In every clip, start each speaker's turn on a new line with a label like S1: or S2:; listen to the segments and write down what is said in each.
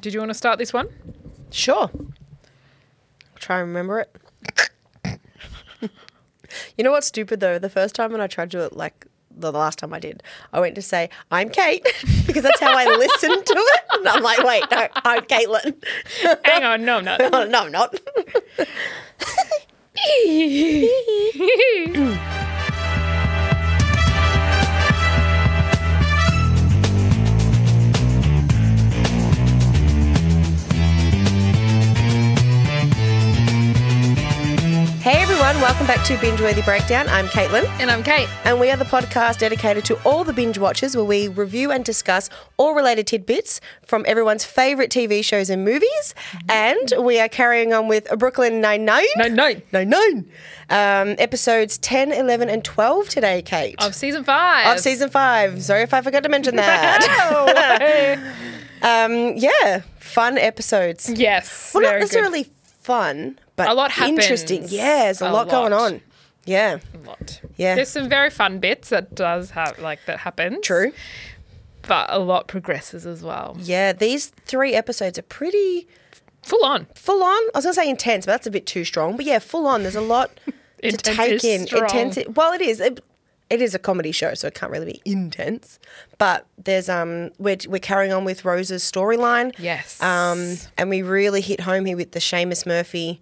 S1: Did you want to start this one?
S2: Sure. Try and remember it. you know what's stupid though? The first time when I tried to do it, like the last time I did, I went to say, I'm Kate, because that's how I listened to it. And I'm like, wait, no, I'm Caitlin.
S1: Hang on, no, I'm not.
S2: no, I'm not. Hey everyone, welcome back to Binge Worthy Breakdown. I'm Caitlin.
S1: and I'm Kate.
S2: And we are the podcast dedicated to all the binge watchers where we review and discuss all related tidbits from everyone's favourite TV shows and movies. And we are carrying on with Brooklyn Nine-Nine.
S1: No, no.
S2: Nine-Nine. Um, episodes 10, 11 and 12 today, Kate.
S1: Of season five.
S2: Of season 5. Sorry if I forgot to mention that. um, yeah, fun episodes.
S1: yes.
S2: Well, not
S1: very good.
S2: necessarily fun, but
S1: A lot
S2: interesting.
S1: happens.
S2: Yeah, there's a,
S1: A
S2: lot, going
S1: lot.
S2: on. Yeah,
S1: lot.
S2: Yeah.
S1: There's some very fun bits that does have like that happens.
S2: true.
S1: But a lot progresses as well.
S2: Yeah, these three episodes are pretty
S1: Full on.
S2: full on. I was going to say intense, but that's a bit too strong. But yeah, full on. There's a lot to
S1: Intense
S2: take
S1: is
S2: in.
S1: strong.
S2: Intense. Well, it is. It, it is a comedy show, so it can't really be intense. But there's um, we're we're carrying on with Rose's storyline.
S1: Yes.
S2: Um, and we really hit home here with the Seamus Murphy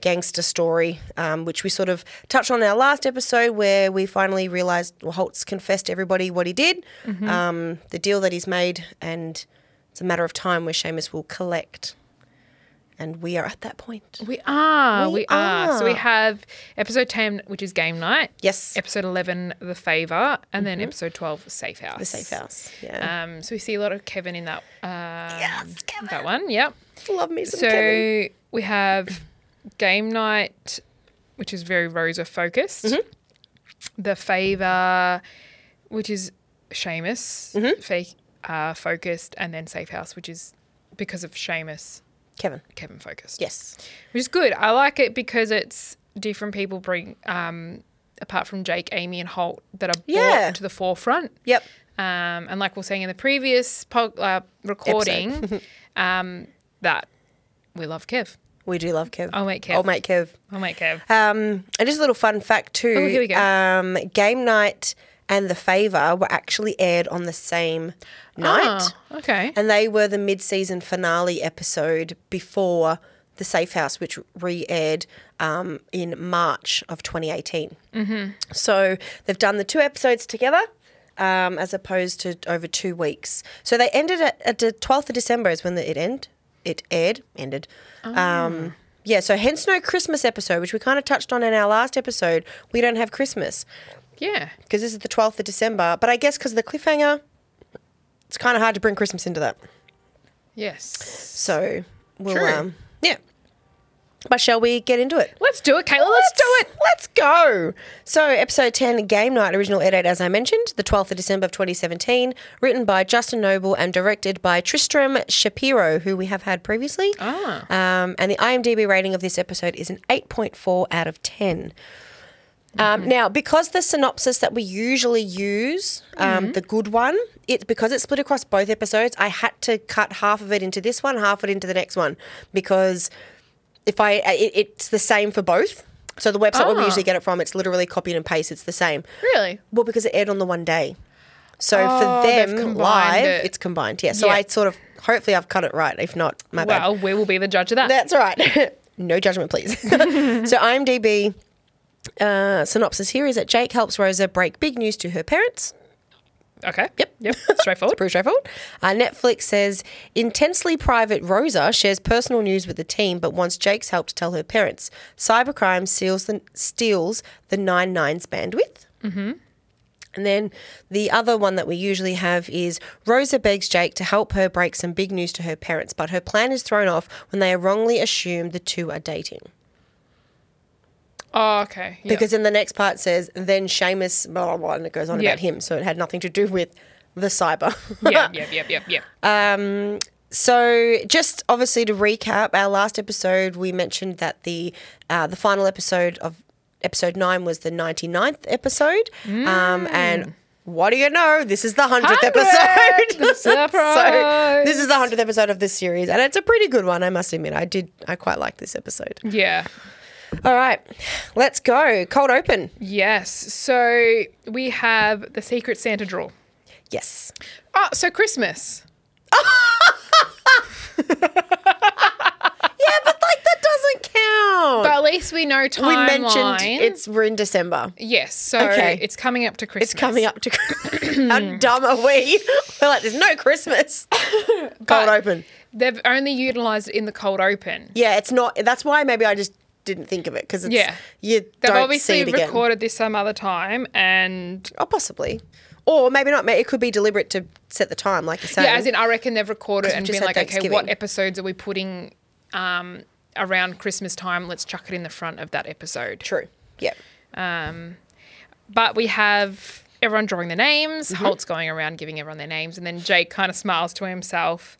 S2: gangster story, um, which we sort of touched on in our last episode, where we finally realised well, Holtz confessed to everybody what he did,
S1: Mm-hmm.
S2: um, the deal that he's made, and it's a matter of time where Seamus will collect. And we are at that point.
S1: We are.
S2: We
S1: We, are. So we
S2: are.
S1: have episode 10, which is game night.
S2: Yes. Mm-hmm.
S1: Episode 11, The Favour. And then episode 12, Safe House.
S2: The safe house. Yeah.
S1: Um, so we see a lot of Kevin in that um,
S2: Yes, Kevin.
S1: that one. Yep.
S2: Love me some
S1: So
S2: Kevin.
S1: we have game night, which is very Rosa focused.
S2: Mm-hmm.
S1: The favour, which is Seamus
S2: Mm-hmm.
S1: fake uh, focused, and then Safe House, which is because of Seamus
S2: Kevin.
S1: Kevin focused.
S2: Yes.
S1: which is good. I like it because it's different people bring um, apart from Jake, Amy, and Holt that are
S2: Yeah.
S1: brought to the forefront.
S2: Yep.
S1: Um, and like we we're saying in the previous po- uh, recording, um, that we love Kev.
S2: We do love Kev.
S1: Oh, mate, Kev.
S2: Oh, mate, Kev.
S1: Oh my Kev.
S2: Um, and just a little fun fact too.
S1: Oh, here we go.
S2: Um, Game night and The Favour were actually aired on the same night,
S1: Ah, okay.
S2: and they were the mid-season finale episode before The Safe House, which re-aired um, in March of 2018. Mm-hmm. So they've done the two episodes together. Um, as opposed to over two weeks, so they ended at, at the twelfth of December is when the, it end it aired ended. Um, yeah, so hence no Christmas episode, which we kind of touched on in our last episode. We don't have Christmas
S1: Yeah.
S2: because this is the 12th of December. But I guess because of the cliffhanger, it's kind of hard to bring Christmas into that.
S1: Yes.
S2: So we'll,
S1: True.
S2: um, yeah. But shall we get into it?
S1: Let's do it, Kayla. Let's do it.
S2: Let's go. So, episode 10, Game Night, original edit, as I mentioned, the 12th of December of 2017, written by Justin Noble and directed by Tristram Shapiro, who we have had previously.
S1: Ah.
S2: Um, and the IMDb rating of this episode is an 8.4 out of 10. Um,
S1: Mm-hmm.
S2: Now, because the synopsis that we usually use, um,
S1: Mm-hmm.
S2: the good one, it because it's split across both episodes, I had to cut half of it into this one, half of it into the next one, because if I it, it's the same for both. So the website where we
S1: Ah.
S2: usually get it from, it's literally copied and paste. It's the same.
S1: Really?
S2: Well, because it aired on the one day. So
S1: Oh,
S2: for
S1: they've
S2: them
S1: combined
S2: live,
S1: it.
S2: it's combined. Yeah. So
S1: Yeah.
S2: I sort of hopefully I've cut it right. If not, my bad.
S1: Well, we will be the judge of that.
S2: That's right. no judgment, please. so IMDb uh, synopsis here is that Jake helps Rosa break big news to her parents.
S1: Okay. Yep. Yep. Straightforward.
S2: Pretty straightforward. Uh, Netflix says intensely private Rosa shares personal news with the team, but wants Jake's help to tell her parents. Cybercrime seals the, steals the Nine Nines bandwidth. And then the other one that we usually have is Rosa begs Jake to help her break some big news to her parents, but her plan is thrown off when they are wrongly assume the two are dating.
S1: oh, okay. Yep.
S2: Because in the next part says, then Seamus, blah, blah, blah, and it goes on
S1: Yeah.
S2: about him. So it had nothing to do with the cyber.
S1: yep, yep, yep, yep, yep.
S2: Um, so just obviously to recap, our last episode we mentioned that the uh, the final episode of episode nine was the 99th episode, um, and what do you know? This is the hundredth episode.
S1: Surprise!
S2: this is is the hundredth episode of this series, and it's a pretty good one. I must admit, I did. I quite like this episode.
S1: Yeah.
S2: All right, let's go. Cold open.
S1: Yes. So we have the Secret Santa draw.
S2: Yes.
S1: Oh, so Christmas.
S2: Yeah, but like that doesn't count.
S1: But at least we know time.
S2: we mentioned it's we're in December.
S1: Yes. So
S2: Okay.
S1: it's coming up to Christmas.
S2: It's coming up to how dumb are we? We're like, there's no Christmas. Cold open.
S1: They've only utilized it in the cold open.
S2: Yeah, it's not. That's why maybe I just didn't think of it because it's
S1: Yeah.
S2: you
S1: They've
S2: don't see
S1: obviously
S2: it again.
S1: recorded this some other time and
S2: Oh, possibly. Or maybe not. It could be deliberate to set the time, like you're saying.
S1: Yeah, as in I reckon they've recorded
S2: 'Cause
S1: and
S2: we've just
S1: been like,
S2: had
S1: okay, what
S2: Thanksgiving.
S1: episodes are we putting um, around Christmas time? Let's chuck it in the front of that episode.
S2: True. Yep.
S1: Um, but we have everyone drawing their names.
S2: Mm-hmm.
S1: Holt's going around giving everyone their names, and then Jake kind of smiles to himself,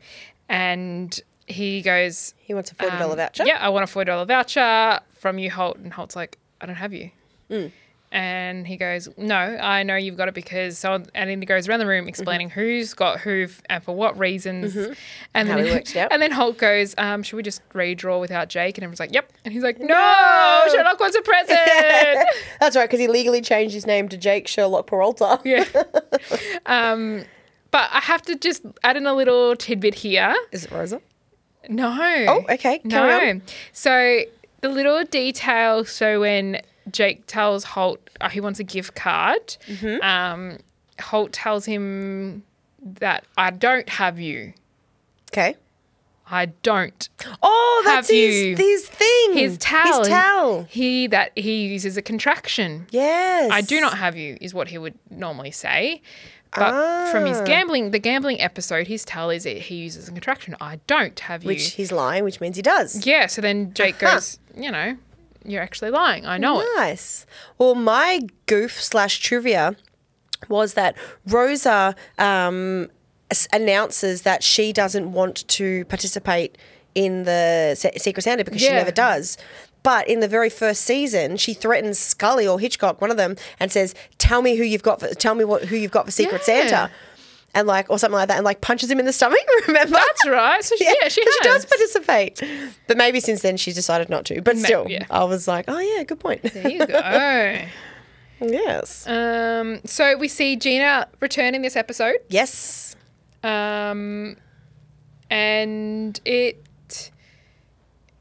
S1: and he goes,
S2: He wants a forty dollar
S1: um,
S2: voucher.
S1: Yeah, I want a forty dollar voucher from you, Holt. And Holt's like, I don't have you.
S2: Mm.
S1: And he goes, No, I know you've got it because so. And then he goes around the room explaining who's got who f- and for what reasons. And
S2: Mm-hmm. How
S1: then
S2: he worked it out.
S1: and then Holt goes, um, Should we just redraw without Jake? And everyone's like, Yep. And he's like, No,
S2: No.
S1: Sherlock wants a present.
S2: That's right, because he legally changed his name to Jake Sherlock Peralta.
S1: yeah. Um, but I have to just add in a little tidbit here.
S2: Is it Rosa?
S1: No.
S2: Oh, okay,
S1: No.
S2: carry on.
S1: So the little detail. So when Jake tells Holt uh, he wants a gift card,
S2: Mm-hmm.
S1: um, Holt tells him that I don't have you.
S2: Okay.
S1: I don't.
S2: Oh,
S1: Have
S2: that's his,
S1: you-
S2: his thing.
S1: His towel.
S2: His towel.
S1: He that he uses a contraction.
S2: Yes.
S1: I do not have you is what he would normally say. But from his
S2: Ah.
S1: gambling, the gambling episode, his tell is that he uses a contraction. I don't have you.
S2: Which he's lying, which means he does.
S1: yeah. So then Jake
S2: Aha.
S1: goes, you know, you're actually lying. I know it.
S2: Mm-hmm. Nice. Well, my goof slash trivia was that Rosa um, s- announces that she doesn't want to participate in the Se- Secret Santa because she
S1: Yeah.
S2: never does. But in the very first season, she threatens Scully or Hitchcock, one of them, and says, "Tell me who you've got. For, tell me what who you've got for Secret
S1: Yeah.
S2: Santa." And like, or something like that, and like punches him in the stomach. Remember?
S1: That's right. So she, yeah, she
S2: but
S1: has.
S2: does participate. But maybe since then she's decided not to. But
S1: Ma-
S2: still,
S1: yeah.
S2: I was like, oh yeah, good point.
S1: There you go.
S2: yes.
S1: Um, so we see Gina returning this episode,
S2: Yes.
S1: um, and it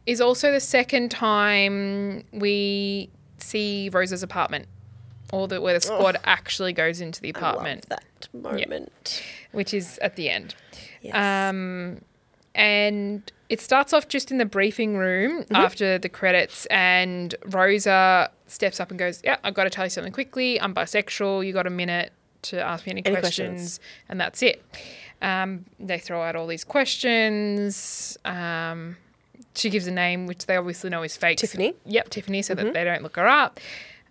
S1: is also the second time we see Rose's apartment, or the, where the squad actually goes into the apartment,
S2: Love that moment.
S1: which is at the end.
S2: Yes.
S1: Um, and it starts off just in the briefing room
S2: Mm-hmm.
S1: after the credits, and Rosa steps up and goes, "Yeah, I've got to tell you something quickly. I'm bisexual. You got a minute to ask me any,
S2: Any
S1: questions,
S2: questions.
S1: and that's it." Um, they throw out all these questions. Um, she gives a name, which they obviously know is fake.
S2: Tiffany? Mm-hmm.
S1: Yep, Tiffany, so that they don't look her up.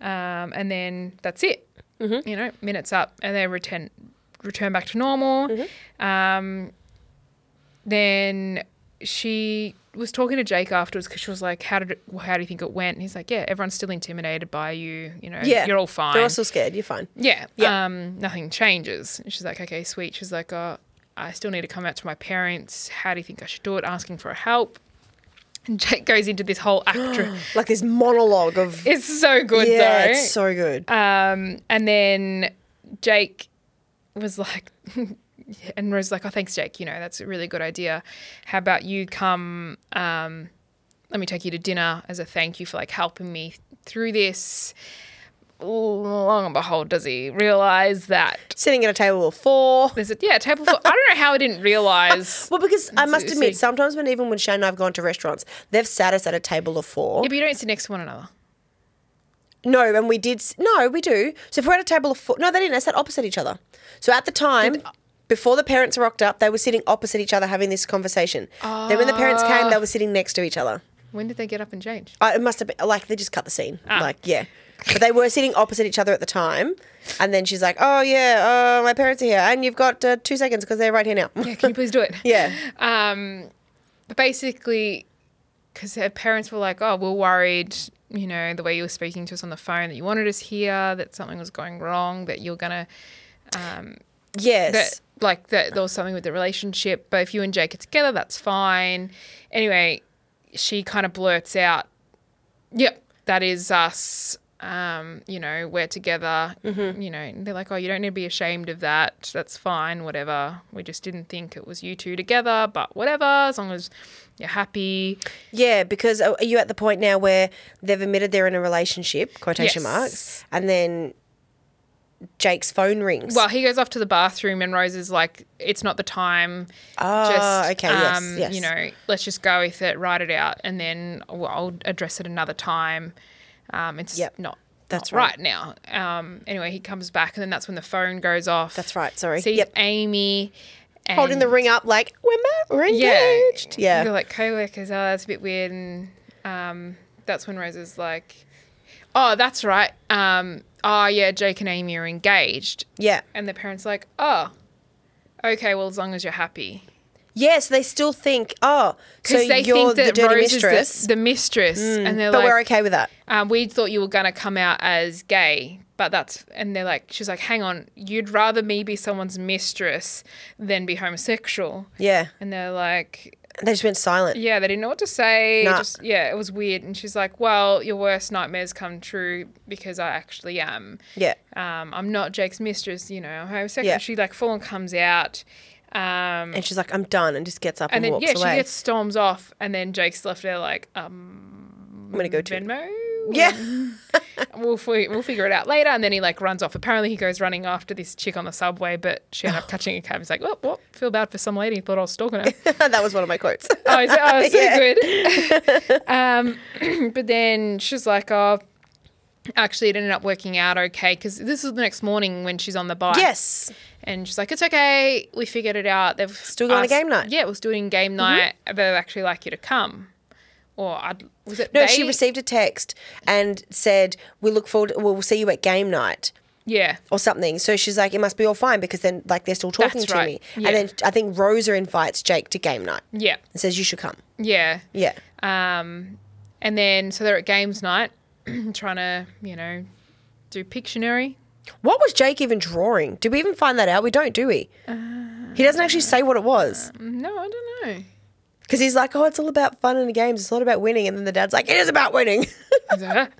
S1: Um, and then that's it.
S2: Mm-hmm.
S1: You know, minutes up, and they return return back to normal.
S2: Mm-hmm.
S1: Um, then she was talking to Jake afterwards because she was like, "How did it, how do you think it went?" And he's like, "Yeah, everyone's still intimidated by you. You know,
S2: yeah.
S1: Um, you're all fine.
S2: They're all still scared. You're fine.
S1: yeah,
S2: Yeah.
S1: Um, nothing changes." And she's like, "Okay, sweet." She's like, "Oh, I still need to come out to my parents. How do you think I should do it?" Asking for help. And Jake goes into this whole actress.
S2: Like this monologue of
S1: it's so good
S2: yeah,
S1: though.
S2: it's so good.
S1: Um, and then Jake was like, and Rose's like, oh, thanks, Jake. You know, that's a really good idea. How about you come? Um, let me take you to dinner as a thank you for like helping me through this. Long and behold, does he realize that
S2: Sitting at a table of four.
S1: there's a yeah table? For, I don't know how I didn't realize.
S2: Well, because I must
S1: it's
S2: admit,
S1: like-
S2: sometimes when even when Shane and I've gone to restaurants, they've sat us at a table of four.
S1: If you don't sit next to one another,
S2: No, and we did. s- No, we do. So if we're at a table of four, no, they didn't. They sat opposite each other. So at the time, before the parents rocked up, they were sitting opposite each other having this conversation. Then when the parents came, they were sitting next to each other.
S1: when did they get up and change?
S2: I, it must have been like they just cut the scene. Like yeah, but they were sitting opposite each other at the time. And then she's like, "Oh yeah, uh, my parents are here, and you've got uh, two seconds because they're right here now."
S1: Yeah, can you please do it?
S2: yeah.
S1: Um, but basically, because her parents were like, "Oh, we're worried." You know, the way you were speaking to us on the phone, that you wanted us here, that something was going wrong, that you're gonna. Um,
S2: Yes.
S1: that like that there was something with the relationship, but if you and Jake are together, that's fine. Anyway, she kind of blurts out, "Yep, that is us." Um, you know, we're together. You know, and they're like, "Oh, you don't need to be ashamed of that. That's fine. Whatever. We just didn't think it was you two together, but whatever. As long as you're happy."
S2: Yeah, because are are you at the point now where they've admitted they're in a relationship, quotation
S1: Yes.
S2: marks, and then Jake's phone rings.
S1: Well, he goes off to the bathroom, and Rose is like, "It's not the time. um,
S2: Oh, okay, yes, yes.
S1: You know, let's just go with it, write it out, and then well, I'll address it another time. Um, it's
S2: Yep,
S1: not
S2: that's
S1: not right. now. Um, anyway, he comes back, and then that's when the phone goes off.
S2: That's right, sorry.
S1: Sees
S2: Yep.
S1: Amy and
S2: holding the ring up like we're ma- we're
S1: Yeah,
S2: engaged. Yeah.
S1: They're like co-workers. Oh, that's a bit weird, and um, that's when Rose is like, "Oh, that's right. Um, oh yeah, Jake and Amy are engaged."
S2: yeah.
S1: And the parents are like, oh, okay, well, as long as you're happy.
S2: Yes, they still think, oh, so
S1: Because they
S2: you're
S1: think
S2: the
S1: that
S2: dirty
S1: Rose
S2: mistress, Mm.
S1: is the, the mistress. and they're
S2: but we're
S1: like,
S2: okay with that.
S1: um, we thought you were going to come out as gay. But that's, and they're like, she's like, hang on, you'd rather me be someone's mistress than be homosexual.
S2: Yeah.
S1: And they're like,
S2: They just went silent.
S1: yeah, they didn't know what to say.
S2: Nah.
S1: Just, yeah, it was weird. And she's like, well, your worst nightmares come true because I actually am
S2: Yeah.
S1: um, I'm not Jake's mistress, you know, I'm homosexual.
S2: Yeah.
S1: She like full on comes out. Um,
S2: And she's like, I'm done, and just gets up and,
S1: and then
S2: walks
S1: yeah,
S2: away.
S1: she gets storms off, and then Jake's left there like, um,
S2: I'm gonna go to
S1: Venmo.
S2: yeah,
S1: We'll fi- we'll figure it out later. And then he like runs off. Apparently, he goes running after this chick on the subway, but she ended up catching a cab. He's like, oh, what? Feel bad for some lady. Thought I was stalking her.
S2: that was one of my quotes.
S1: oh, is it? Oh, so
S2: Yeah.
S1: good. um, but then she's like, oh. Actually, it ended up working out okay because this is the next morning when she's on the bike.
S2: yes,
S1: And she's like, it's okay. We figured it out. They've still
S2: going to game night. Mhm.
S1: Yeah, we'll still doing game night. They'd actually like you to come. Or I'd, was it?
S2: no,
S1: they-
S2: she received a text and said, "We look forward. well, we'll see you at game night."
S1: Yeah.
S2: Or something. So she's like, it must be all fine because then, like, they're still talking
S1: That's
S2: to
S1: right.
S2: me.
S1: Yeah.
S2: And then I think Rosa invites Jake to game night
S1: Yeah.
S2: and says, you should come.
S1: Yeah.
S2: Yeah.
S1: Um, and then so they're at games night, trying to you know do Pictionary.
S2: What was Jake even drawing? Did we even find that out? We don't, do we?
S1: Uh,
S2: he doesn't actually say what it was
S1: No, I don't know.
S2: because he's like, oh, it's all about fun and games. It's not about winning. And then the dad's like, it is about winning.
S1: Is that-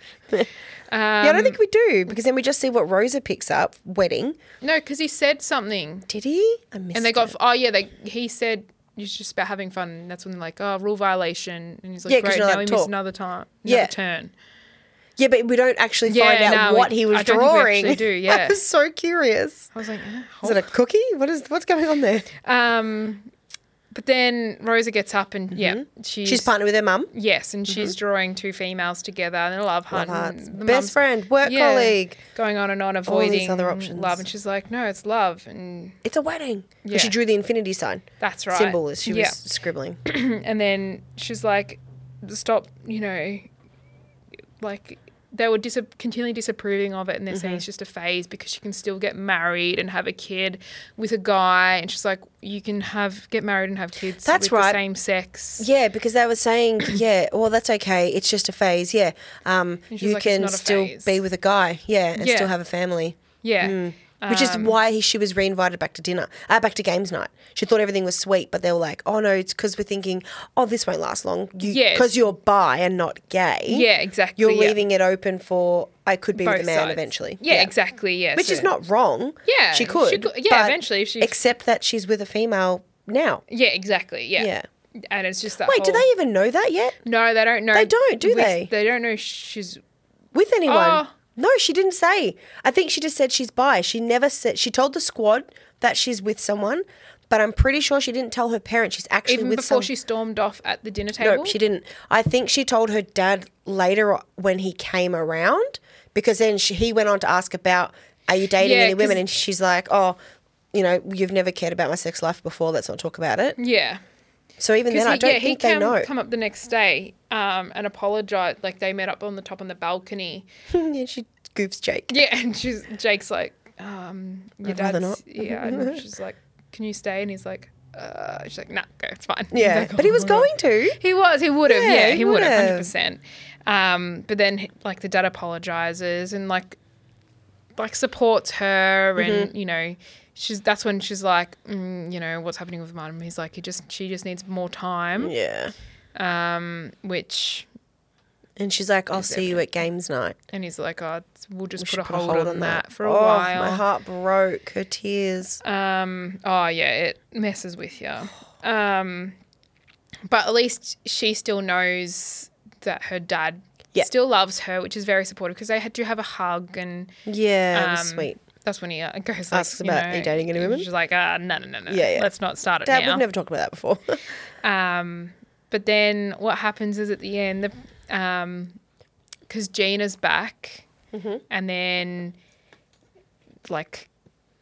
S1: Um,
S2: yeah, I don't think we do because then we just see what Rosa picks up wedding.
S1: no, because he said something,
S2: Did he? I missed
S1: and they
S2: it.
S1: got oh yeah, they he said it's just about having fun. And that's when they're like oh rule violation, and he's like
S2: Yeah, 'cause
S1: great
S2: you're not
S1: now
S2: allowed
S1: we
S2: to
S1: missed
S2: talk.
S1: another time, another
S2: Yeah.
S1: turn.
S2: Yeah, but we don't actually find
S1: Yeah,
S2: out
S1: no,
S2: what
S1: we-
S2: he was
S1: I don't think we
S2: drawing.
S1: actually do, yeah.
S2: I was so curious.
S1: I was like, eh,
S2: Is it a cookie? What is what's going on there?
S1: Um, but then Rosa gets up and yeah, she's,
S2: Mm-hmm. She's partnered with her mum.
S1: yes, and she's drawing two females together and a love hunt.
S2: Love
S1: and
S2: hearts.
S1: the
S2: Mm, Best
S1: mum's-
S2: friend, work colleague.
S1: going on and on,
S2: these
S1: avoiding
S2: other options.
S1: love, and she's like, no, it's love, and
S2: It's a wedding. And She
S1: Yeah.
S2: drew the infinity sign.
S1: that's right.
S2: Symbol as she
S1: yeah.
S2: was scribbling.
S1: and then she's like, stop, you know, like. They were dis- continually disapproving of it, and they're saying
S2: Mm-hmm.
S1: it's just a phase because she can still get married and have a kid with a guy. And she's like, "You can have get married and have kids
S2: That's
S1: with
S2: right.
S1: the same sex."
S2: Yeah, because they were saying, yeah, well, that's okay. It's just a phase. Yeah. Um,
S1: she's
S2: you
S1: like, "It's
S2: can
S1: not a
S2: still
S1: phase."
S2: be with a guy. Yeah. And
S1: Yeah.
S2: still have a family.
S1: Yeah.
S2: Mm.
S1: Um,
S2: Which is why he, she was reinvited back to dinner, uh, back to games night. She thought everything was sweet, but they were like, "Oh no, it's because we're thinking, oh, this won't last long, because
S1: Yeah, it's-
S2: you're bi and not gay.
S1: Yeah, exactly.
S2: you're
S1: yeah.
S2: leaving it open for I could be
S1: Both
S2: with a man
S1: sides.
S2: eventually.
S1: Yeah, exactly. Yeah.
S2: Which
S1: so-
S2: is not wrong.
S1: Yeah,
S2: she
S1: she
S2: could.
S1: could- yeah,
S2: but
S1: eventually if she-
S2: Except that she's with a female now.
S1: Yeah, exactly. Yeah.
S2: Yeah.
S1: And it's just that.
S2: Wait, do
S1: whole-
S2: they even know that yet
S1: No, they don't know.
S2: They don't, do
S1: with-
S2: they?
S1: They don't know she's.
S2: with anyone?
S1: Oh.
S2: No, she didn't say. I think she just said she's bi. She never said. She told the squad that she's with someone. But I'm pretty sure she didn't tell her parents she's actually
S1: Even
S2: with
S1: before
S2: some-
S1: she stormed off at the dinner table.
S2: Nope, she didn't. I think she told her dad later o- when he came around because then she, he went on to ask about, "Are you dating
S1: Yeah,
S2: any women?"
S1: 'cause-
S2: And she's like, "Oh, you know, you've never cared about my sex life before. Let's not talk about it."
S1: Yeah.
S2: So even then,
S1: Because
S2: I
S1: he,
S2: don't
S1: yeah, he
S2: think they
S1: came,
S2: know.
S1: come up the next day um, and apologized. Like they met up on the top on the balcony.
S2: yeah, she goofs Jake.
S1: Yeah, and she's Jake's like, um, your
S2: I'd rather
S1: dad's.
S2: not.
S1: Yeah, and she's like, can you stay? And he's like, uh, she's like, nah, go, it's fine. He's
S2: Yeah,
S1: like,
S2: but he was
S1: "Oh."
S2: going to.
S1: He was. He would have.
S2: Yeah,
S1: Yeah,
S2: he
S1: he would have. Hundred
S2: would've.
S1: percent. Um, but then, like, the dad apologizes and like, like supports her, and you know, she's that's when she's like, mm, you know, what's happening with mum? And He's like, he just she just needs more time,
S2: Yeah.
S1: um, which
S2: And she's like, I'll see you at games night.
S1: and he's like, oh, it's- we'll just
S2: We
S1: put
S2: should
S1: a hold, on, that, for a
S2: Oh,
S1: while.
S2: My heart broke. Her tears.
S1: Um, oh yeah, it messes with you. Um, but at least she still knows that her dad
S2: Yeah.
S1: still loves her, which is very supportive because they had to have a hug, and
S2: Yeah, it was
S1: um,
S2: sweet.
S1: that's when he uh, goes like,
S2: Asks
S1: you
S2: about, "Are you
S1: know,
S2: dating any women?"
S1: She's like, ah, no, no, no, no.
S2: Yeah, yeah.
S1: Let's not start it
S2: Dad,
S1: now.
S2: we've never talked about that before.
S1: um, but then what happens is at the end, the um, because Gina's back,
S2: Mm-hmm.
S1: and then like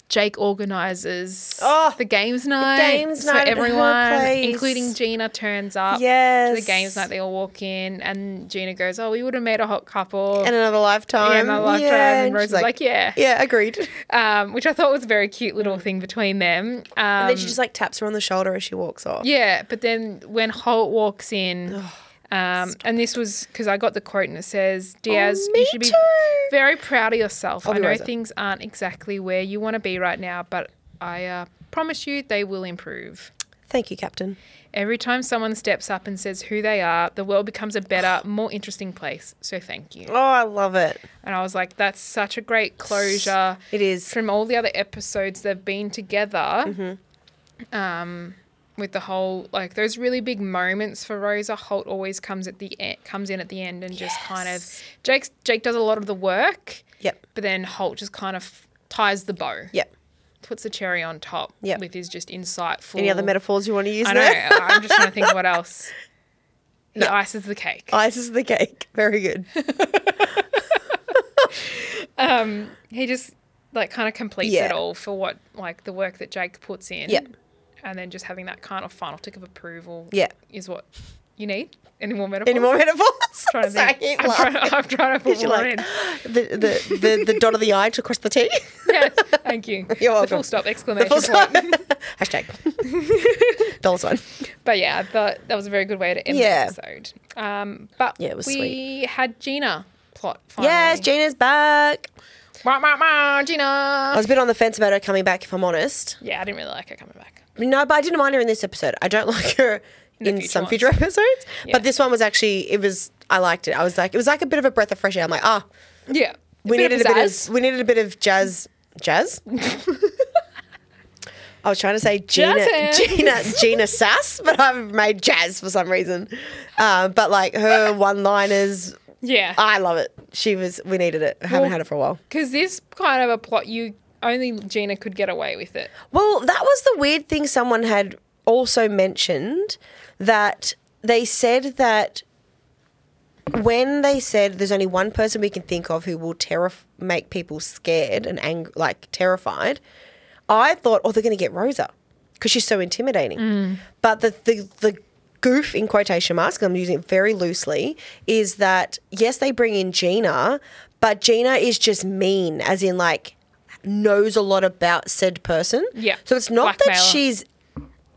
S1: Jake organizes
S2: Oh,
S1: the games night.
S2: games
S1: so
S2: night at her
S1: everyone,
S2: place.
S1: including Gina, turns up. Uh, To
S2: yes.
S1: the games night, they all walk in, and Gina goes, "Oh, we would have made a hot couple."
S2: in another lifetime.
S1: yeah, in a lifetime. and
S2: she's
S1: Rose is like, "Yeah,"
S2: yeah, agreed.
S1: um, which I thought was a very cute little thing between them. Um,
S2: Mm. and then she just like taps her on the shoulder as she walks off.
S1: yeah, but then when Holt walks in, um, and this was because I got the quote and it says, Diaz,
S2: Oh, me
S1: you should be
S2: too.
S1: very proud of yourself. I
S2: be
S1: know
S2: right there."
S1: things aren't exactly where you want to be right now, but I uh, promise you they will improve.
S2: Thank you, Captain.
S1: Every time someone steps up and says who they are, the world becomes a better, more interesting place. So thank you.
S2: Oh, I love it.
S1: And I was like, that's such a great closure
S2: It is.
S1: from all the other episodes they've been together um,
S2: Mm-hmm.
S1: with the whole like those really big moments for Rosa Holt always comes at the e- comes in at the end and just kind of
S2: Yes.
S1: Jake's Jake does a lot of the work
S2: Yep.
S1: but then Holt just kind of ties the bow
S2: Yep.
S1: puts the cherry on top
S2: Yep.
S1: with his just insightful
S2: Any other metaphors you want to use
S1: I know
S2: there?
S1: I'm just trying to think what else the
S2: Yeah.
S1: ice is the cake
S2: Ice is the cake. Very good.
S1: um he just like kind of completes it
S2: Yeah.
S1: all for what like the work that Jake puts in.
S2: Yep.
S1: And then just having that kind of final tick of approval
S2: Yeah.
S1: is what you need. Any more metaphors?
S2: Any more metaphors?
S1: Trying to
S2: Sorry, I
S1: think.
S2: keep
S1: I'm, trying,
S2: laughing.
S1: I'm trying to put
S2: You're
S1: more in.
S2: like, the, the, the, the dot of the I to cross the T.
S1: Yeah, thank you.
S2: You're
S1: The full
S2: welcome.
S1: stop
S2: The
S1: exclamation
S2: full
S1: point.
S2: sign. Hashtag. Dollar sign.
S1: But yeah, I thought that was a very good way to end
S2: Yeah.
S1: the episode. Um, but
S2: Yeah, it was
S1: we had Gina plot finally.
S2: Yes, Gina's back.
S1: Wah, wah, wah, Gina.
S2: I was a bit on the fence about her coming back, if I'm honest.
S1: yeah, I didn't really like her coming back.
S2: No, but I didn't mind her in this episode. I don't like her
S1: the
S2: in
S1: future
S2: some
S1: ones.
S2: future episodes,
S1: Yeah.
S2: but this one was actually it was. I liked it. I was like, it was like a bit of a breath of fresh air. I'm like, ah,
S1: Yeah.
S2: we needed a bit
S1: pizzazz.
S2: of we needed a bit of jazz, jazz. I was trying to say Gina,
S1: Jazz
S2: Gina, Gina Sass, but I've made jazz for some reason. Uh, but like her one-liners,
S1: Yeah.
S2: I love it. She was. We needed it. Haven't
S1: Well-
S2: had it for a while.
S1: Because this kind of a plot, you only Gina could get away with it.
S2: Well, that was the weird thing someone had also mentioned that they said that when they said there's only one person we can think of who will terrif- make people scared and ang- like terrified, I thought, oh, they're going to get Rosa because she's so intimidating.
S1: Mm.
S2: But the, the, the goof in quotation marks, 'cause I'm using it very loosely, is that yes, they bring in Gina, but Gina is just mean, as in like knows a lot about said person.
S1: Yeah.
S2: So it's not that
S1: Blackmailer.
S2: she's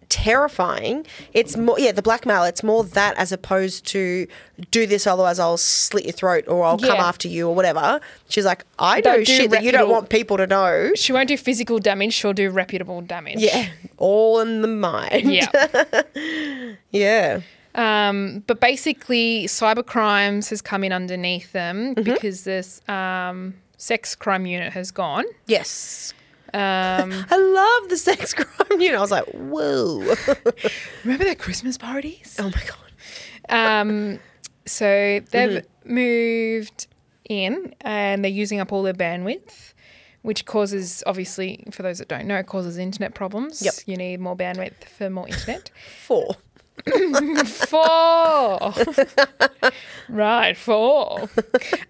S2: terrifying. It's more, yeah, the blackmail. It's more that as opposed to do this, otherwise I'll slit your throat or I'll come
S1: Yeah.
S2: after you or whatever. She's like, I know
S1: Don't do
S2: shit that you don't
S1: reputable-
S2: want people to know.
S1: She won't do physical damage. She'll do reputable damage.
S2: Yeah, all in the mind.
S1: Yeah.
S2: yeah.
S1: um, but basically, cyber crimes has come in underneath them because this um, sex crime unit has gone.
S2: Yes.
S1: Um,
S2: I love the sex crime unit. I was like, whoa.
S1: remember their Christmas parties?
S2: oh my god.
S1: Um, so they've moved in and they're using up all their bandwidth, which causes, obviously, for those that don't know, it causes internet problems.
S2: Yep.
S1: You need more bandwidth for more internet.
S2: Four.
S1: Four. right, four. Um,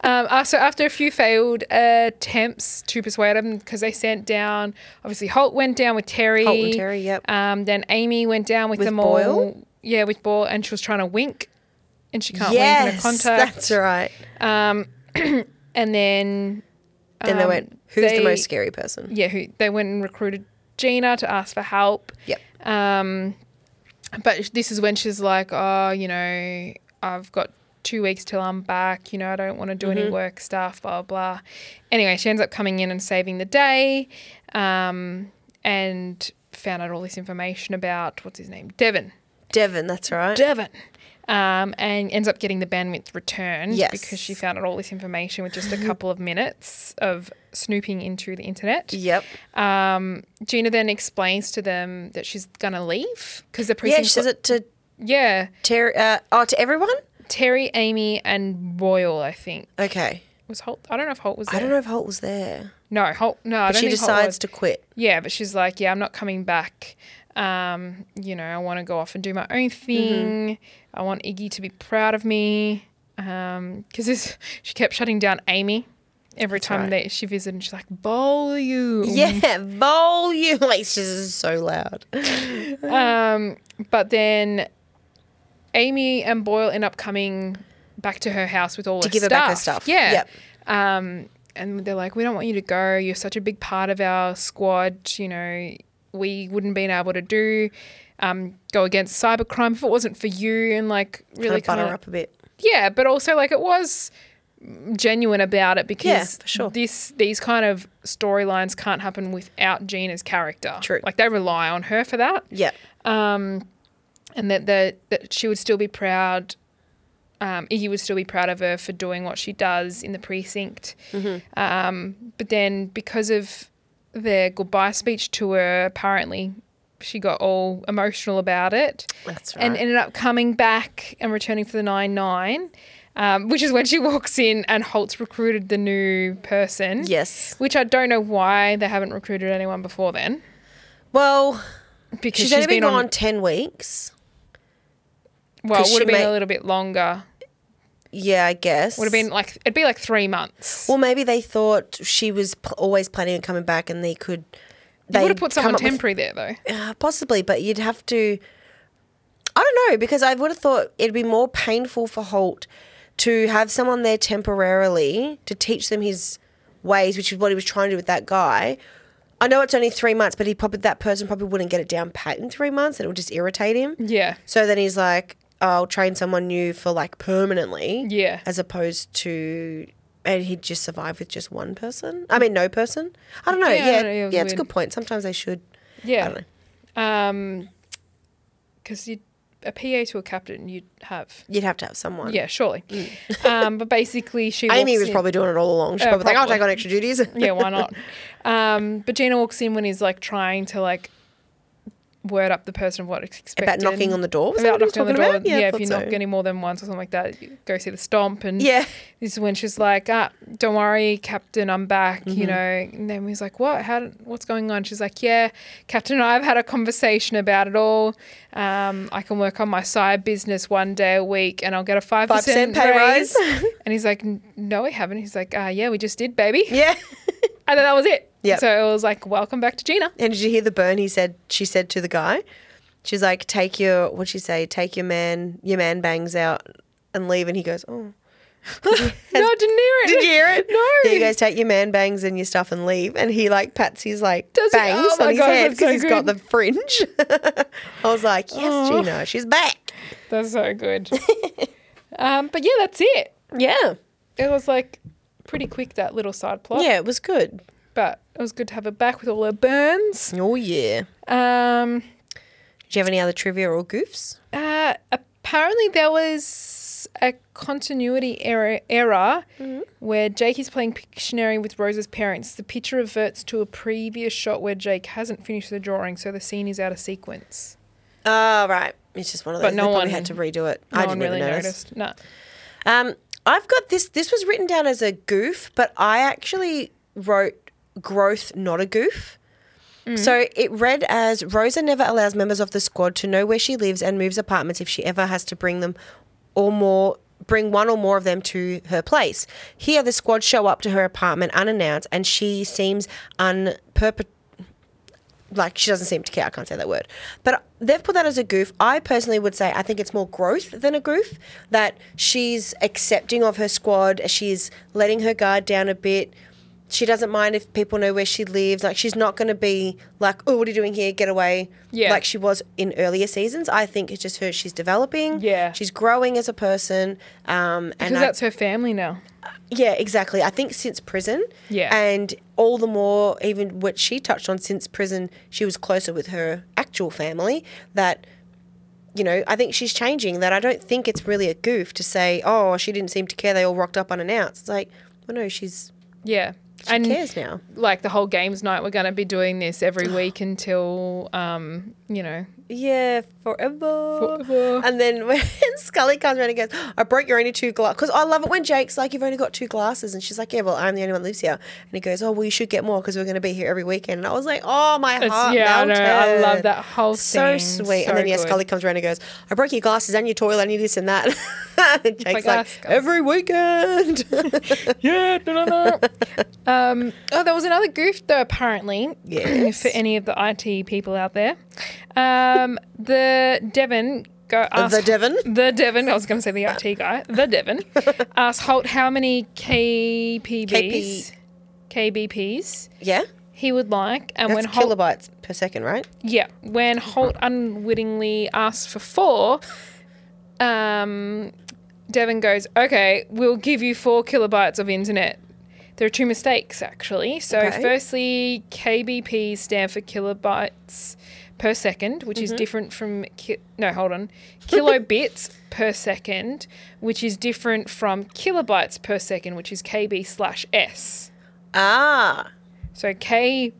S1: uh, so after a few failed uh, attempts to persuade them, because they sent down, obviously Holt went down with Terry.
S2: Holt and Terry, yep.
S1: Um, then Amy went down with,
S2: With
S1: them
S2: Boyle?
S1: all. Yeah, with Boyle, and she was trying to wink, and she can't wink in a
S2: yes,
S1: contact.
S2: that's right.
S1: Um, and then
S2: Then they
S1: um,
S2: went, who's the
S1: they-
S2: most scary person?
S1: yeah, who they went and recruited Gina to ask for help.
S2: Yep.
S1: Um, but this is when she's like, oh, you know, I've got two weeks till I'm back. You know, I don't want to do
S2: Mm-hmm.
S1: any work stuff, blah, blah. Anyway, she ends up coming in and saving the day. Um, and found out all this information about what's his name, Devon.
S2: Devon, that's right.
S1: Devon. Um, and ends up getting the bandwidth returned
S2: Yes.
S1: because she found out all this information with just a couple of minutes of snooping into the internet.
S2: yep.
S1: Um, Gina then explains to them that she's gonna leave because the
S2: Yeah,
S1: precinct.
S2: she says it to
S1: Yeah,
S2: Terry. Uh, oh, to everyone.
S1: Terry, Amy, and Boyle. I think
S2: Okay.
S1: was Holt. I don't know if Holt was. There.
S2: I don't know if Holt was there.
S1: No, Holt. No, I don't
S2: She
S1: think Holt was.
S2: decides to quit.
S1: Yeah, but she's like, yeah, I'm not coming back. Um, you know, I want to go off and do my own
S2: Mm-hmm.
S1: thing. I want Iggy to be proud of me. Um, 'cause because she kept shutting down Amy every time
S2: right.
S1: that she visited. And she's like, bowl you.
S2: Yeah, bowl you. Like, she's just so loud.
S1: Um, but then Amy and Boyle end up coming back to her house with all
S2: To
S1: her
S2: give her
S1: stuff.
S2: back her stuff.
S1: Yeah.
S2: Yep.
S1: Um, and they're like, we don't want you to go. You're such a big part of our squad. You know, we wouldn't been able to do um, go against cybercrime if it wasn't for you. And like, really
S2: Really
S1: kind
S2: butter
S1: of
S2: up a bit.
S1: yeah, but also like it was genuine about it because
S2: for sure.
S1: this these kind of storylines can't happen without Gina's character.
S2: True.
S1: Like they rely on her for that
S2: Yeah.
S1: and that the, that she would still be proud. Um, Iggy would still be proud of her for doing what she does in the precinct.
S2: Mm-hmm.
S1: Um, but then, because of their goodbye speech to her, apparently she got all emotional about it
S2: That's right.
S1: and ended up coming back and returning for the 9 9, um, which is when she walks in and Holt's recruited the new person.
S2: yes.
S1: Which I don't know why they haven't recruited anyone before then.
S2: Well,
S1: Because
S2: she's, only been, gone 10 weeks.
S1: Well,
S2: 'Cause
S1: it would have
S2: she
S1: been
S2: may-
S1: a little bit longer.
S2: Yeah, I guess.
S1: Would have been like it'd be like three months.
S2: Well, maybe they thought she was pl- always planning on coming back and they could.
S1: They
S2: They
S1: would have put
S2: come
S1: someone
S2: up with-
S1: temporary there though.
S2: Uh, possibly, but you'd have to. I don't know because I would have thought it'd be more painful for Holt to have someone there temporarily to teach them his ways, which is what he was trying to do with that guy. I know it's only three months, but he probably that person probably wouldn't get it down pat in three months, and it would just irritate him.
S1: Yeah.
S2: So then he's like, "I'll train someone new for like permanently."
S1: Yeah.
S2: as opposed to and he'd just survive with just one person. I mean, no person. I don't know.
S1: Yeah, I
S2: Yeah, yeah,
S1: don't know. It was
S2: it's a
S1: weird.
S2: good point. Sometimes they should. I
S1: Yeah.
S2: don't know.
S1: Um because you a PA to a captain you'd have.
S2: You'd have to have someone.
S1: Yeah, surely. um but basically she
S2: Mm. Amy
S1: walks
S2: was
S1: in-
S2: probably doing it all along. She's
S1: Uh,
S2: probably like, I'll
S1: probably.
S2: take on extra duties.
S1: Yeah, why not? Um but Gina walks in when he's like trying to like word up the person of what is expected.
S2: about knocking on the door. Was
S1: about
S2: that what
S1: knocking on
S2: he was
S1: the
S2: talking
S1: door.
S2: about?
S1: Yeah,
S2: I
S1: if you
S2: thought
S1: knock
S2: so.
S1: any more than once or something like that, you go see the stomp and
S2: Yeah.
S1: This is when she's like, ah, don't worry, Captain, I'm back,
S2: Mm-hmm.
S1: you know. And then he's like, what? How? did- What's going on? She's like, yeah, Captain and I have had a conversation about it all. Um, I can work on my side business one day a week and I'll get a 5%,
S2: 5% pay
S1: raise.
S2: rise.
S1: and he's like, "N- no, we haven't. He's like, uh, yeah, we just did, baby.
S2: Yeah.
S1: And then that was it.
S2: Yep.
S1: So it was like, welcome back to Gina.
S2: And did you hear the burn he said she said to the guy? She's like, Take your what'd she say? Take your man your man bangs out and leave and he goes, Oh
S1: No, I didn't hear it.
S2: Did you hear it?
S1: No.
S2: Yeah, you guys take your man bangs and your stuff and leave. And he like pats his like
S1: Does he?
S2: bangs
S1: Oh my
S2: on his
S1: God,
S2: head
S1: that's
S2: because
S1: so
S2: he's got the
S1: good.
S2: fringe. I was like, yes,
S1: Oh.
S2: Gina, she's back.
S1: That's so good. um, but yeah, that's it.
S2: Yeah.
S1: It was like pretty quick, that little side plot.
S2: Yeah, it was good.
S1: but it was good to have her back with all her burns.
S2: Oh, yeah.
S1: Um,
S2: Do you have any other trivia or goofs?
S1: uh, apparently, there was a continuity error, error
S2: Mm-hmm.
S1: where Jake is playing Pictionary with Rose's parents. The picture reverts to a previous shot where Jake hasn't finished the drawing, so the scene is out of sequence.
S2: Oh, right. It's just one of those.
S1: But
S2: But
S1: no
S2: no
S1: one-
S2: one had to redo it.
S1: No
S2: I
S1: one
S2: didn't
S1: really
S2: even notice.
S1: noticed. No.
S2: Um, I've got this. This was written down as a goof, but I actually wrote growth, not a goof. So it read as Rosa never allows members of the squad to know where she lives and moves apartments if she ever has to bring them or more bring one or more of them to her place. Here the squad show up to her apartment unannounced and she seems unperpet like she doesn't seem to care. I can't say that word, but they've put that as a goof. I personally would say I think it's more growth than a goof. That she's accepting of her squad. She's letting her guard down a bit. she doesn't mind if people know where she lives. Like she's not going to be like, oh, what are you doing here? Get away.
S1: Yeah.
S2: Like she was in earlier seasons. I think it's just her. She's developing.
S1: Yeah.
S2: She's growing as a person. Um, and
S1: Because
S2: I-
S1: that's her family now.
S2: yeah, exactly. I think since prison.
S1: Yeah.
S2: And all the more, even what she touched on since prison, she was closer with her actual family. That, you know, I think she's changing. That I don't think it's really a goof to say, oh, she didn't seem to care. They all rocked up unannounced. It's like, well, no, she's
S1: Yeah.
S2: she cares now.
S1: like the whole games night, we're going to be doing this every week until, um, you know,
S2: Yeah, forever.
S1: Forever.
S2: And then when Scully comes around and goes, I broke your only two glasses. Because I love it when Jake's like, You've only got two glasses. And she's like, Yeah, well, I'm the only one that lives here. And he goes, Oh, well, you should get more because we're going to be here every weekend. And I was like, Oh, my
S1: It's-
S2: heart.
S1: yeah, I know.
S2: melted.
S1: I love that whole
S2: So
S1: scene.
S2: sweet.
S1: So
S2: and then, yeah,
S1: good.
S2: Scully comes around and goes, I broke your glasses and your toilet and you this and that. and Jake's
S1: like,
S2: like,
S1: "Ah, Scully."
S2: Every weekend.
S1: yeah, no, no, no. um, oh, there was another goof though. Apparently,
S2: Yes.
S1: for any of the IT people out there, um, the Devon go asked,
S2: Uh, The Devon?
S1: the Devon. I was going to say the IT guy, the Devon asked Holt how many KPBs, KBPs
S2: yeah.
S1: he would like, and
S2: That's
S1: when Holt
S2: kilobytes per second, right?
S1: yeah, when Holt unwittingly asks for four, um, Devon goes, "Okay, we'll give you four kilobytes of internet." There are two mistakes actually. So,
S2: Okay.
S1: firstly, KBP stand for kilobytes per second, which is different from ki- no, hold on, kilobits per second, which is different from kilobytes per second, which is KB slash S.
S2: Ah.
S1: So K,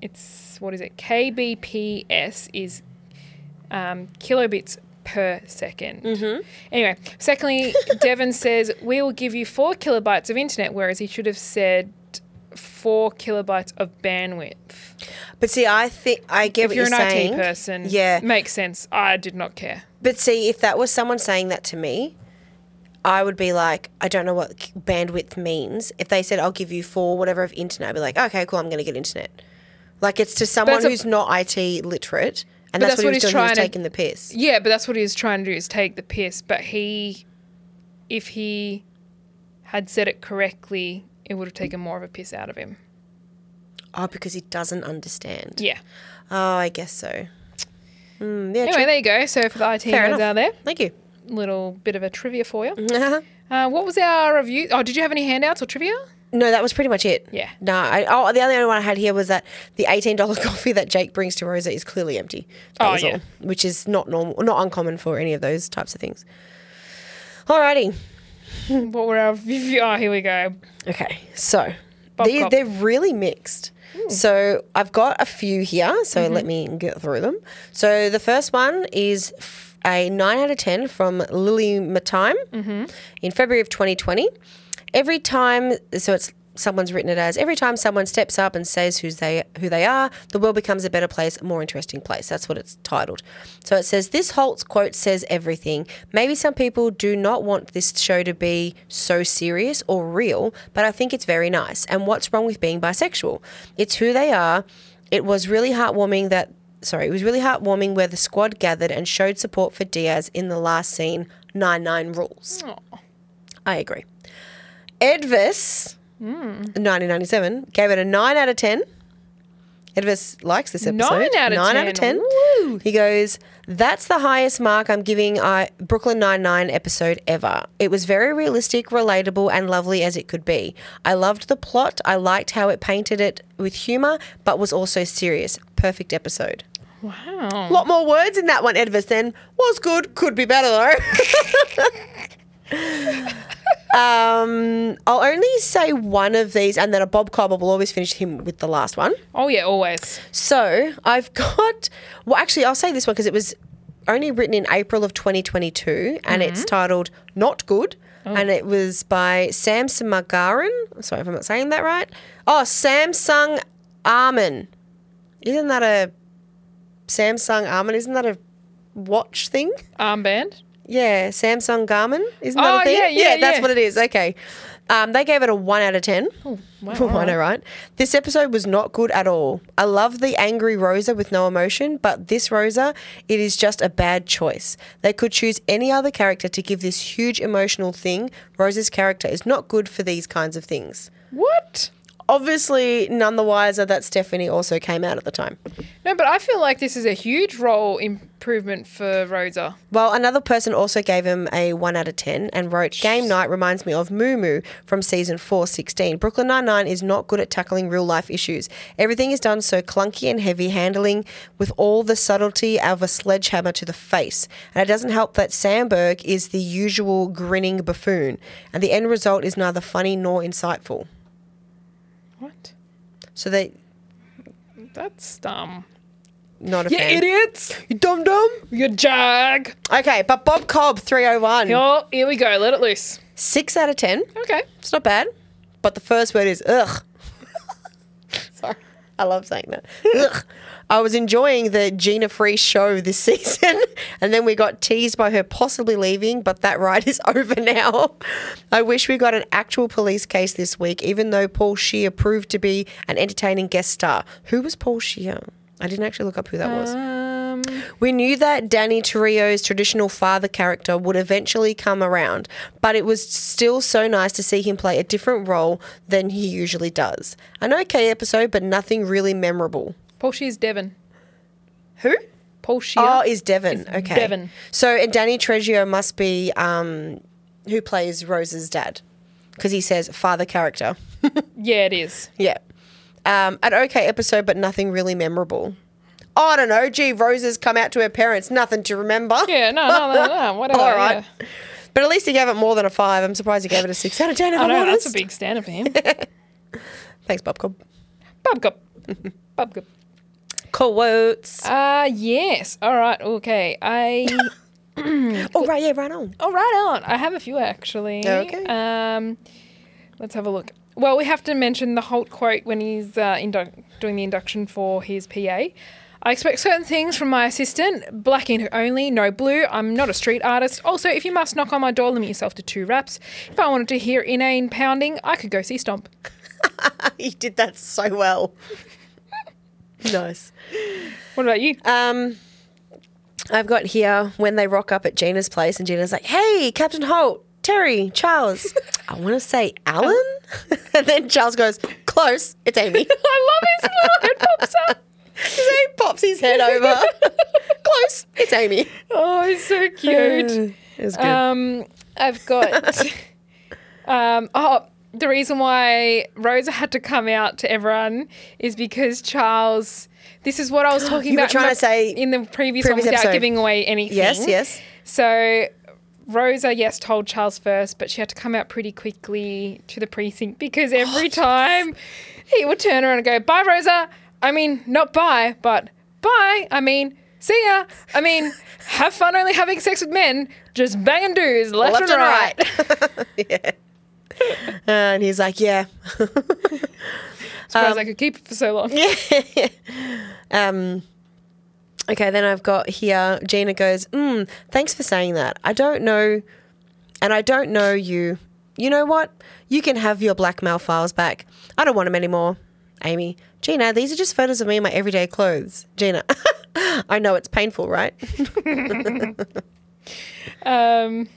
S1: it's what is it? KBPS is um, kilobits per 2nd
S2: Mm-hmm.
S1: Anyway, secondly, Devon says we will give you four kilobytes of internet, whereas he should have said four kilobytes of bandwidth.
S2: But see, I think I get
S1: If
S2: what
S1: you're,
S2: you're,
S1: an
S2: saying.
S1: IT person,
S2: yeah.
S1: makes sense. I did not care.
S2: But see, if that was someone saying that to me, I would be like, I don't know what k- bandwidth means. If they said, I'll give you four, whatever of internet, I'd be like, okay, cool, I'm going to get internet. Like, it's to someone
S1: that's a-
S2: who's not IT literate. And that's,
S1: that's
S2: what,
S1: what
S2: he was
S1: he's
S2: doing. He
S1: trying
S2: was
S1: to-
S2: taking the piss.
S1: Yeah, but that's what he was trying to do is take the piss. But he, if he had said it correctly, it would have taken more of a piss out of him.
S2: Oh, because he doesn't understand.
S1: Yeah.
S2: Oh, I guess so. Mm, yeah,
S1: Anyway, there you go. So for the IT
S2: Fair
S1: nerds
S2: enough.
S1: out there,
S2: true. Thank you.
S1: little bit of a trivia for you. Uh, what was our review? Oh, did you have any handouts or trivia?
S2: No, that was pretty much it.
S1: Yeah.
S2: No, I, oh, the only one I had here was that the $18 coffee that Jake brings to Rosa is clearly empty. That
S1: Oh,
S2: was
S1: yeah.
S2: all, which is not normal, not uncommon for any of those types of things. Alrighty.
S1: What were our review? Oh, here we go.
S2: Okay. So
S1: Bob
S2: they,
S1: Cop.
S2: they're really mixed. So I've got a few here. So let me get through them. So the first one is f- a 9 out of 10 from Lily Matime in February of 2020. Every time, so it's someone's written it as every time someone steps up and says who's they who they are, the world becomes a better place, a more interesting place. That's what it's titled. So it says this Holt's quote says everything. Maybe some people do not want this show to be so serious or real, but I think it's very nice. And what's wrong with being bisexual? It's who they are. It was really heartwarming that sorry, it was really heartwarming where the squad gathered and showed support for Diaz in the last scene, 9-9 rules. I agree. Edvis, 1997, gave it a 9 out of 10. Edvis likes this episode.
S1: Nine out of 10.
S2: out of 10.
S1: Woo.
S2: He goes, That's the highest mark I'm giving I Brooklyn Nine-Nine episode ever. It was very realistic, relatable, and lovely as it could be. I loved the plot. I liked how it painted it with humor, but was also serious. Perfect episode.
S1: Wow.
S2: A lot more words in that one, Edvis, then. Was good, could be better, though. um, I'll only say one of these, and then a Bob Cobb will always finish him with the last one.
S1: Oh yeah, always.
S2: So I've got, well, actually, I'll say this one because it was only written in April of 2022, and it's titled Not Good. And it was by Sam Samagaran. Sorry if I'm not saying that right. Oh, Samsung Armin. Isn't that a Samsung Armin? Isn't that a watch thing?
S1: Armband.
S2: Yeah, Samsung Garmin. Isn't that
S1: Oh,
S2: a thing?
S1: yeah, yeah,
S2: that's
S1: yeah. Oh,
S2: what it is. Okay. Um, they gave it a 1 out of 10.
S1: wow,
S2: I know, right? This episode was not good at all. I love the angry Rosa with no emotion, but this Rosa, it is just a bad choice. They could choose any other character to give this huge emotional thing. Rosa's character is not good for these kinds of things.
S1: What?
S2: obviously none the wiser that Stephanie also came out at the time.
S1: No, but I feel like this is a huge role improvement for Rosa.
S2: Well, another person also gave him a 1 out of 10 and wrote, Game night reminds me of Moo Moo from season 416. Brooklyn Nine-Nine is not good at tackling real life issues. Everything is done so clunky and heavy handling with all the subtlety of a sledgehammer to the face. And it doesn't help that Sandberg is the usual grinning buffoon. And the end result is neither funny nor insightful.
S1: What?
S2: So they...
S1: That's dumb.
S2: Not a
S1: You
S2: fan.
S1: idiots!
S2: You dum dum.
S1: You jag!
S2: Okay, but Bob Cobb 301.
S1: Oh, here we go. Let it loose.
S2: Six out of ten.
S1: Okay.
S2: It's not bad. But the first word is ugh. Sorry. I love saying that. Ugh. I was enjoying the Gina Free show this season, and then we got teased by her possibly leaving, but that ride is over now. I wish we got an actual police case this week, even though Paul Shear proved to be an entertaining guest star. Who was Paul Shear? I didn't actually look up who that was.
S1: Um,
S2: We knew that Danny Torio's traditional father character would eventually come around, but it was still so nice to see him play a different role than he usually does. An okay episode, but nothing really memorable.
S1: Paul Shear's Devon.
S2: Who?
S1: Paul Shear.
S2: Oh, is Devon. okay.
S1: Devon.
S2: So and Danny Treggio must be um, who plays Rose's dad because he says father character.
S1: yeah, it is.
S2: Yeah. Um, an okay episode, but nothing really memorable. Oh, I don't know. Gee, Rose's come out to her parents. Nothing to remember.
S1: Yeah, no, no, no, no. Whatever.
S2: All right.
S1: yeah.
S2: But at least he gave it more than a five. I'm surprised he gave it a six out of ten. If
S1: I
S2: I'm
S1: know
S2: honest.
S1: that's a big standard for him.
S2: Thanks, Bob Cobb.
S1: Bubcup. Bubcup.
S2: Quotes.
S1: Uh, yes. All right. Okay. I.
S2: Oh, right, yeah, right on.
S1: All right, on. I have a few actually.
S2: Okay.
S1: Um, let's have a look. Well, we have to mention the Holt quote when he's uh, indu- doing the induction for his PA. I expect certain things from my assistant. Black ink only, no blue. I'm not a street artist. Also, if you must knock on my door, limit yourself to two raps. If I wanted to hear inane pounding, I could go see Stomp.
S2: He did that so well. nice.
S1: What about you?
S2: Um, I've got here when they rock up at Gina's place, and Gina's like, "Hey, Captain Holt, Terry, Charles. I want to say Alan." and then Charles goes, "Close. It's Amy."
S1: I love his little head pops up.
S2: so he pops his head over. Close. It's Amy.
S1: Oh, he's so cute.
S2: Uh, It was good.
S1: Um, I've got. um, oh, the reason why Rosa had to come out to everyone is because Charles. This is what I was talking
S2: You were
S1: about. in
S2: trying
S1: the-
S2: to say
S1: in the previous, one
S2: previous
S1: without
S2: episode.
S1: giving away anything.
S2: yes, yes.
S1: So. Rosa, yes, told Charles first, but she had to come out pretty quickly to the precinct because every time he would turn around and go, Bye, Rosa. I mean, not bye, but bye. I mean, see ya. I mean, have fun only having sex with men. Just bang and do's left,
S2: left
S1: and right.
S2: yeah. And he's like, yeah.
S1: Surprised I could keep it for so long. Um, Yeah.
S2: Um, okay, then I've got here Gina goes, mm, thanks for saying that. I don't know, and I don't know you. You know what? You can have your blackmail files back. I don't want them anymore. Amy, Gina, these are just photos of me in my everyday clothes. Gina, I know it's painful, right?
S1: Um,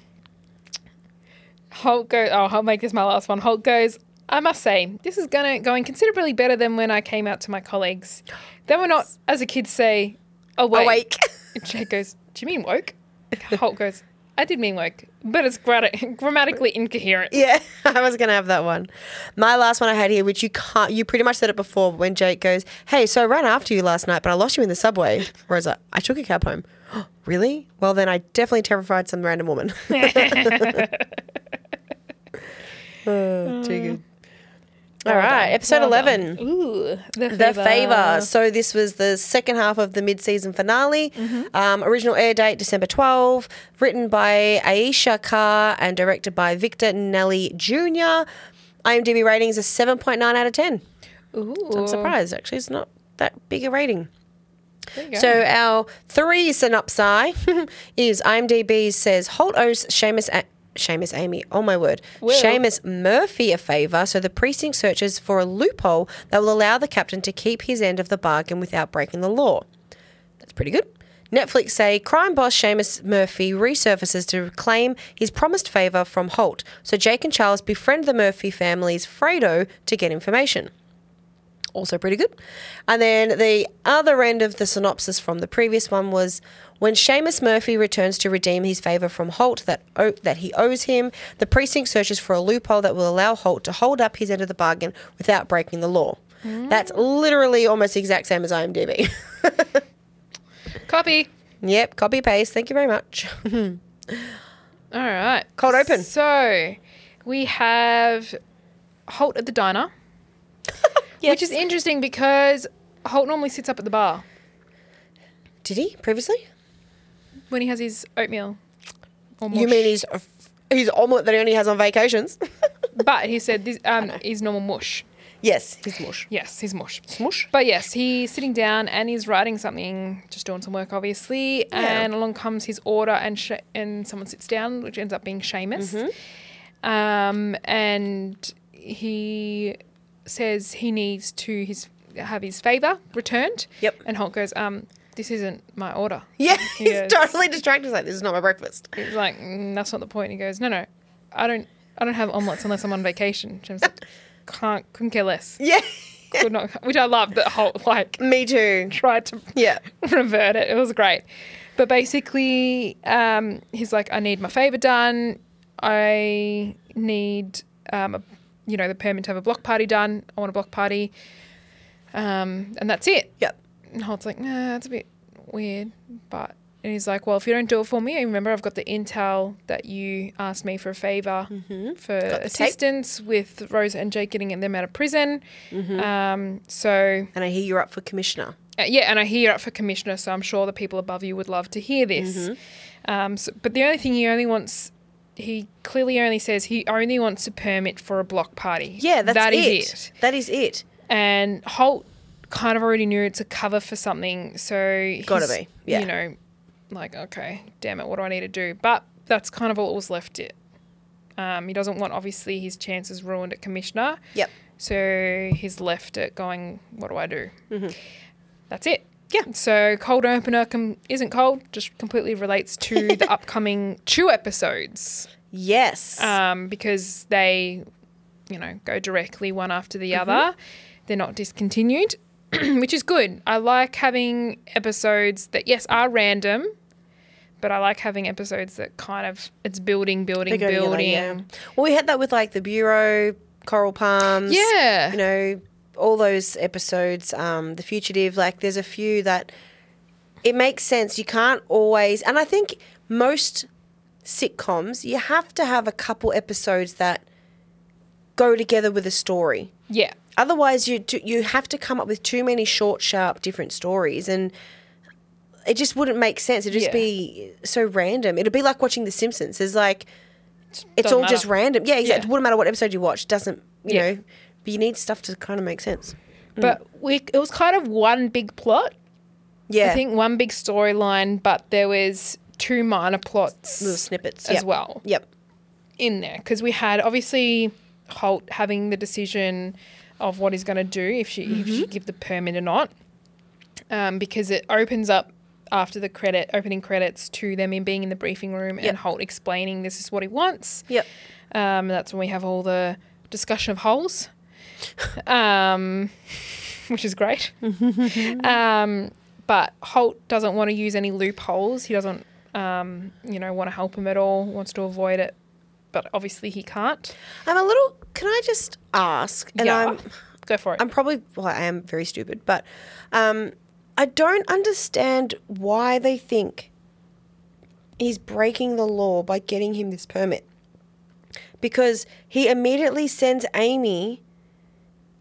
S1: Holt goes, oh, I'll make this my last one. Holt goes, I must say, this is gonna, going considerably better than when I came out to my colleagues. They were not, as the kids say, awake.
S2: Awake.
S1: Jake goes, Do you mean woke? Holt goes, I did mean woke, but it's grat- grammatically incoherent.
S2: Yeah, I was gonna have that one. My last one I had here, which you can't, you pretty much said it before when Jake goes, "Hey, so I ran after you last night, but I lost you in the subway." Rosa, I took a cab home. really? Well, then I definitely terrified some random woman. oh, too good. All
S1: Well
S2: right,
S1: done.
S2: episode
S1: Well done.
S2: eleven.
S1: Ooh, the favor.
S2: The Favor. So this was the second half of the mid-season finale. Um, original air date December 12. Written by Aisha Carr and directed by Victor Nelly Jr. IMDb ratings are 7.9 out of 10.
S1: Ooh,
S2: I'm surprised actually. It's not that big a rating.
S1: There you go.
S2: So our three synopsi is IMDb says Holt owes Seamus. A- Seamus Amy, oh my word.
S1: Well.
S2: Seamus Murphy a favour, so the precinct searches for a loophole that will allow the captain to keep his end of the bargain without breaking the law. That's pretty good. Netflix say crime boss Seamus Murphy resurfaces to claim his promised favour from Holt, so Jake and Charles befriend the Murphy family's Fredo to get information. also pretty good. And then the other end of the synopsis from the previous one was when Seamus Murphy returns to redeem his favour from Holt that o- that he owes him, the precinct searches for a loophole that will allow Holt to hold up his end of the bargain without breaking the law.
S1: Mm.
S2: That's literally almost the exact same as IMDb.
S1: Copy.
S2: yep, copy paste. Thank you very much.
S1: All right.
S2: Cold open.
S1: So we have Holt at the diner, which is interesting because Holt normally sits up at the bar
S2: Did he previously?
S1: when he has his oatmeal. Or
S2: You
S1: mush.
S2: mean he's he's omelette that he only has on vacations?
S1: But he said this um, is normal mush.
S2: yes, he's mush.
S1: Yes, he's mush.
S2: Smush.
S1: But yes, he's sitting down and he's writing something, just doing some work, obviously. And along comes his order, and sh- and someone sits down, which ends up being Seamus. Um, and he says he needs to his have his favour returned.
S2: Yep.
S1: And Holt goes, um, "This isn't my order."
S2: Yeah, he's
S1: Yes.
S2: totally distracted. He's like, this is not my breakfast.
S1: He's like, "Mm, "That's not the point." He goes, "No, no, I don't, I don't have omelets unless I'm on vacation." Seamus like, can't, couldn't care less.
S2: Yeah.
S1: Could not, which I love that Holt like
S2: Me too.
S1: tried to
S2: Yeah.
S1: revert it. It was great. But basically, um, he's like, I need my favor done. I need, um, a, you know, the permit to have a block party done. I want a block party. Um, and that's it.
S2: Yep.
S1: And Holt's like, nah, that's a bit weird. But, and he's like, well, if you don't do it for me, I remember I've got the intel that you asked me for a favor for
S2: tape.
S1: assistance with Rosa and Jake getting them out of prison. Um, so
S2: And I hear you're up for commissioner.
S1: uh, yeah, and I hear it for commissioner, so I'm sure the people above you would love to hear this.
S2: Mm-hmm.
S1: Um, so, but the only thing he only wants, he clearly only says he only wants a permit for a block party.
S2: Yeah, that's
S1: That is
S2: it. That is it.
S1: And Holt kind of already knew it's a cover for something, so
S2: Gotta
S1: he's,
S2: be, yeah.
S1: You know, like okay, damn it, what do I need to do? But that's kind of all that was left. It. Um, he doesn't want obviously his chances ruined at commissioner.
S2: Yep.
S1: So he's left it going, what do I do? That's it.
S2: Mm-hmm. Yeah.
S1: So cold opener com- isn't cold, just completely relates to the upcoming two episodes
S2: Yes.
S1: um, because they, you know, go directly one after the
S2: Mm-hmm.
S1: other. They're not discontinued, which is good. I like having episodes that, yes, are random, but I like having episodes that kind of it's building, building,
S2: They're going together,
S1: building.
S2: Well, we had that with like the Bureau, Coral Palms.
S1: Yeah.
S2: You know, all those episodes, um, The Fugitive, like there's a few that it makes sense. You can't always, and I think most sitcoms, you have to have a couple episodes that go together with a story.
S1: yeah.
S2: Otherwise, you do, you have to come up with too many short, sharp, different stories, and it just wouldn't make sense. It'd just
S1: Yeah.
S2: be so random. It'd be like watching The Simpsons. There's like it's
S1: Doesn't
S2: all just
S1: matter.
S2: random. Yeah, exactly.
S1: Yeah.
S2: It wouldn't matter what episode you watch. Doesn't you
S1: Yeah.
S2: know? But you need stuff to kind of make sense.
S1: But we, it was kind of one big plot.
S2: Yeah,
S1: I think one big storyline, but there was two minor plots
S2: little snippets
S1: as
S2: Yep.
S1: well
S2: Yep.
S1: in there because we had obviously Holt having the decision of what he's going to do if she if
S2: Mm-hmm.
S1: she give the permit or not, um, because it opens up after the credit opening credits to them in being in the briefing room
S2: Yep.
S1: and Holt explaining this is what he wants.
S2: Yep.
S1: Um, that's when we have all the discussion of holes, um, which is great. um, but Holt doesn't want to use any loopholes. He doesn't, um, you know, want to help him at all. Wants to avoid it, but obviously he can't.
S2: I'm a little. Can I just ask? And
S1: yeah,
S2: I'm
S1: go for it.
S2: I'm probably well, I am very stupid, but um, I don't understand why they think he's breaking the law by getting him this permit. Because he immediately sends Amy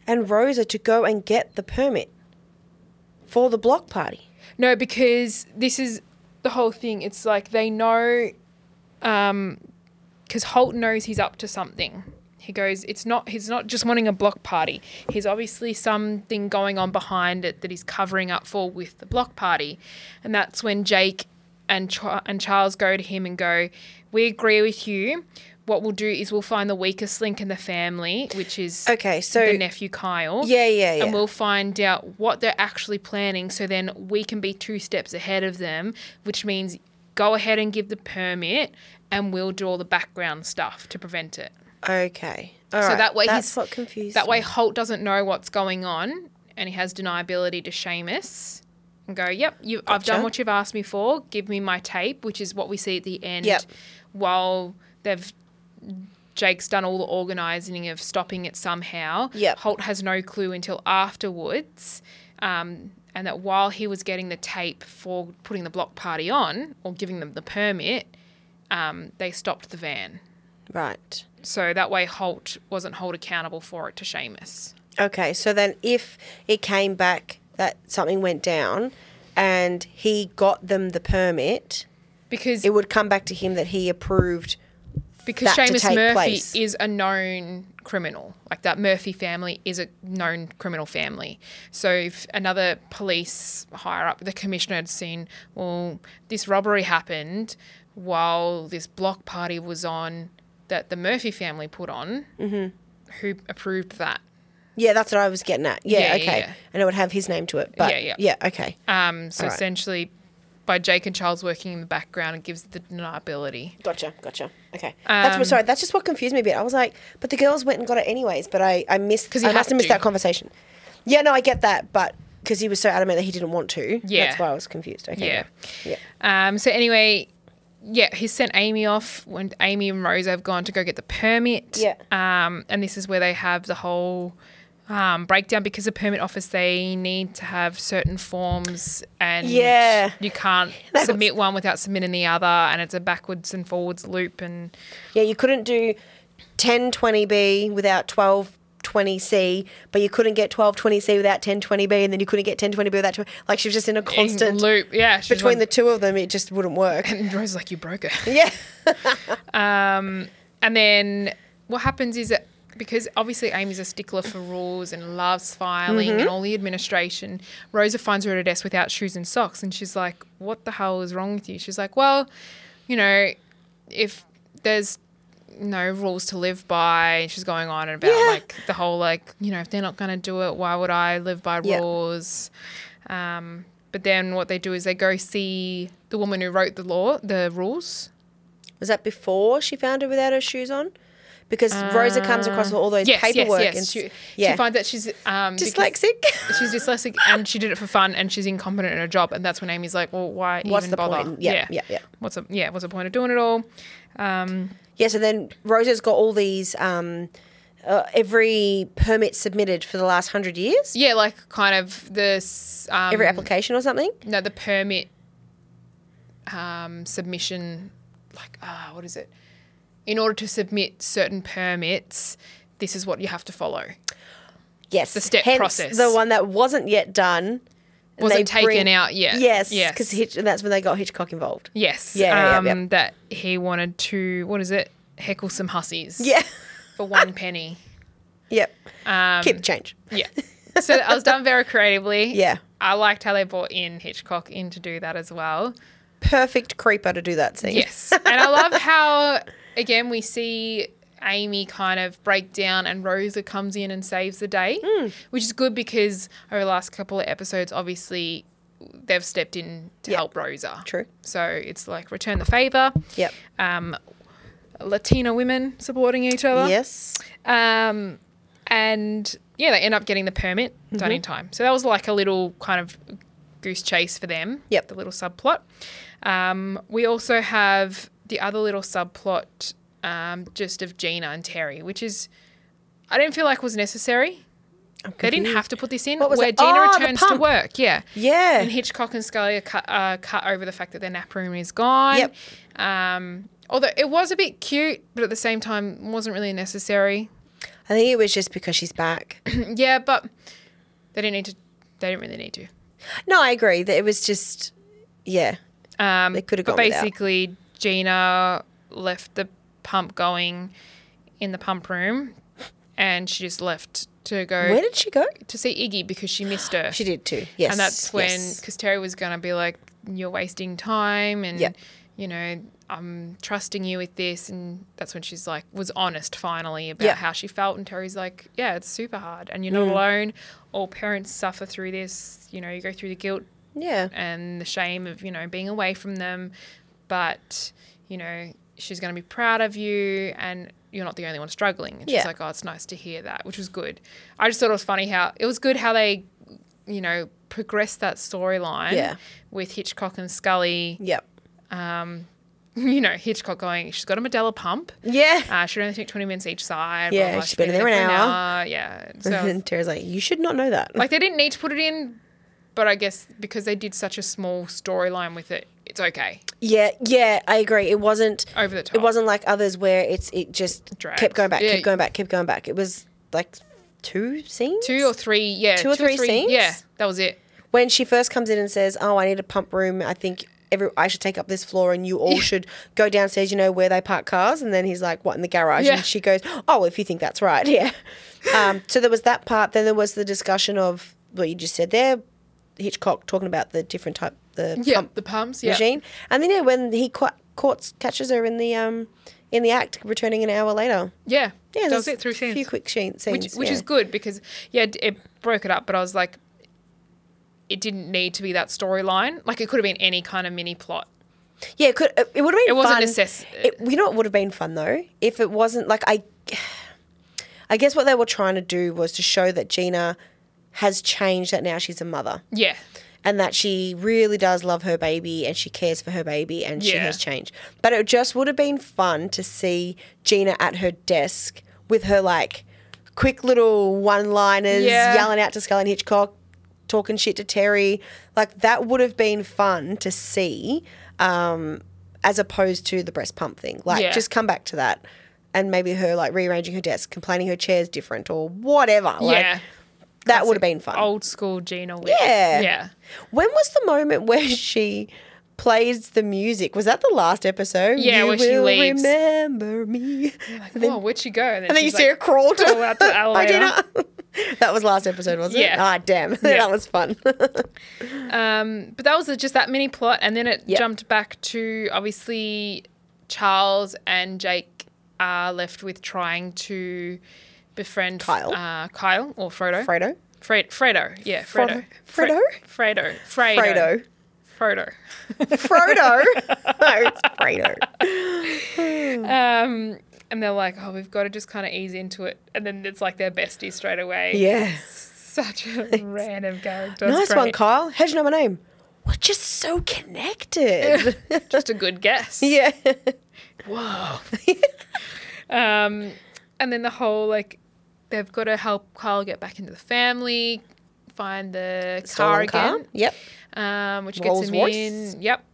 S2: and Rosa to go and get the permit for the block party.
S1: no, because this is the whole thing. It's like they know, um, because Holt knows he's up to something. He goes, it's not. He's not just wanting a block party. He's obviously something going on behind it that he's covering up for with the block party, and that's when Jake and Char- and Charles go to him and go, "We agree with you. What we'll do is we'll find the weakest link in the family, which is
S2: Okay, so-
S1: the nephew Kyle.
S2: Yeah, yeah, yeah.
S1: And we'll find out what they're actually planning so then we can be two steps ahead of them, which means go ahead and give the permit and we'll do all the background stuff to prevent it.
S2: Okay. All right.
S1: that way
S2: that's
S1: he's-
S2: what confused.
S1: That
S2: me.
S1: way Holt doesn't know what's going on and he has deniability to Seamus and go, yep, you, I've done
S2: Gotcha.
S1: what you've asked me for. Give me my tape, which is what we see at the end
S2: Yep.
S1: while they've Jake's done all the organising of stopping it somehow.
S2: Yep.
S1: Holt has no clue until afterwards. Um, and that while he was getting the tape for putting the block party on or giving them the permit, um, they stopped the van.
S2: Right.
S1: So that way Holt wasn't held accountable for it to Seamus.
S2: Okay, so then if it came back that something went down and he got them the permit,
S1: Because
S2: it would come back to him that he approved.
S1: because
S2: that to
S1: Seamus
S2: take
S1: Murphy
S2: place.
S1: is a known criminal. Like that Murphy family is a known criminal family. So if another police higher up, the commissioner had seen, well, this robbery happened while this block party was on that the Murphy family put on. Mm-hmm. Who approved that?
S2: Yeah, that's what I was getting at. Yeah,
S1: Yeah, yeah,
S2: okay.
S1: yeah.
S2: And it would have his name to it. But
S1: Yeah,
S2: yeah,
S1: yeah.
S2: okay.
S1: Um, so
S2: Alright.
S1: essentially, by Jake and Charles working in the background, it gives the deniability.
S2: Gotcha, gotcha. Okay.
S1: Um,
S2: that's what sorry, that's just what confused me a bit. I was like, but the girls went and got it anyways, but I, I missed
S1: 'Cause
S2: because
S1: you
S2: I
S1: have
S2: must have missed
S1: to.
S2: that conversation. Yeah, no, I get that, but because he was so adamant that he didn't want to.
S1: Yeah.
S2: That's why I was confused. Okay.
S1: Yeah.
S2: Yeah.
S1: Um, so anyway, yeah, he sent Amy off when Amy and Rose have gone to go get the permit.
S2: Yeah.
S1: Um, and this is where they have the whole um, breakdown because the permit office they need to have certain forms and
S2: Yeah.
S1: you can't
S2: That was-
S1: submit one without submitting the other and it's a backwards and forwards loop and
S2: Yeah, you couldn't do 1020B without 1220C, but you couldn't get 1220C without 1020B, and then you couldn't get 1020B without 12. Like she was just in a constant
S1: loop. Yeah. she's
S2: between
S1: on-
S2: the two of them, it just wouldn't work.
S1: and Rose is like you broke it.
S2: yeah.
S1: And then what happens is that because obviously Amy's a stickler for rules and loves filing
S2: Mm-hmm.
S1: and all the administration, Rosa finds her at a desk without shoes and socks. And she's like, What the hell is wrong with you? She's like, Well, you know, if there's no rules to live by, and she's going on about
S2: Yeah.
S1: like the whole, like, you know, if they're not going to do it, why would I live by
S2: Yeah.
S1: rules? Um, but then what they do is they go see the woman who wrote the law, the rules.
S2: Was that before she found her without her shoes on? Because Rosa comes across all those paperwork and s-
S1: She,
S2: yeah.
S1: she finds that she's um, because
S2: dyslexic.
S1: She's dyslexic, and she did it for fun, and she's incompetent in her job, and that's when Amy's like, "Well, why
S2: What's
S1: even
S2: the
S1: bother?
S2: point? Yeah, yeah, yeah.
S1: What's a, yeah? What's the point of doing it all?
S2: yeah, so then Rosa's got all these um, uh, every permit submitted for the last 100 years,
S1: Yeah, like kind of this. Um,
S2: every application or something.
S1: no, the permit um, submission, like ah, what is it? In order to submit certain permits, this is what you have to follow.
S2: Yes,
S1: The step
S2: Hence
S1: process.
S2: The one that wasn't yet done and
S1: Wasn't
S2: they
S1: taken
S2: bring-
S1: out yet.
S2: Yes,
S1: Yes.
S2: because that's when they got Hitchcock involved.
S1: Yes.
S2: Yeah, yeah,
S1: um,
S2: yeah,
S1: That he wanted to what is it? Heckle some hussies.
S2: Yeah,
S1: For one penny.
S2: yep.
S1: Um,
S2: Keep the change.
S1: Yeah. So that was done very creatively.
S2: Yeah,
S1: I liked how they brought in Hitchcock in to do that as well.
S2: perfect creeper to do that scene.
S1: Yes. And I love how, again, we see Amy kind of break down and Rosa comes in and saves the day,
S2: Hmm.
S1: which is good because over the last couple of episodes, obviously, they've stepped in to
S2: Yeah.
S1: help Rosa.
S2: True.
S1: So it's like return the favor,
S2: Yep.
S1: um, Latino women supporting each other.
S2: Yes.
S1: Um, and yeah, they end up getting the permit done
S2: Mm-hmm.
S1: in time. So that was like a little kind of goose chase for them.
S2: Yep.
S1: The little subplot. Um, we also have the other little subplot um, just of Gina and Terry, which is, I didn't feel like was necessary. They didn't have to put this in.
S2: What was
S1: where
S2: it?
S1: Gina
S2: Oh, the
S1: returns to
S2: pump.
S1: work. Yeah.
S2: Yeah.
S1: And Hitchcock and Scully are cut, uh, cut over the fact that their nap room is gone.
S2: Yep.
S1: Um, although it was a bit cute, but at the same time wasn't really necessary.
S2: I think it was just because she's back.
S1: Yeah, but they didn't need to. They didn't really need to.
S2: no, I agree that it was just, yeah,
S1: Um,
S2: They could've
S1: But
S2: gone without.
S1: basically, Gina left the pump going in the pump room, and she just left to go
S2: Where did she go?
S1: to see Iggy because she missed her.
S2: She did too. Yes.
S1: and that's when
S2: yes.
S1: because Terry was gonna be like, "You're wasting time," and
S2: Yep.
S1: you know, I'm trusting you with this, and that's when she's like, was honest finally about
S2: Yep. Mm.
S1: how she felt, and Terry's like, "Yeah, it's super hard, and you're not alone. All parents suffer through this. You know, you go through the guilt Uh,
S2: Yeah.
S1: and the shame of you know being away from them, but you know." She's going to be proud of you, and you're not the only one struggling. And she's
S2: Yeah.
S1: like, "Oh, it's nice to hear that," which was good. I just thought it was funny how it was good how they you know, progress that storyline
S2: Yeah.
S1: with Hitchcock and Scully.
S2: Yep.
S1: You know, Hitchcock going, she's got a Medela pump.
S2: Yeah.
S1: Uh, she only took 20 minutes each side.
S2: Yeah, she's been in there an hour.
S1: Yeah. So,
S2: and Tara's like, you should not know that.
S1: like, they didn't need to put it in, but I guess because they did such a small storyline with it, it's okay.
S2: yeah, yeah, I agree. It wasn't
S1: Over the top.
S2: It wasn't like others where it's it just
S1: Drags.
S2: kept going back,
S1: Yeah.
S2: kept going back, kept going back. It was like two scenes.
S1: Two or three, yeah.
S2: Two or three scenes?
S1: Yeah, that was it.
S2: when she first comes in and says, "Oh, I need a pump room. I think every I should take up this floor, and you all should go downstairs. You know where they park cars." And then he's like, "What in the garage?"
S1: Yeah.
S2: And she goes, "Oh, if you think that's right, yeah." Um, so there was that part. Then there was the discussion of what you just said there, Hitchcock talking about the different type the
S1: Yeah,
S2: pump
S1: the pumps, yeah.
S2: machine, and then yeah, when he qu- courts catches her in the um in the act, returning an hour later.
S1: Yeah,
S2: Yeah,
S1: that was
S2: there's
S1: it. Three
S2: A few
S1: scenes,
S2: quick sheen- scenes,
S1: which, which
S2: yeah.
S1: is good because yeah, d- it broke it up. But I was like, it didn't need to be that storyline. Like it could have been any kind of mini plot.
S2: Yeah, it could it, would have been.
S1: It wasn't
S2: fun.
S1: necess-
S2: It, you know, it would have been fun though if it wasn't like I. I guess what they were trying to do was to show that Gina has changed. That now she's a mother,
S1: Yeah,
S2: and that she really does love her baby, and she cares for her baby, and she
S1: Yeah.
S2: has changed. But it just would have been fun to see Gina at her desk with her like quick little one-liners,
S1: Yeah.
S2: yelling out to Scully and Hitchcock, talking shit to Terry. Like that would have been fun to see um, as opposed to the breast pump thing. Like,
S1: Yeah.
S2: just come back to that. And maybe her like rearranging her desk, complaining her chair's different or whatever. Like,
S1: yeah. Oh,
S2: that would have been fun.
S1: Old school Gina. Wick.
S2: Yeah.
S1: yeah.
S2: When was the moment where she plays the music? Was that the last episode?
S1: Yeah,
S2: you
S1: where she
S2: will
S1: leaves.
S2: Remember me.
S1: Like, oh, where'd she go? And then,
S2: And then you
S1: she's
S2: see her
S1: like,
S2: crawl to,
S1: crawl out to the
S2: Bye,
S1: elevator.
S2: Gina. that was last episode, wasn't it?
S1: Yeah.
S2: Ah, damn. that was fun.
S1: Um, but that was just that mini plot, and then it
S2: Yep.
S1: jumped back to obviously Charles and Jake are left with trying to befriend
S2: Kyle.
S1: uh, Kyle or Frodo.
S2: Fredo.
S1: Fre- Fredo, yeah, Fredo.
S2: Frodo?
S1: Fre- Fredo. Fredo.
S2: Fredo.
S1: Frodo.
S2: Frodo. no, it's Fredo.
S1: Um, and they're like, oh, we've got to just kind of ease into it. And then it's like their bestie straight away.
S2: Yeah.
S1: Such a random character. It's
S2: Nice one,
S1: great.
S2: Kyle. How'd you know my name? We're just so connected.
S1: Just a good guess.
S2: yeah.
S1: Whoa. um, and then the whole like, they've got to help Kyle get back into the family, find the car
S2: Stolen
S1: again.
S2: Yep.
S1: um, which gets
S2: Rolls
S1: him
S2: Royce.
S1: in. Yep,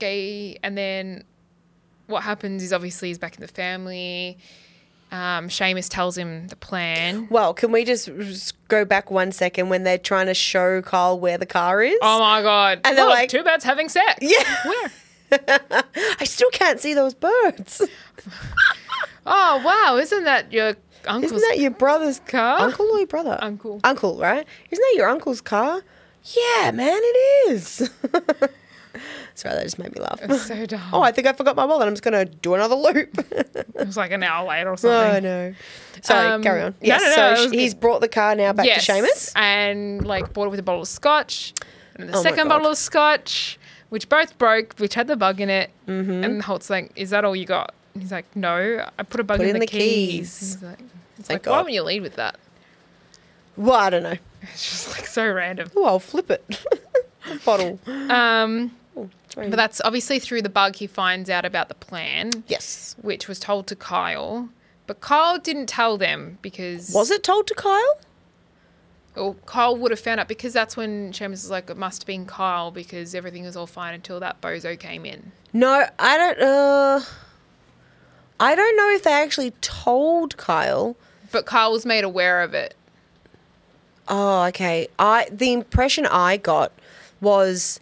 S1: gay. And then what happens is obviously he's back in the family. Um, Seamus tells him the plan.
S2: Well, can we just s- go back one second when they're trying to show Kyle where the car is?
S1: Oh my god!
S2: And they're
S1: Look,
S2: like-
S1: two birds having sex.
S2: Yeah.
S1: Where?
S2: I still can't see those birds.
S1: Oh wow! Isn't that your uncle's
S2: Isn't that your brother's
S1: car?
S2: uncle or your brother?
S1: Uncle.
S2: Uncle, right? Isn't that your uncle's car? Yeah, man, it is. Sorry, that just made me laugh.
S1: so dumb.
S2: Oh, I think I forgot my wallet. I'm just going to do another loop.
S1: It was like an hour later or
S2: oh,
S1: something.
S2: no. Sorry,
S1: Um,
S2: carry on.
S1: no,
S2: Yes,
S1: no, no, it
S2: so
S1: was
S2: sh- he's brought the car now back
S1: yes.
S2: to Seamus.
S1: and like bought it with a bottle of scotch. And the
S2: Oh my
S1: second
S2: God.
S1: bottle of scotch, which both broke, which had the bug in it.
S2: Mm-hmm.
S1: And Holt's like, "Is that all you got?" And he's like, "No, I put a bug
S2: Put
S1: in,
S2: in
S1: the,
S2: the
S1: keys."
S2: keys.
S1: He's like, it's
S2: Thank
S1: like why
S2: God.
S1: would you lead with that?
S2: Well, I don't know.
S1: It's just like so random.
S2: Oh, I'll flip it. The bottle.
S1: Um,
S2: Oh, Sorry.
S1: but that's obviously through the bug he finds out about the plan,
S2: yes.
S1: which was told to Kyle. But Kyle didn't tell them because
S2: Was it told to Kyle?
S1: Or Kyle would have found out because that's when Seamus is like, it must have been Kyle because everything was all fine until that bozo came in.
S2: No, I don't. Uh, I don't know if they actually told Kyle.
S1: But Kyle was made aware of it.
S2: Oh, okay. I the impression I got was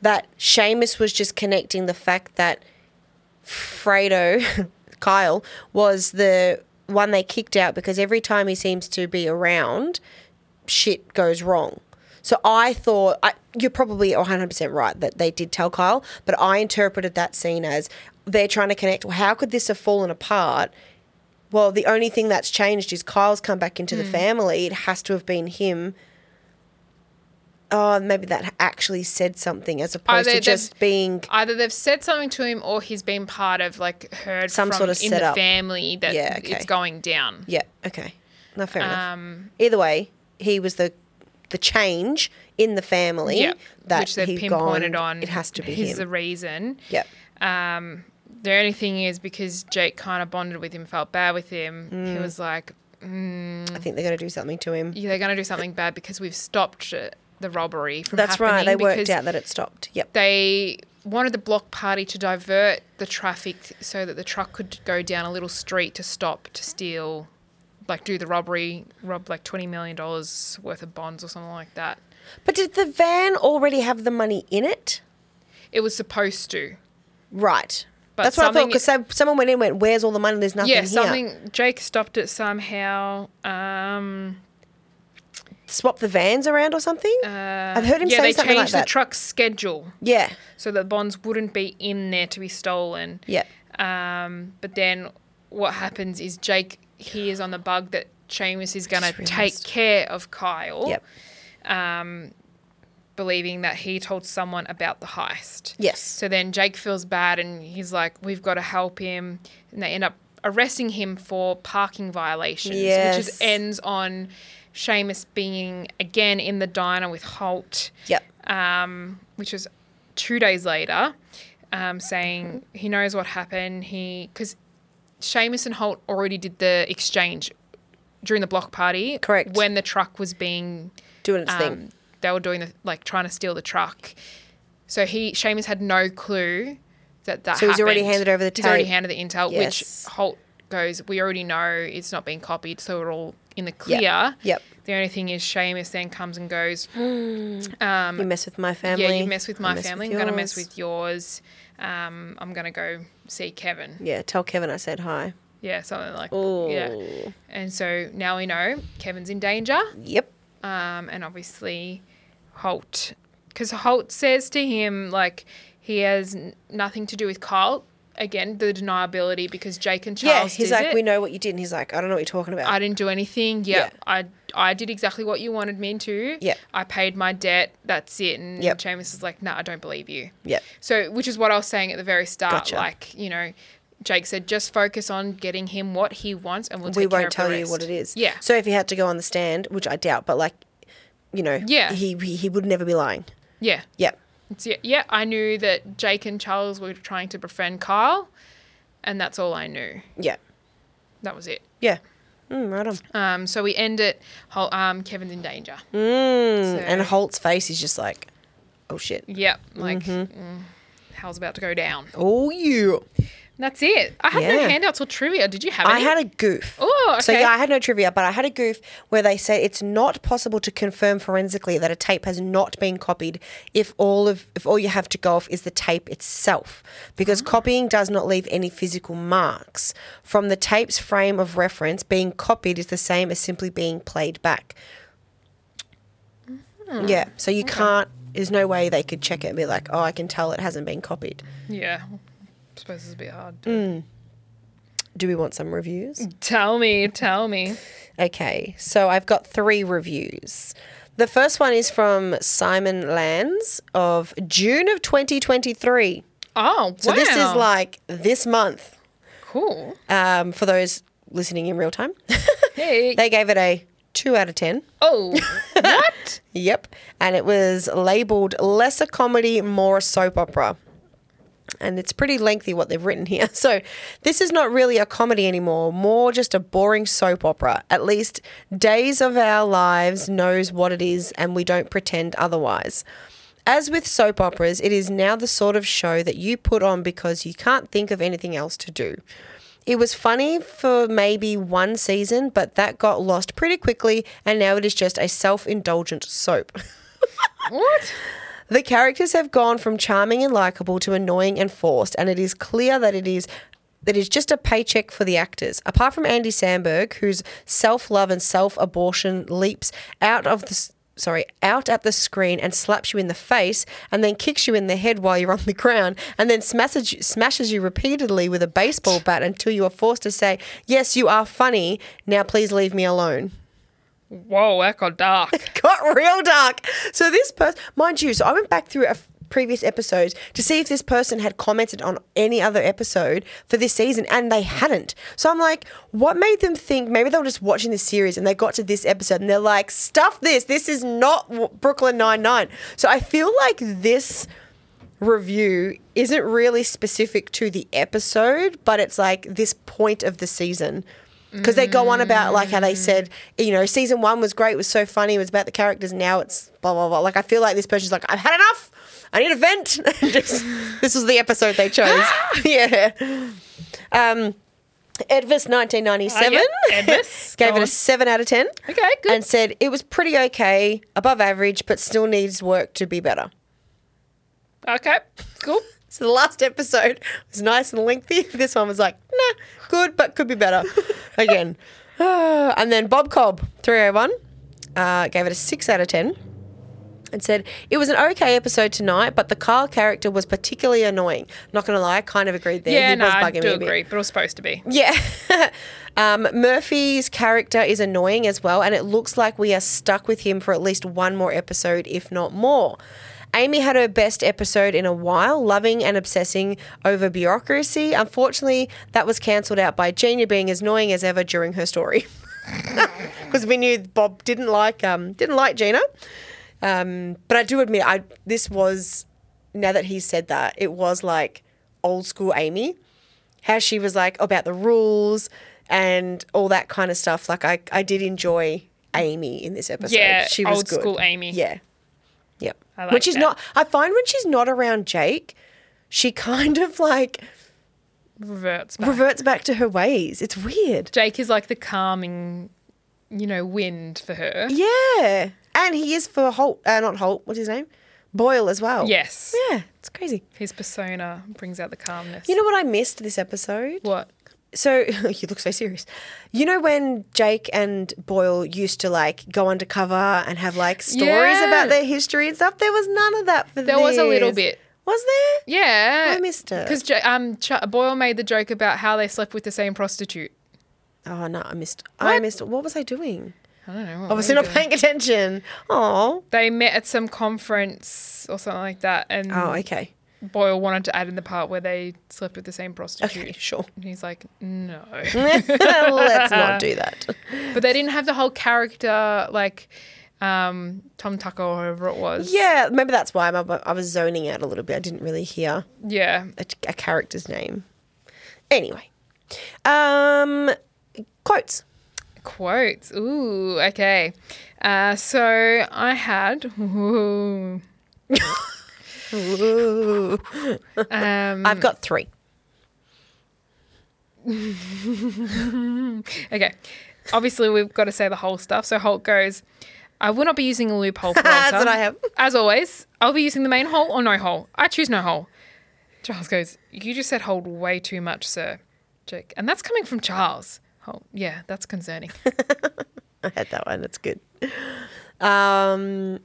S2: that Seamus was just connecting the fact that Fredo, Kyle, was the one they kicked out because every time he seems to be around, shit goes wrong. So I thought I, you're probably 100% right that they did tell Kyle, but I interpreted that scene as they're trying to connect. Well, how could this have fallen apart? Well, the only thing that's changed is Kyle's come back into the
S1: Hmm.
S2: family. It has to have been him. Oh, maybe that actually said something as opposed
S1: Oh, they-
S2: to
S1: they've-
S2: just being
S1: Either they've said something to him or he's been part of like heard
S2: Some
S1: from
S2: sort of
S1: in
S2: setup.
S1: the family that
S2: Yeah, okay.
S1: it's going down.
S2: Yeah. Okay. No, fair enough.
S1: Um,
S2: Either way, he was the the change in the family
S1: yeah,
S2: that
S1: which they've
S2: he
S1: pinpointed
S2: gone,
S1: on.
S2: It has to be
S1: he's
S2: him.
S1: the reason.
S2: yep.
S1: Um, the only thing is because Jake kind of bonded with him, felt bad with him. He was like, mm,
S2: I think they're going to do something to him.
S1: "They're going to do something bad because we've stopped uh, the robbery from
S2: That's right. They
S1: happening
S2: worked
S1: because
S2: out that it stopped. Yep.
S1: They wanted the block party to divert the traffic so that the truck could go down a little street to stop to steal, like do the robbery, rob like twenty million dollars worth of bonds or something like that.
S2: But did the van already have the money in it?
S1: It was supposed to.
S2: Right.
S1: But
S2: That's what I thought
S1: something-
S2: because someone went in and went, "Where's all the money? There's nothing
S1: Yeah,
S2: here."
S1: something. Jake stopped it somehow. Um,
S2: Swap the vans around or something.
S1: Uh,
S2: I've heard him
S1: yeah,
S2: say
S1: they
S2: something
S1: changed
S2: like
S1: the
S2: that.
S1: truck's schedule
S2: yeah.
S1: so that bonds wouldn't be in there to be stolen.
S2: Yeah.
S1: Um, but then what happens is Jake hears on the bug that Seamus is going to
S2: Just
S1: take
S2: realised.
S1: care of Kyle,
S2: Yep.
S1: believing that he told someone about the heist.
S2: Yes.
S1: So then Jake feels bad and he's like, we've got to help him. And they end up arresting him for parking violations, which
S2: Yes.
S1: is, ends on Seamus being again in the diner with Holt.
S2: yep.
S1: um, which was two days later, um, saying he knows what happened. He because Seamus and Holt already did the exchange during the block party,
S2: Correct.
S1: When the truck was being,
S2: Doing its
S1: um,
S2: thing.
S1: they were doing the like trying to steal the truck. So he Seamus had no clue that that.
S2: So he's already
S1: happened.
S2: handed over the
S1: He's already
S2: tape.
S1: handed the intel,
S2: Yes.
S1: which Holt goes, "We already know it's not being copied, so we're all in the clear."
S2: Yep.
S1: The only thing is, Seamus then comes and goes.
S2: You mess with my family.
S1: um, Yeah, you mess with
S2: I
S1: my
S2: mess with
S1: family. I'm going to mess
S2: yours.
S1: with yours. Um, I'm going to go see Kevin.
S2: Yeah. Tell Kevin I said hi.
S1: Yeah, something like
S2: Oh.
S1: yeah. And so now we know Kevin's in danger,
S2: Yep.
S1: um, and obviously Holt, because Holt says to him like he has n- nothing to do with Kyle. Again, the deniability because Jake and
S2: Yeah.
S1: Charles.
S2: He's
S1: did
S2: like,
S1: it.
S2: we know what you did. And he's like, I don't know what you're talking about.
S1: I didn't do anything. Yeah,
S2: Yeah.
S1: I I did exactly what you wanted me to.
S2: Yeah.
S1: I paid my debt. That's it. And
S2: Yep.
S1: James is like, no, I don't believe you.
S2: Yep.
S1: So, which is what I was saying at the very start.
S2: Gotcha.
S1: Like, you know, Jake said, just focus on getting him what he wants, and we'll take
S2: we
S1: care
S2: won't
S1: of the
S2: tell you
S1: rest."
S2: what it is.
S1: Yeah.
S2: So if he had to go on the stand, which I doubt, but like, you know,
S1: Yeah.
S2: he he, he would never be lying.
S1: yeah.
S2: Yep.
S1: It's, yeah. Yeah. I knew that Jake and Charles were trying to befriend Kyle, and that's all I knew.
S2: Yeah.
S1: That was it.
S2: Yeah. Mm, right on.
S1: Um, so we end it. Whole, um, Kevin's in danger.
S2: Mm,
S1: So-
S2: and Holt's face is just like, oh shit.
S1: Yep. Like,
S2: Mm-hmm.
S1: mm, hell's about to go down.
S2: Oh, you.
S1: That's it. I had no
S2: Yeah.
S1: handouts or trivia. Did you have
S2: I
S1: any?
S2: had a goof.
S1: Oh,
S2: So
S1: okay.
S2: yeah, I had no trivia, but I had a goof where they say it's not possible to confirm forensically that a tape has not been copied if all of if all you have to go off is the tape itself, because copying does not leave any physical marks. From the tape's frame of reference, being copied is the same as simply being played back. Yeah. So you can't. There's no way they could check it and be like, oh, I can tell it hasn't been copied.
S1: yeah. I suppose it's a bit hard.
S2: Do we want some reviews?
S1: Tell me, tell me.
S2: Okay, so I've got three reviews. The first one is from Simon Lands of June of 2023.
S1: Oh, wow.
S2: So this is like this month
S1: cool.
S2: um, for those listening in real time.
S1: Hey.
S2: they gave it a 2 out of 10.
S1: oh, what?
S2: Yep. And it was labeled lesser comedy, more soap opera. And it's pretty lengthy what they've written here. So this is not really a comedy anymore, more just a boring soap opera. At least Days of Our Lives knows what it is and we don't pretend otherwise. As with soap operas, it is now the sort of show that you put on because you can't think of anything else to do. It was funny for maybe one season, but that got lost pretty quickly, and now it is just a self indulgent soap.
S1: What?
S2: The characters have gone from charming and likable to annoying and forced, and it is clear that it is that is just a paycheck for the actors. Apart from Andy Samberg, whose self-love and self-abortion leaps out of the s- sorry, out at the screen and slaps you in the face and then kicks you in the head while you're on the ground and then smashes you, smashes you repeatedly with a baseball bat until you are forced to say, "Yes, you are funny. Now please leave me alone."
S1: Whoa, that got dark.
S2: got real dark. So this person, mind you, so I went back through a f- previous episodes to see if this person had commented on any other episode for this season, and they hadn't. So I'm like, what made them think maybe they were just watching this series and they got to this episode and they're like, stuff this. This is not w- Brooklyn Nine Nine. So I feel like this review isn't really specific to the episode, but it's like this point of the season. Because they go on about like how they
S1: Mm.
S2: said, you know, season one was great, it was so funny, it was about the characters. Now it's blah blah blah. Like I feel like this person's like, I've had enough. I need a vent. Just, this was the episode they chose. yeah. Um, Edvis 1997
S1: Uh, Edvis,
S2: gave
S1: go
S2: it a
S1: on.
S2: seven out of ten.
S1: Okay, good.
S2: And said it was pretty okay, above average, but still needs work to be better.
S1: Okay, cool.
S2: So the last episode was nice and lengthy. This one was like, nah, good, but could be better. Again. Ah, and then Bob Cobb, 301, uh, gave it a 6 out of 10 and said, It was an okay episode tonight, but the Carl character was particularly annoying. Not going to lie, I kind of agreed there.
S1: Yeah,
S2: He
S1: no,
S2: was
S1: I
S2: bugging me
S1: do
S2: a bit.
S1: agree, but it was supposed to be.
S2: Yeah. um, Murphy's character is annoying as well, and it looks like we are stuck with him for at least one more episode, if not more. Amy had her best episode in a while, loving and obsessing over bureaucracy. Unfortunately, that was cancelled out by Gina being as annoying as ever during her story. Because we knew Bob didn't like um, didn't like Gina, um, but I do admit I this was now that he said that it was like old school Amy how she was like about the rules and all that kind of stuff. Like I, I did enjoy Amy in this episode.
S1: Yeah,
S2: she was
S1: old
S2: good.
S1: school Amy.
S2: Yeah, yep.
S1: I
S2: when
S1: like
S2: she's
S1: that.
S2: not, I find when she's not around Jake, she kind of like
S1: Reverts back.
S2: reverts back to her ways. It's weird.
S1: Jake is like the calming, you know, wind for her.
S2: Yeah, and he is for Holt, uh, not Holt. What's his name? Boyle as well.
S1: Yes.
S2: Yeah, it's crazy.
S1: His persona brings out the calmness.
S2: You know what I missed this episode?
S1: what?
S2: So you look so serious. You know when Jake and Boyle used to like go undercover and have like stories
S1: Yeah.
S2: about their history and stuff? There was none of that for
S1: There was a little
S2: this.
S1: bit. Uh,
S2: Was there?
S1: Yeah.
S2: I missed it.
S1: Because um, Ch- Boyle made the joke about how they slept with the same prostitute.
S2: Oh no, I missed. I
S1: What? Oh,
S2: missed. What was I doing?
S1: I don't know. what
S2: I was not
S1: they
S2: paying attention. Oh.
S1: were. They met at some conference or something like that, and
S2: Oh, okay.
S1: Boyle wanted to add in the part where they slept with the same prostitute.
S2: Okay, sure.
S1: And he's like, no.
S2: Let's not do that.
S1: but they didn't have the whole character, like um, Tom Tucker or whoever it was.
S2: Yeah, maybe that's why I'm, I was zoning out a little bit. I didn't really hear.
S1: Yeah.
S2: a, a character's name. Anyway, um, quotes.
S1: Quotes. Ooh, okay. Uh, so I had. Ooh, um,
S2: I've got three.
S1: Okay. Obviously, we've got to say the whole stuff. So Holt goes, I will not be using a loophole for
S2: That's
S1: Walter.
S2: what I have.
S1: As always, I'll be using the main hole or no hole. I choose no hole. Charles goes, You just said hold way too much, sir. Jake. And that's coming from Charles. Holt. Yeah, that's concerning.
S2: I had that one. That's good. Um,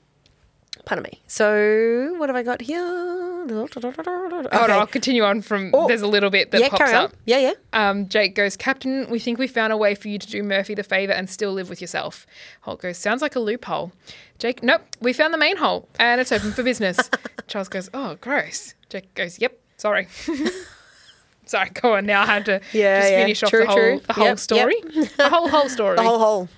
S2: pardon me. So what have I got here?
S1: Hold on,
S2: Okay.
S1: I'll continue on from.
S2: Oh.
S1: There's a little bit that
S2: yeah,
S1: pops
S2: carry on.
S1: up.
S2: Yeah, yeah.
S1: Um, Jake goes, Captain, we think we found a way for you to do Murphy the favour and still live with yourself. Holt goes, Sounds like a loophole. Jake, Nope, we found the main hole and it's open for business. Charles goes, Oh, gross. Jake goes, Yep, sorry. sorry, go on. Now I had to
S2: Yeah,
S1: just
S2: yeah.
S1: finish off
S2: True,
S1: the whole,
S2: true.
S1: The whole
S2: Yep,
S1: story. the whole, whole story.
S2: The whole hole.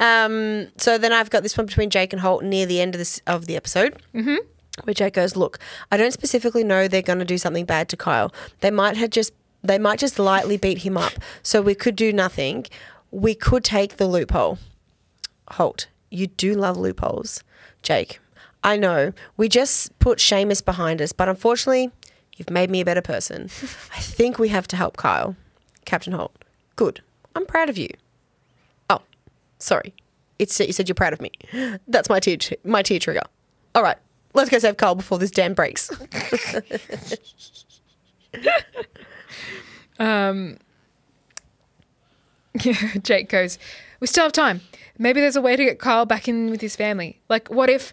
S2: Um, so then I've got this one between Jake and Holt near the end of this of the episode. Mm-hmm. Where Jake goes, look, I don't specifically know they're going to do something bad to Kyle. They might have just they might just lightly beat him up. So we could do nothing. We could take the loophole. Holt, you do love loopholes. Jake, I know. We just put Seamus behind us, but unfortunately, you've made me a better person. I think we have to help Kyle. Captain Holt, good. I'm proud of you. Oh, sorry. It's, you said you're proud of me. That's my tear, my tear trigger. All right, let's go save Kyle before this dam breaks.
S1: Um, Jake goes, We still have time. Maybe there's a way to get Kyle back in with his family. Like, what if.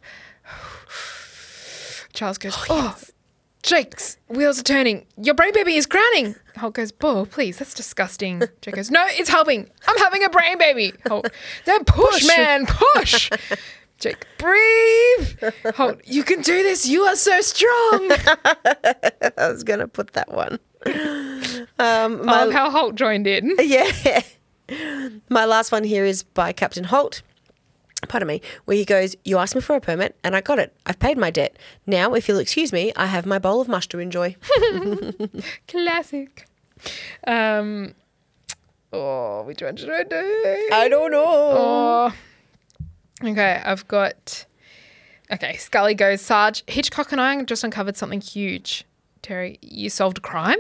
S1: Charles goes, Oh, Jake's wheels are turning. Your brain baby is crowning. Holt goes, Bull, please, that's disgusting. Jake goes, No, it's helping. I'm having a brain baby. Holt, then push, man, push. Jake, breathe. Hold. You can do this. You are so strong.
S2: I was going to put that one. Um,
S1: I
S2: my,
S1: love how Holt joined in.
S2: yeah. My last one here is by Captain Holt. Pardon me, where he goes, You asked me for a permit and I got it. I've paid my debt. Now, if you'll excuse me, I have my bowl of mush to enjoy.
S1: Classic. Um. Oh, which one should I do?
S2: I don't know.
S1: Oh. Okay, I've got. Okay, Scully goes, Sarge, Hitchcock and I just uncovered something huge. Terry, you solved crime?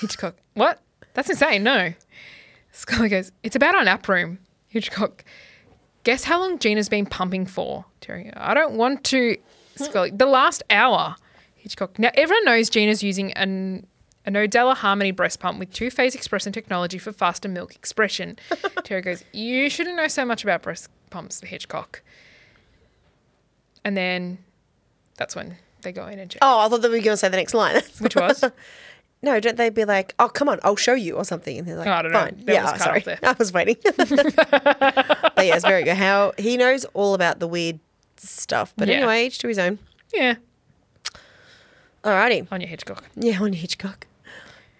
S1: Hitchcock, what? That's insane, no. Scully goes, It's about our nap room. Hitchcock, guess how long Gina's been pumping for? Terry, I don't want to.
S2: Hmm.
S1: Scully, the last hour. Hitchcock, now everyone knows Gina's using an. A Nodella Harmony breast pump with two phase expression technology for faster milk expression. Terry goes, You shouldn't know so much about breast pumps, Hitchcock. And then that's when they go in and check,
S2: Oh, I thought that we were going to say the next line.
S1: which was
S2: no, don't they be like, oh, come on, I'll show you or something? And they're like,
S1: I don't know.
S2: fine.
S1: That
S2: yeah,
S1: was
S2: oh,
S1: cut
S2: sorry.
S1: off there.
S2: I was waiting. but yeah, it's very good. How he knows all about the weird stuff. But
S1: Yeah.
S2: anyway, each to his own.
S1: yeah,
S2: Alrighty.
S1: on your Hitchcock.
S2: Yeah, on Hitchcock.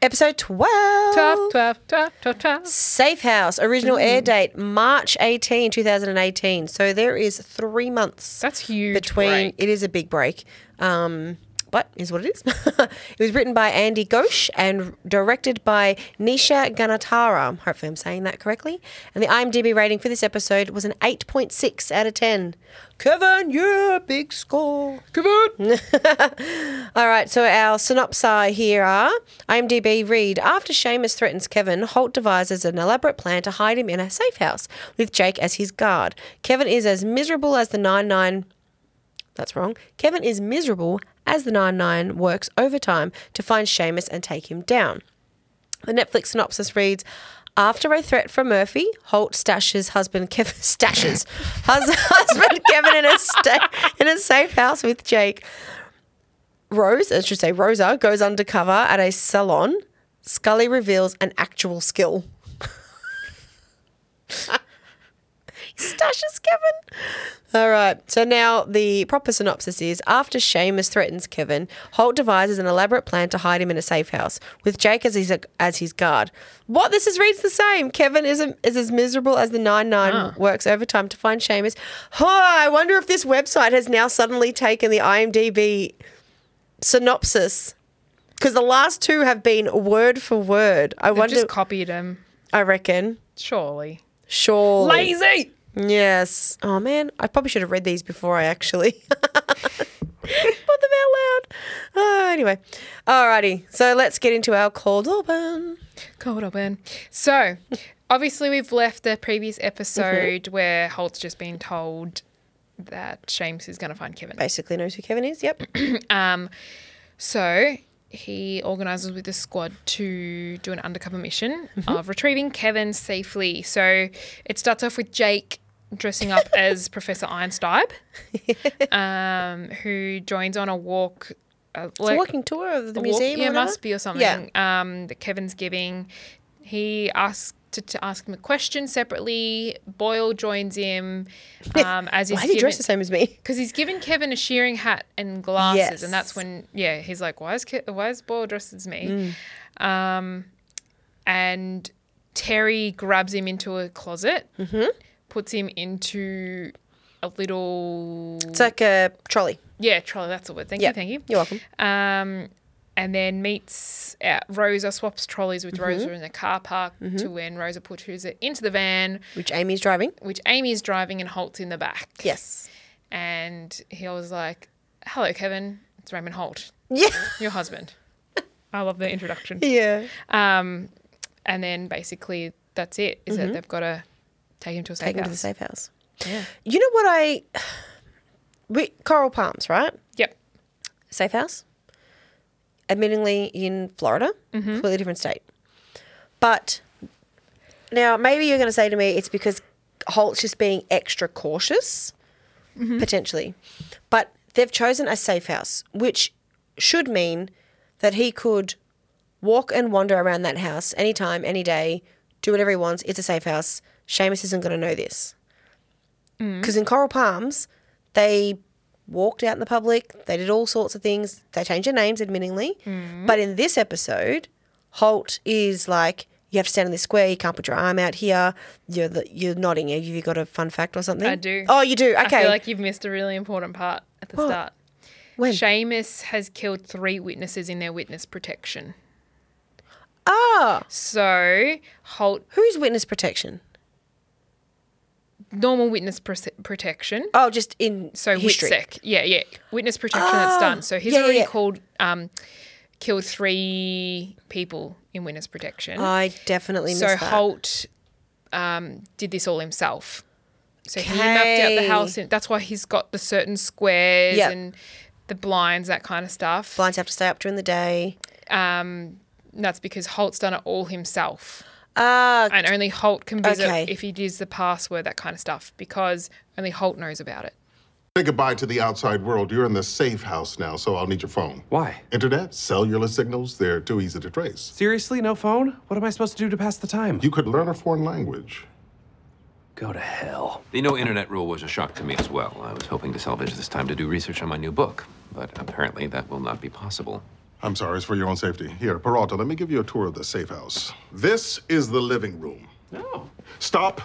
S2: Episode 12.
S1: 12, 12, 12, 12, 12.
S2: Safe House, original air date March 18, 2018. So there is three months
S1: That's huge.
S2: between.
S1: break.
S2: It is a big break. Um, but is what it is. it was written by Andy Ghosh and directed by Nisha Ganatara. Hopefully, I'm saying that correctly. And the IMDb rating for this episode was an 8.6 out of 10. Kevin, yeah, big score.
S1: Come on.
S2: All right, so our synopsi here are IMDb read After Seamus threatens Kevin, Holt devises an elaborate plan to hide him in a safe house with Jake as his guard. Kevin is as miserable as the 9 9. That's wrong. Kevin is miserable as the 9 9 works overtime to find Seamus and take him down. The Netflix synopsis reads After a threat from Murphy, Holt stashes husband Kevin stashes hus- husband Kevin in a sta- in a safe house with Jake. Rose, I should say Rosa, goes undercover at a salon. Scully reveals an actual skill. Stashes Kevin. All right. So now the proper synopsis is after Seamus threatens Kevin, Holt devises an elaborate plan to hide him in a safe house with Jake as his, as his guard. What? This is reads the same. Kevin is, a, is as miserable as the 9 9
S1: Ah.
S2: works overtime to find Seamus. Oh, I wonder if this website has now suddenly taken the IMDb synopsis because the last two have been word for word. I
S1: They've
S2: wonder.
S1: just copied him,
S2: I reckon.
S1: surely.
S2: Sure.
S1: Lazy.
S2: Yes. Oh man, I probably should have read these before I actually put them out loud. Oh, anyway, alrighty. So let's get into our cold open.
S1: Cold open. So, obviously, we've left the previous episode
S2: Mm-hmm.
S1: where Holt's just been told that Seamus is going to find Kevin.
S2: Basically knows who Kevin is. Yep.
S1: Um, so he organises with the squad to do an undercover mission
S2: Mm-hmm.
S1: of retrieving Kevin safely. So it starts off with Jake dressing up as Professor Einstein, um, who joins on a walk. Uh,
S2: It's a
S1: like-
S2: walking tour of the
S1: a walk-
S2: museum.
S1: yeah,
S2: or whatever.
S1: must be or something.
S2: Yeah.
S1: Um, that Kevin's giving. He asks to, to ask him a question separately. Boyle joins him um, as he's
S2: Why did he dress
S1: given-
S2: the same as me?
S1: because he's given Kevin a shearing hat and glasses,
S2: Yes.
S1: and that's when yeah, he's like, "Why is Ke- why is Boyle dressed as me?"
S2: Mm.
S1: Um, and Terry grabs him into a closet,
S2: Mm-hmm.
S1: puts him into a little
S2: It's like a trolley.
S1: yeah trolley. That's the word. Thank you, thank you.
S2: You're welcome.
S1: Um, and then meets uh, Rosa, swaps trolleys with
S2: Mm-hmm.
S1: Rosa in the car park to when Rosa puts her into the van,
S2: Which Amy's driving.
S1: which Amy is driving and Holt's in the back
S2: Yes.
S1: and he was like, "Hello, Kevin. It's Raymond Holt,
S2: Yeah.
S1: your husband." I love the introduction.
S2: Yeah.
S1: Um, and then basically that's it. Is that they've got to take him to a safe
S2: Mm-hmm. Take him to the
S1: house.
S2: safe house.
S1: Yeah.
S2: You know what I? We Coral Palms, right?
S1: Yep.
S2: safe house, admittingly in Florida, completely different state. But now maybe you're going to say to me it's because Holt's just being extra cautious,
S1: Mm-hmm.
S2: potentially. But they've chosen a safe house, which should mean that he could walk and wander around that house anytime, any day, do whatever he wants. It's a safe house. Seamus isn't going to know this.
S1: Mm.
S2: Because in Coral Palms, they walked out in the public, they did all sorts of things, they changed their names, admittingly.
S1: Mm.
S2: But in this episode, Holt is like, you have to stand in this square, you can't put your arm out here, you're, the, you're nodding, have you got a fun fact or something?
S1: I do.
S2: Oh, you do?
S1: I
S2: Okay.
S1: feel like you've missed a really important part at the
S2: What?
S1: start.
S2: When?
S1: Seamus has killed three witnesses in their witness protection.
S2: Ah,
S1: So Holt,
S2: who's witness protection?
S1: normal witness prote- protection.
S2: Oh, just in
S1: So
S2: history. Ah.
S1: WITSEC, yeah, yeah, witness protection that's done. So he's
S2: yeah, yeah,
S1: already
S2: yeah.
S1: called, um, killed three people in witness protection.
S2: Ah, I definitely missed
S1: so
S2: that.
S1: Holt um, did this all himself. So he mapped out the
S2: Okay.
S1: house. And that's why he's got the certain squares
S2: Yep.
S1: and the blinds, that kind of stuff.
S2: Blinds have to stay up during the day.
S1: Um, that's because Holt's done it all himself.
S2: Ah,
S1: And only Holt can visit
S2: Okay.
S1: if he gives the password, that kind of stuff, because only Holt knows about it.
S3: Say goodbye to the outside world. You're in the safe house now, so I'll need your phone.
S4: Why?
S3: Internet, cellular signals, they're too easy to trace.
S4: Seriously, no phone? What am I supposed to do to pass the time?
S3: You could learn a foreign language.
S4: go to hell.
S5: The no internet rule was a shock to me as well. I was hoping to salvage this time to do research on my new book, but apparently that will not be possible.
S3: I'm sorry, it's for your own safety. Here, Peralta, let me give you a tour of the safe house. This is the living room.
S4: No.
S3: Stop!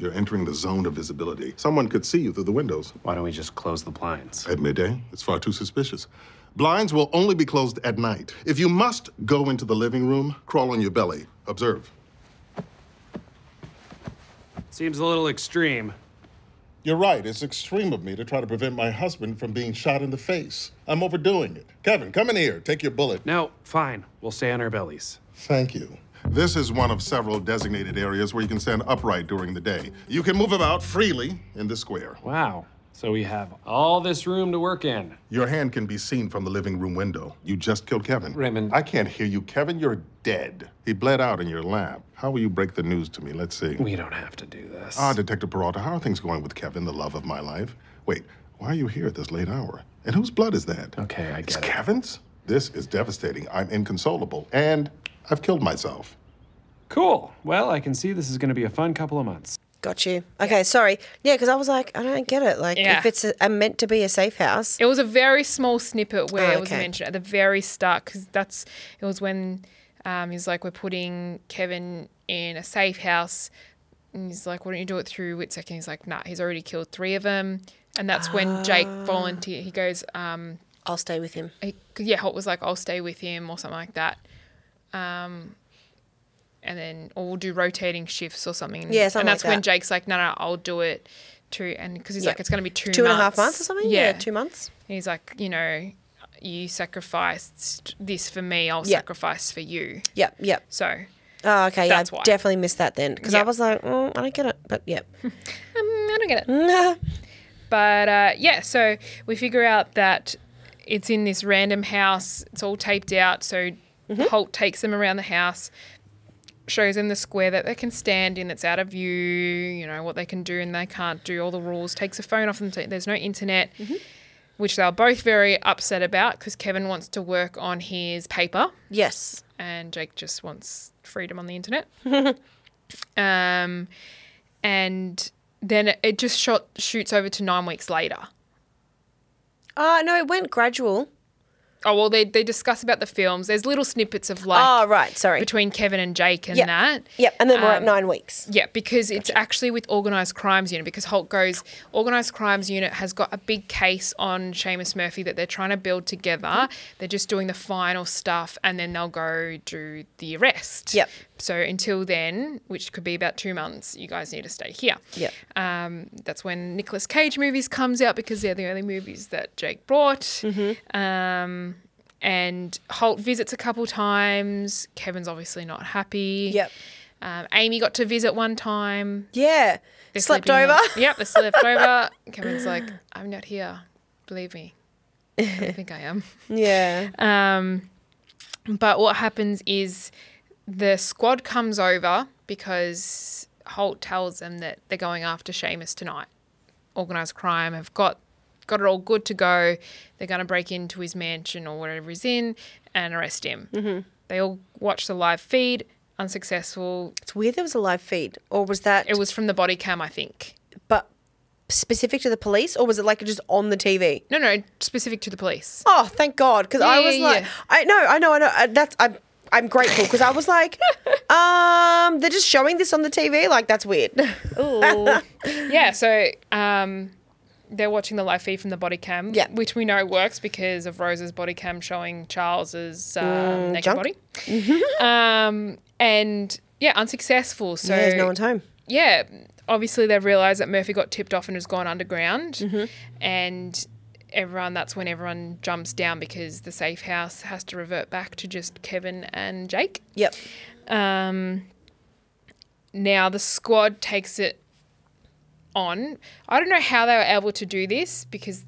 S3: You're entering the zone of visibility. Someone could see you through the windows.
S4: Why don't we just close the blinds?
S3: At midday, it's far too suspicious. Blinds will only be closed at night. If you must go into the living room, crawl on your belly. Observe.
S4: Seems a little extreme.
S3: You're right. It's extreme of me to try to prevent my husband from being shot in the face. I'm overdoing it. Kevin, come in here. Take your bullet.
S4: No, fine. We'll stay on our bellies.
S3: Thank you. This is one of several designated areas where you can stand upright during the day. You can move about freely in the square.
S4: Wow. So we have all this room to work in.
S3: Your hand can be seen from the living room window. You just killed Kevin.
S5: Raymond.
S3: I can't hear you. Kevin, you're dead. He bled out in your lap. How will you break the news to me? Let's see.
S4: We don't have to do this.
S3: Ah, Detective Peralta, how are things going with Kevin, the love of my life? Wait, why are you here at this late hour? And whose blood is that?
S4: Okay, I
S3: It's
S4: get it.
S3: Kevin's? This is devastating. I'm inconsolable. And I've killed myself.
S4: Cool. Well, I can see this is going to be a fun couple of months.
S2: Got you. Okay, sorry. Yeah, because I was like, I don't get it. Like,
S1: Yeah.
S2: if it's a, a meant to be a safe house,
S1: It was a very small snippet where
S2: Oh,
S1: it was
S2: okay.
S1: mentioned at the very start because that's it was when um, he's like, "We're putting Kevin in a safe house," and he's like, "Why don't you do it through Whitsec?" And he's like, "Nah, he's already killed three of them." And that's when Jake
S2: Oh.
S1: volunteer. He goes, um,
S2: I'll stay with him.
S1: he, 'cause, "Yeah, Holt was like, I'll stay with him or something like that." Um, and then or we'll do rotating shifts or something. And-
S2: Yeah,
S1: And
S2: something
S1: that's
S2: like
S1: when
S2: that.
S1: Jake's like, "No, no, I'll do it." To, and because he's
S2: Yeah.
S1: like, it's going to be two,
S2: Two and a half months.
S1: months.
S2: or something? Yeah, two months.
S1: And he's like, you know, you sacrificed this for me, I'll
S2: Yeah.
S1: sacrifice for you.
S2: Yep, yep.
S1: So
S2: Oh, okay. Yeah,
S1: That's
S2: I
S1: why.
S2: definitely missed that then because I
S1: Yeah.
S2: was like, mm, I don't get it. But yep.
S1: um, I don't get it.
S2: Nah.
S1: But uh, yeah, so we figure out that it's in this random house, it's all taped out. So Holt takes them around the house, shows them the square that they can stand in that's out of view, you know, what they can do and they can't do, all the rules, takes the phone off them, so there's no internet. Which they're both very upset about because Kevin wants to work on his paper.
S2: yes.
S1: and Jake just wants freedom on the internet. um, and then it- it just shot shoots over to nine weeks later.
S2: Oh, no, it went gradual.
S1: Oh well, they they discuss about the films. There's little snippets of like
S2: Oh, right. Sorry.
S1: between Kevin and Jake and
S2: Yep.
S1: that.
S2: Yep. And then we're at
S1: Um,
S2: nine weeks.
S1: Yeah, because it's actually with Organised Crimes Unit. Because Holt goes, Organised Crimes Unit has got a big case on Seamus Murphy that they're trying to build together.
S2: Mm-hmm.
S1: They're just doing the final stuff and then they'll go do the arrest.
S2: Yep.
S1: So until then, which could be about two months, you guys need to stay here.
S2: Yep.
S1: Um, that's when Nicolas Cage movies comes out because they're the only movies that Jake brought.
S2: Mm-hmm.
S1: Um, and Holt visits a couple times. Kevin's obviously not happy.
S2: Yep.
S1: Um, Amy got to visit one time.
S2: Yeah.
S1: They're
S2: Slept
S1: sleeping
S2: over.
S1: on- yep, they slept over. Kevin's like, I'm not here. Believe me. I don't think I am.
S2: yeah.
S1: Um, but what happens is the squad comes over because Holt tells them that they're going after Seamus tonight. Organised crime have got got it all good to go. They're going to break into his mansion or whatever he's in and arrest him. Mm-hmm. They all watch the live feed. Unsuccessful.
S2: it's weird there was a live feed. Or was that.
S1: It was from the body cam, I think.
S2: But specific to the police, or was it like just on the TV?
S1: No, no, specific to the police.
S2: Oh, thank God, because I
S1: Yeah,
S2: was
S1: yeah,
S2: like,
S1: yeah.
S2: I know, I know, I know. I, that's I'm I'm grateful because I was like, um, they're just showing this on the TV, like that's weird.
S1: yeah, so um, they're watching the live feed from the body cam,
S2: Yeah.
S1: which we know works because of Rose's body cam showing Charles's um, naked
S2: Mm, junk.
S1: body. um, and yeah, unsuccessful. So
S2: There's no one's home.
S1: yeah, obviously they've realised that Murphy got tipped off and has gone underground,
S2: Mm-hmm.
S1: and everyone that's when everyone jumps down because the safe house has to revert back to just Kevin and Jake.
S2: Yep.
S1: Um, now the squad takes it on. I don't know how they were able to do this because,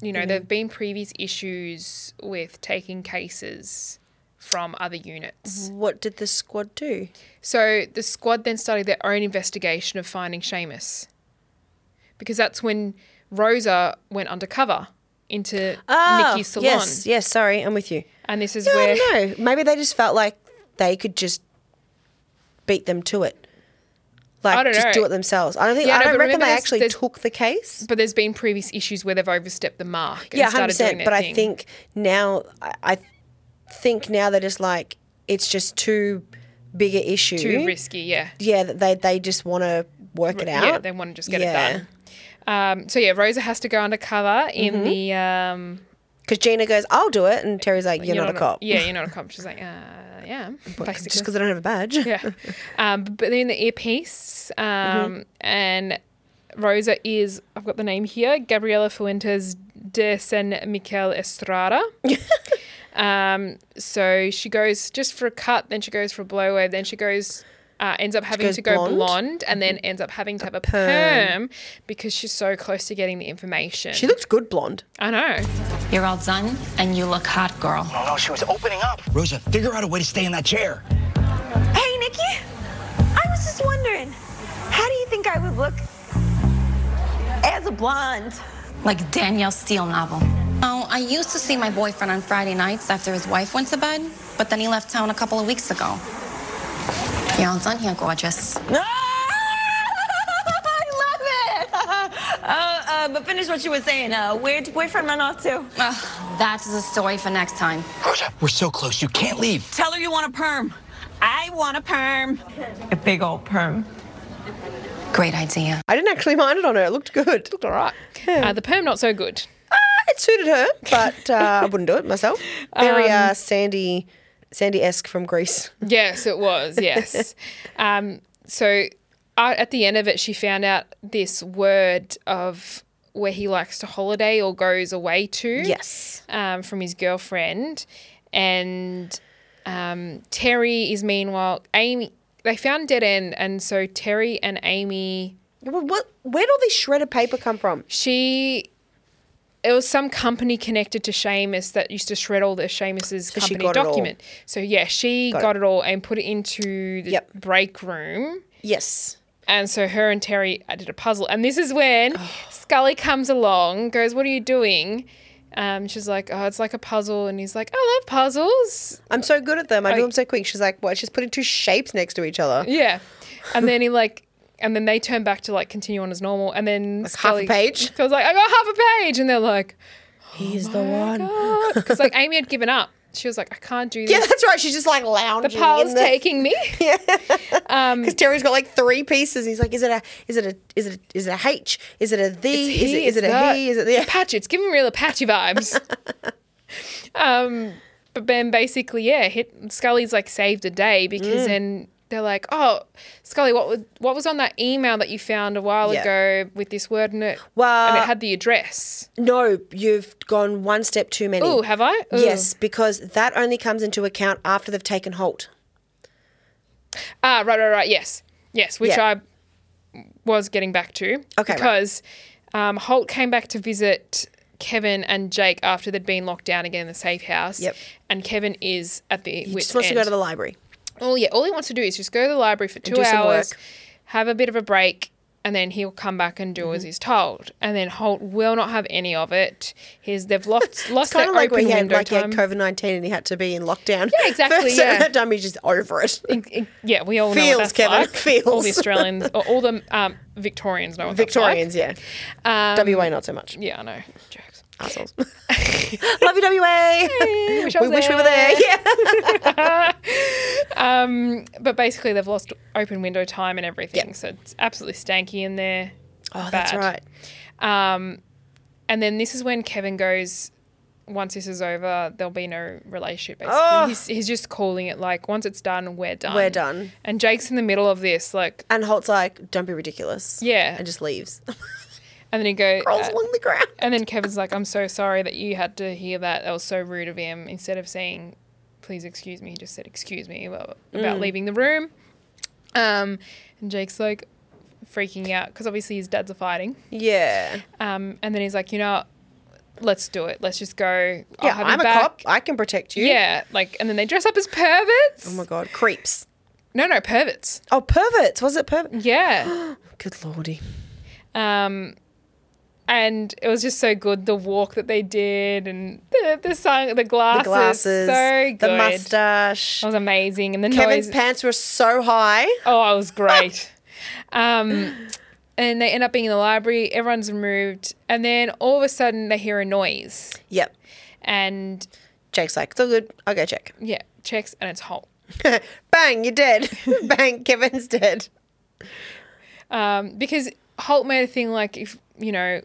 S1: you
S2: Mm-hmm.
S1: know, there have been previous issues with taking cases from other units.
S2: What did the squad do?
S1: So the squad then started their own investigation of finding Seamus because that's when Rosa went undercover into Nikki's salon.
S2: Ah, Oh, Yes, yes. Sorry, I'm with you.
S1: And this is
S2: Yeah,
S1: where.
S2: I don't know. Maybe they just felt like they could just beat them to it. Like
S1: I don't
S2: just
S1: know.
S2: do it themselves. I don't think
S1: Yeah,
S2: I
S1: no,
S2: don't
S1: but
S2: reckon
S1: remember
S2: they
S1: there's-
S2: actually
S1: there's-
S2: took the case.
S1: But there's been previous issues where they've overstepped the mark. And
S2: yeah,
S1: started doing
S2: hundred percent.
S1: their
S2: But I
S1: thing.
S2: think now, I, I think now they're just like it's just too big a issue.
S1: too risky. Yeah,
S2: Yeah, that they they just want to work it out.
S1: yeah, they want to just get
S2: Yeah.
S1: it done. Um, so yeah, Rosa has to go undercover in
S2: Mm-hmm.
S1: the. Um,
S2: Because Gina goes, "I'll do it," and Terry's like, "You're, not, a cop."
S1: Yeah, you're not a cop. She's like, uh, yeah, basically.
S2: just because I don't have a badge.
S1: yeah. Um, but they're in the earpiece, um, and Rosa is I've got the name here, Gabriela Fuentes de San Miguel Estrada. um, so she goes just for a cut, then she goes for a blowwave, then she goes. Uh, ends up having
S2: goes
S1: to go
S2: blonde.
S1: blonde, and then ends up having to have a perm. because she's so close to getting the information.
S2: She looked good blonde.
S1: I know.
S6: You're all done, and you look hot, girl.
S7: Oh no, she was opening up.
S8: Rosa, figure out a way to stay in that chair.
S9: Hey, Nikki. I was just wondering, how do you think I would look as a blonde?
S6: Like Danielle Steele novel. Oh, I used to see my boyfriend on Friday nights after his wife went to bed, but then he left town a couple of weeks ago. You're all done here, gorgeous.
S9: I love it. Uh, uh, but finish what you were saying. Uh, where'd your boyfriend run off to?
S6: Ugh, that is a story for next time.
S8: Rosa, we're so close. You can't leave.
S9: Tell her you want a perm. I want a perm. A big old perm.
S6: Great idea.
S2: I didn't actually mind it on her. It looked good. Looked all right.
S1: Uh, the perm not so good.
S2: It suited her, but uh, I wouldn't do it myself. Very uh,
S1: Um,
S2: Sandy, Sandy esque from Greece.
S1: Yes, it was. Yes. um, so uh, at the end of it, she found out this word of where he likes to holiday or goes away to.
S2: Yes.
S1: Um, from his girlfriend, and um, Terry is meanwhile Amy. They found dead end, and so Terry and Amy.
S2: What? what- Where'd all this shredded paper come from?
S1: She. It was some company connected to Seamus that used to shred all the Seamus's
S2: she
S1: company
S2: got it all.
S1: document. So yeah, she got, it. all and put it into the
S2: Yep.
S1: break room.
S2: Yes.
S1: And so her and Terry I did a puzzle. And this is when
S2: Oh.
S1: Scully comes along, goes, What are you doing? Um, she's like, Oh, it's like a puzzle. And he's like, I love puzzles.
S2: I'm so good at them. I do them so quick. She's like, what? She's putting two shapes next to each other.
S1: Yeah. And then he like, and then they turn back to like continue on as normal. And then
S2: half a page?
S1: Because like, I got half a page. And they're like,
S2: He's the one.
S1: Because like Amy had given up. She was like, I can't do
S2: Yeah,
S1: this.
S2: that's right. She's just like
S1: The
S2: lounging.
S1: pile's taking me.
S2: Because Terry's got like three pieces. He's like, is it a, is it a, is it a, is it a H? Is it a thee?
S1: It's
S2: Is it,
S1: he,
S2: is it
S1: it's
S2: a
S1: that.
S2: he? Is it
S1: It's
S2: yeah.
S1: Apache. It's giving real Apache vibes. um, but then basically, yeah, hit, Scully's like saved a day because
S2: Mm.
S1: then they're like, oh, Scully, what was, what was on that email that you found a while
S2: Yeah.
S1: ago with this word in it? and
S2: Well-
S1: it had the address.
S2: No, you've gone one step too many.
S1: Oh, have I? Ooh.
S2: Yes, because that only comes into account after they've taken hold.
S1: Ah, right, right, right. Yes, yes, which
S2: Yeah.
S1: I was getting back to.
S2: Okay, right.
S1: Because um, Holt came back to visit Kevin and Jake after they'd been locked down again in the safe house.
S2: Yep.
S1: And Kevin is at the
S2: He
S1: wit's
S2: just wants
S1: end.
S2: to go to the library.
S1: Oh yeah, all he wants to do is just go to the library for two
S2: do some
S1: hours,
S2: work.
S1: have a bit of a break, and then he'll come back and do as
S2: Mm-hmm.
S1: he's told. And then Holt will not have any of it. His they've lost lost
S2: Kind
S1: their
S2: of like
S1: open
S2: when he had
S1: window
S2: like he
S1: time.
S2: had COVID nineteen and he had to be in lockdown.
S1: Yeah, exactly,
S2: so
S1: yeah.
S2: that time he's just over it.
S1: yeah, we all know
S2: Feels,
S1: what that's
S2: Kevin,
S1: like.
S2: feels.
S1: All the Australians, or all the um, Victorians know what
S2: Victorians, yeah.
S1: that's like. Um,
S2: WA not so much.
S1: yeah, I know. Jokes.
S2: Assholes. Love you, WA.
S1: Wish I
S2: we
S1: was
S2: wish we were there. Yeah.
S1: But basically, they've lost open window time and everything, so it's absolutely stanky in there.
S2: Oh, that's
S1: Bad.
S2: right.
S1: And then this is when Kevin goes, once this is over, there'll be no relationship, basically.
S2: Oh.
S1: He's, he's just calling it like, once it's done, we're done.
S2: We're done.
S1: And Jake's in the middle of this, like,
S2: And Holt's like, "Don't be ridiculous."
S1: Yeah.
S2: and just leaves.
S1: and then he uh, goes,
S2: Rolls along the ground.
S1: and then Kevin's like, I'm so sorry that you had to hear that. That was so rude of him. Instead of saying, please excuse me, he just said, excuse me about,
S2: Mm.
S1: about leaving the room. Um, and Jake's like, freaking out because obviously his dads are fighting.
S2: Yeah.
S1: Um, and then he's like, you know, let's do it. Let's just go. I'll
S2: Yeah,
S1: have
S2: I'm
S1: you
S2: a
S1: back.
S2: cop. I can protect you.
S1: Yeah, like, and then they dress up as perverts.
S2: Oh my god, creeps.
S1: No, no, perverts.
S2: Oh, perverts. Was it
S1: Mm.
S2: pervert?
S1: Yeah.
S2: Good lordy.
S1: um, and it was just so good the walk that they did and the the song, the
S2: The
S1: glasses,
S2: glasses,
S1: so good.
S2: the mustache.
S1: It was amazing, and the
S2: Kevin's
S1: noise.
S2: pants were so high.
S1: oh, it was great. um, and they end up being in the library. Everyone's moved, and then all of a sudden they hear a noise,
S2: Yep.
S1: and
S2: Jake's like, it's all good. I'll go check.
S1: yeah, checks, and it's Holt.
S2: Bang, you're dead. Bang, Kevin's dead.
S1: Um, because Holt made a thing like, if you know,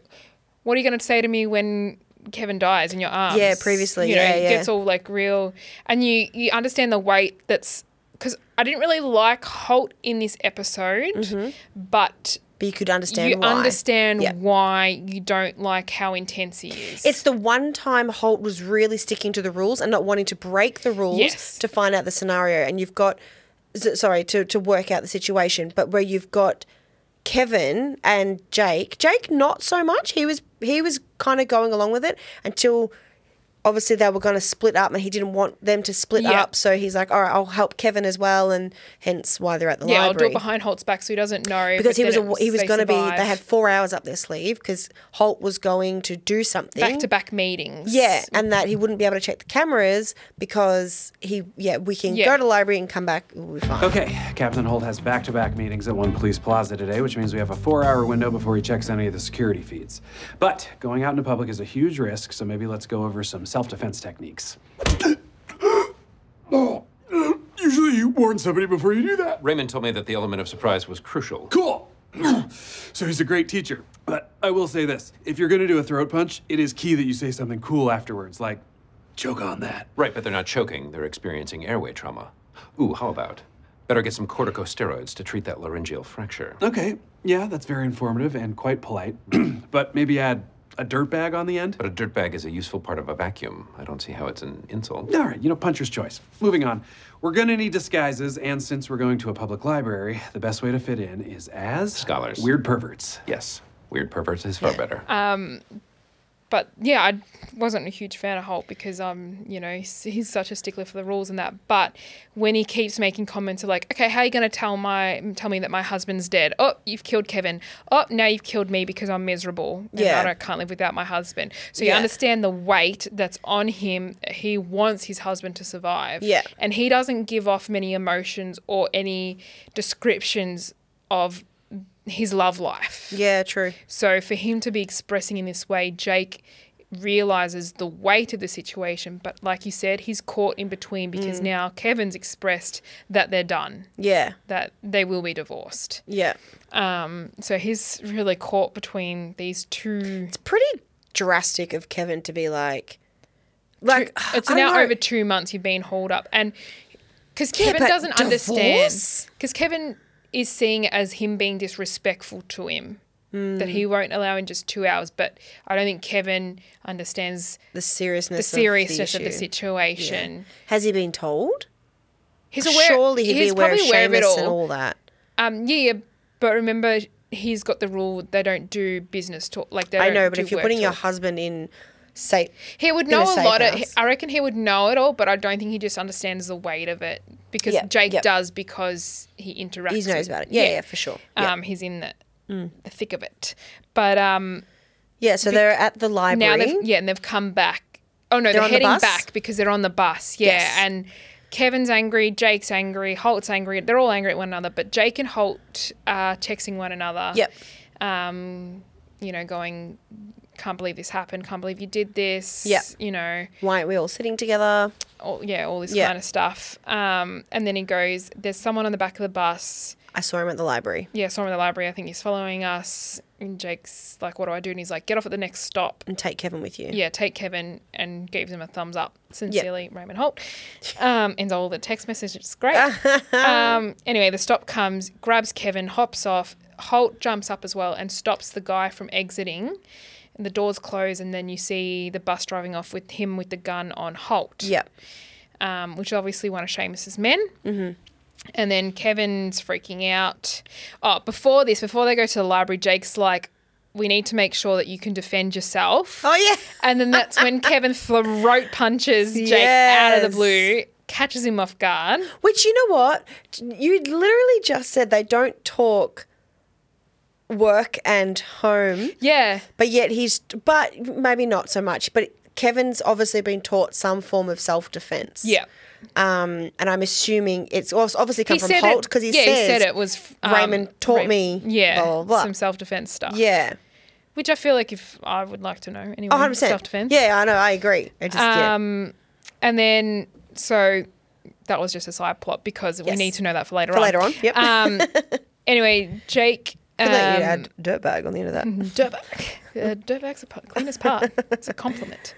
S1: what are you going to say to me when Kevin dies in your arms?
S2: Yeah, previously,
S1: you know,
S2: yeah,
S1: it
S2: yeah.
S1: gets all like real, and you you understand the weight that's because I didn't really like Holt in this episode,
S2: Mm-hmm.
S1: but.
S2: But you could understand
S1: You
S2: why.
S1: understand
S2: Yeah.
S1: why you don't like how intense he is.
S2: It's the one time Holt was really sticking to the rules and not wanting to break the rules
S1: Yes.
S2: to find out the scenario. And you've got, s- sorry, to, to work out the situation, but where you've got Kevin and Jake. Jake, not so much. He was he was kind of going along with it until obviously they were going to split up, and he didn't want them to split
S1: Yeah.
S2: up. So he's like, all right, I'll help Kevin as well, and hence why they're at the
S1: yeah, I'll do
S2: library
S1: it behind Holt's back so he doesn't know.
S2: because
S1: but
S2: he
S1: then
S2: was a,
S1: it
S2: he was
S1: they
S2: going to be they
S1: survive.
S2: had four hours up their sleeve because Holt was going to do something
S1: back to back meetings.
S2: yeah and that he
S1: Mm-hmm.
S2: wouldn't be able to check the cameras because he yeah we can
S1: Yeah.
S2: go to the library and come back we'll be fine
S4: Okay, Captain Holt has back to back meetings at One Police Plaza today, which means we have a four hour window before he checks any of the security feeds. But going out into public is a huge risk, so maybe let's go over some self defense techniques.
S7: Usually you warn somebody before you do that.
S5: Raymond told me that the element of surprise was crucial.
S7: Cool. so he's a great teacher. But I will say this if you're going to do a throat punch, it is key that you say something cool afterwards, like, choke on that.
S5: Right, but they're not choking, they're experiencing airway trauma. Ooh, how about? Better get some corticosteroids to treat that laryngeal fracture.
S4: Okay, yeah, that's very informative and quite polite, but maybe add a dirt bag on the end?
S5: But a dirtbag is a useful part of a vacuum. I don't see how it's an insult.
S4: All right, you know, puncher's choice. Moving on. We're gonna need disguises, and since we're going to a public library, the best way to fit in is as
S5: Scholars.
S4: weird perverts.
S5: Yes, weird perverts is far better.
S1: but yeah, I wasn't a huge fan of Holt because um, you know, he's, he's such a stickler for the rules and that. But when he keeps making comments of like, okay, how are you gonna tell my tell me that my husband's dead? Oh, you've killed Kevin. Oh, now you've killed me because I'm miserable. and
S2: Yeah.
S1: I don't- can't live without my husband. So you
S2: Yeah.
S1: understand the weight that's on him. He wants his husband to survive.
S2: Yeah.
S1: and he doesn't give off many emotions or any descriptions of his love life.
S2: yeah true
S1: So for him to be expressing in this way, Jake realizes the weight of the situation. But like you said, he's caught in between because now Kevin's expressed that they're done,
S2: Mm. yeah
S1: that they will be divorced.
S2: yeah
S1: Um, so he's really caught between these two.
S2: pretty drastic of Kevin to be like like
S1: It's
S2: I
S1: now
S2: don't know.
S1: over two months you've been hauled up, and because Kevin
S2: but
S1: doesn't understand,
S2: divorce?
S1: because Kevin is seeing it as him being disrespectful to him. That
S2: Mm.
S1: he won't allow in just two hours, but I don't think Kevin understands
S2: the seriousness
S1: the seriousness of the,
S2: issue.
S1: situation.
S2: has he been told
S1: He's aware.
S2: surely he'd
S1: he's
S2: be aware of
S1: probably aware of it
S2: Seamus and
S1: all.
S2: all that
S1: Um, yeah, yeah, but remember, he's got the rule they don't do business talk. Like they
S2: I
S1: don't
S2: know but
S1: do
S2: if you're
S1: work
S2: putting your
S1: talk.
S2: husband in safe
S1: he would
S2: in a
S1: know a
S2: safe
S1: lot. Of,
S2: house.
S1: I reckon he would know it all, but I don't think he just understands the weight of it because
S2: Yep,
S1: Jake
S2: yep.
S1: does because he interacts.
S2: he knows
S1: with-
S2: about it yeah Mm. yeah, for sure yeah.
S1: Um, he's in that. the thick of it. But um,
S2: Yeah, so they're at the
S1: now
S2: library.
S1: they've yeah, and they've come back. Oh no, they're,
S2: on the
S1: heading
S2: bus?
S1: back because they're on the bus. Yeah,
S2: Yes.
S1: and Kevin's angry, Jake's angry, Holt's angry. They're all angry at one another, but Jake and Holt are texting one another.
S2: Yep.
S1: Um, you know, going, can't believe this happened. Can't believe you did this.
S2: Yep.
S1: You know,
S2: Why aren't we all sitting together?
S1: all, yeah, all this
S2: Yeah.
S1: kind of stuff. Um, and then he goes, "There's someone on the back of the bus."
S2: I saw him at the library.
S1: yeah, saw him in the library. I think he's following us. And Jake's like, what do I do? And he's like, get off at the next stop.
S2: And take Kevin with you.
S1: Yeah, take Kevin and gives him a thumbs up. Sincerely, Raymond Holt. Um, ends all the text message. It's great. um, anyway, the stop comes, grabs Kevin, hops off. Holt jumps up as well and stops the guy from exiting. And the doors close, and then you see the bus driving off with him with the gun on Holt
S2: Yep.
S1: um, which is obviously one of Seamus's men. Mm-hmm. And then Kevin's freaking out. Oh, before this, before they go to the library, Jake's like, "We need to make sure that you can defend yourself."
S2: Oh, yeah.
S1: And then that's when Kevin throat punches Jake out of
S2: Yes.
S1: the blue, catches him off guard.
S2: Which you know what? You literally just said they don't talk work and home,
S1: Yeah,
S2: but yet he's but maybe not so much, but Kevin's obviously been taught some form of self-defense.
S1: yeah.
S2: Um, and I'm assuming it's obvi- obviously come from
S1: said
S2: Holt
S1: it-
S2: because he
S1: yeah,
S2: says
S1: he said it was um,
S2: Raymond taught me,
S1: Yeah,
S2: blah, blah, blah.
S1: some self defense stuff.
S2: Yeah. Oh,
S1: which I feel like if I would like to know anyway,
S2: 100%.
S1: self defense.
S2: Yeah, I know, I agree. I just yeah.
S1: Um, And then, so that was just a side plot because we
S2: Yes.
S1: need to know that for later
S2: For
S1: on.
S2: later on, yep.
S1: Um, anyway, Jake. Um, mm-hmm.
S2: Could let you add dirtbag on the end of that.
S1: dirtbag. Uh, dirtbag's the p- cleanest part. It's a compliment.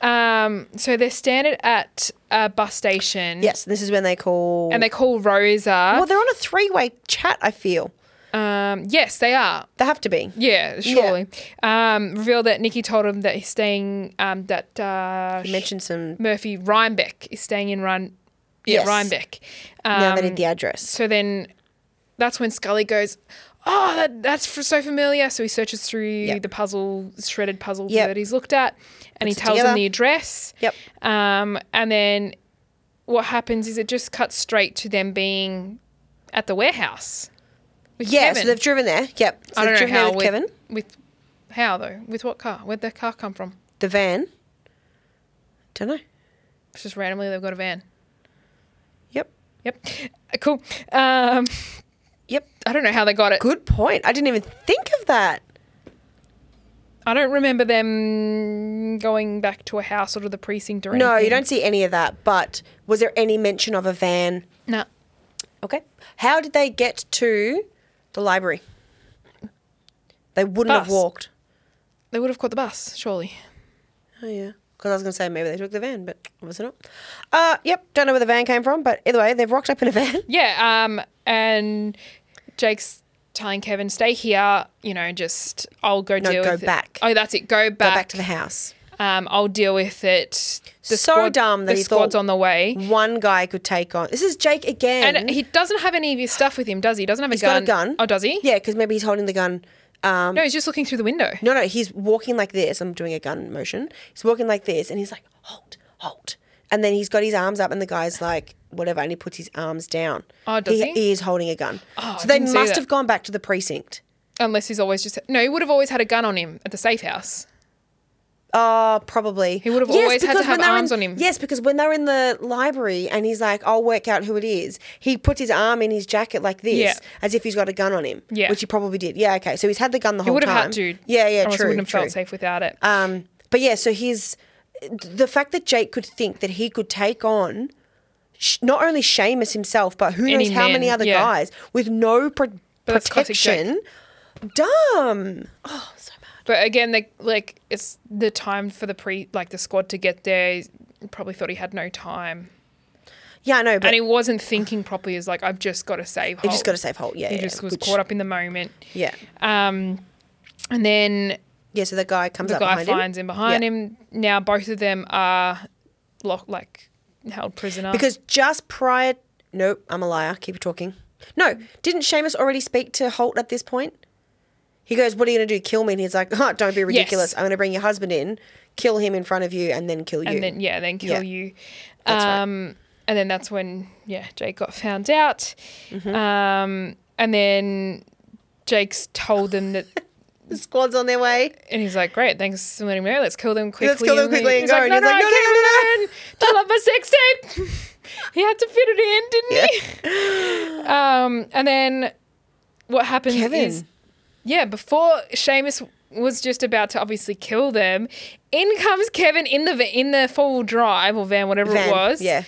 S1: Um, so they're standing at a bus station.
S2: Yes, this is when they call.
S1: And they call Rosa.
S2: well, they're on a three-way chat. I feel
S1: um, yes, they are.
S2: they have to be.
S1: Yeah, surely. Um, reveal that Nikki told him that he's staying, um, that uh,
S2: You mentioned some.
S1: Murphy Rhinebeck is staying in Rhine. Yeah,
S2: Yes.
S1: Rhinebeck. Um,
S2: now they need the address.
S1: So then that's when Scully goes, Oh, that, that's f so familiar. So he searches through the puzzle, shredded puzzle
S2: Yep.
S1: that he's looked at, and
S2: Puts
S1: he
S2: it
S1: tells
S2: together.
S1: him the address.
S2: Yep.
S1: Um, and then what happens is it just cuts straight to them being at the warehouse. With
S2: Yeah,
S1: Kevin.
S2: so they've driven there. Yep. So
S1: I don't
S2: they've
S1: know
S2: driven
S1: how
S2: there with Kevin,
S1: With how though? With what car? Where'd the car come from?
S2: the van. Don't know.
S1: It's just randomly they've got a van.
S2: Yep.
S1: Yep. Cool. Um,
S2: Yep.
S1: I don't know how they got it.
S2: Good point. I didn't even think of that.
S1: I don't remember them going back to a house or to the precinct or anything.
S2: No, you don't see any of that. But was there any mention of a van?
S1: No.
S2: Okay. How did they get to the library? They wouldn't have
S1: Bus.
S2: walked.
S1: They would have caught the bus, surely.
S2: Oh yeah. Because I was going to say maybe they took the van, but obviously not. Uh, yep. Don't know where the van came from, but either way, they've rocked up in a van.
S1: Yeah. Um. And Jake's telling Kevin, "Stay here. You know, just I'll go
S2: No,
S1: deal
S2: go
S1: with it."
S2: back.
S1: Oh, that's it. Go
S2: Go
S1: back.
S2: back to the house.
S1: Um. I'll deal with it. The
S2: So dumb that
S1: the
S2: he thought-
S1: squad's on the way.
S2: One guy could take on. This is Jake again.
S1: And he doesn't have any of his stuff with him, does he? He doesn't have a
S2: He's
S1: gun.
S2: got a gun.
S1: Oh, does he?
S2: Yeah, because maybe he's holding the gun. Um,
S1: No, he's just looking through the window.
S2: no, no, he's walking like this. I'm doing a gun motion. He's walking like this, and he's like, "Halt, halt!" And then he's got his arms up, and the guy's like, "Whatever," and he puts his arms down.
S1: Oh, does he? Oh,
S2: is holding a gun.
S1: I
S2: so they
S1: didn't see
S2: must
S1: that.
S2: have gone back to the precinct.
S1: Unless he's always just no, he would have always had a gun on him at the safe house.
S2: Oh, probably. He
S1: would have always had to have arms on him.
S2: Yes, because when they're in the library and he's like, I'll work out who it is, he puts his arm in his jacket like this,
S1: Yeah.
S2: as if he's got a gun on him.
S1: Yeah.
S2: Which he probably did. Yeah, okay. So he's had the gun the
S1: He
S2: whole
S1: would
S2: time.
S1: have had to.
S2: Yeah, yeah,
S1: Otherwise
S2: true.
S1: He wouldn't have
S2: true.
S1: felt safe without it.
S2: Um, but yeah, so his the fact that Jake could think that he could take on sh- not only Seamus himself, but who
S1: Any
S2: knows how many
S1: men,
S2: other
S1: yeah.
S2: guys with no pro-
S1: that's classic Jake.
S2: protection. Dumb.
S1: But again, they, like it's the time for the pre like the squad to get there. He probably thought he had no time,
S2: Yeah, I know. But
S1: and he wasn't thinking properly. Is like I've just got to save.
S2: he just
S1: Holt."
S2: got to save Holt. Yeah,
S1: He
S2: yeah,
S1: just was
S2: which-
S1: caught up in the moment.
S2: Yeah.
S1: Um, and then
S2: Yeah, so the guy comes
S1: the
S2: up
S1: guy
S2: behind him.
S1: finds him, behind
S2: Yeah.
S1: him. Now both of them are locked, like held prisoner.
S2: Because just prior Nope, I'm a liar. Keep talking. No, didn't Seamus already speak to Holt at this point? He goes, What are you gonna do? Kill me? And he's like, oh, don't be ridiculous. I'm gonna bring your husband in, kill him in front of you, and then kill you.
S1: and then yeah, then kill
S2: Yeah.
S1: you.
S2: That's right.
S1: um, And then that's
S2: Mm-hmm.
S1: when yeah, Jake got found out. Um, and then Jake's told them that,
S2: The squad's on their way.
S1: and he's like, "Great, thanks for letting me know. Let's kill them quickly.
S2: kill them quickly and
S1: he's
S2: go."
S1: Like,
S2: And
S1: no,
S2: he's
S1: no,
S2: like,
S1: I can't
S2: "No,
S1: learn. Don't love my sex tape." he had to fit it in, didn't he? Um, and then what happens is, yeah, before Seamus was just about to obviously kill them, in comes Kevin in the va- in the four wheel drive or van, whatever
S2: Van,
S1: it was.
S2: Yeah.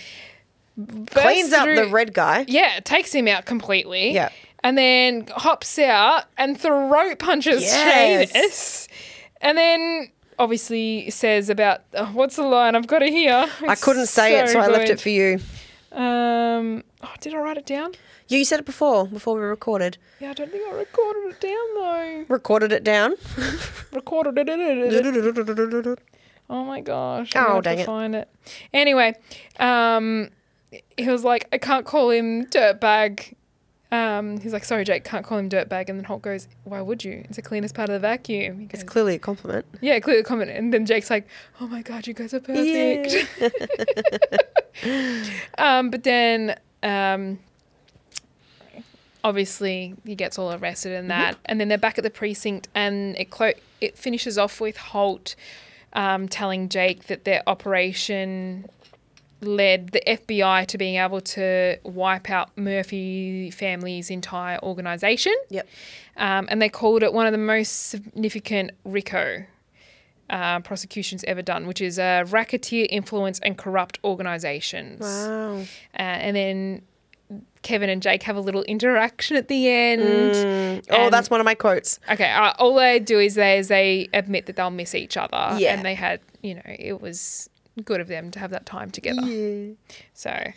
S1: bursts
S2: Cleans up the
S1: through-
S2: red guy.
S1: yeah, it takes him out completely.
S2: Yeah.
S1: And then hops out and throat punches
S2: Yes.
S1: Seamus. And then obviously says about oh, what's the line I've got it here.
S2: I couldn't say it, so I left it for you.
S1: you. Um, oh, did I write it down?
S2: You said it before, before we recorded.
S1: Yeah, I don't think I recorded it down though.
S2: Recorded it down.
S1: Recorded it. Oh my gosh. I'm
S2: Oh,
S1: gonna have
S2: dang
S1: to
S2: it.
S1: Find it. Anyway, um, he was like, I can't call him dirtbag. Um, he's like, sorry, Jake, can't call him dirtbag. And then Hulk goes, why would you? It's the cleanest part of the vacuum. He goes,
S2: It's clearly a compliment.
S1: yeah, clearly comment. And then Jake's like, oh my God, you guys are perfect. um, but then um, obviously he gets all arrested and that. And then they're back at the precinct and it, clo- it finishes off with Holt um, telling Jake that their operation led the FBI to being able to wipe out Murphy family's entire organization
S2: Yep.
S1: um, and they called it one of the most significant RICO uh, prosecutions ever done, which is uh, racketeer influence and corrupt organizations.
S2: Wow.
S1: Uh, and then Kevin and Jake have a little interaction at the end.
S2: Oh,
S1: And-
S2: that's one of my quotes.
S1: Okay, uh, all they do is they is they admit that they'll miss each other,
S2: Yeah.
S1: and they had you know it was good of them to have that time together. So.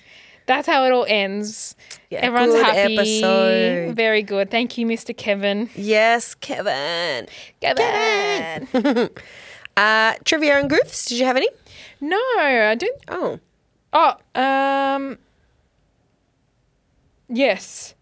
S1: That's how it all ends.
S2: Yeah,
S1: Everyone's
S2: good
S1: happy.
S2: episode.
S1: Very good. Thank you, Mr. Kevin.
S2: Yes, Kevin.
S1: Kevin.
S2: Uh, trivia and goofs. Did you have any?
S1: No, I didn't.
S2: Oh,
S1: Oh, um, yes.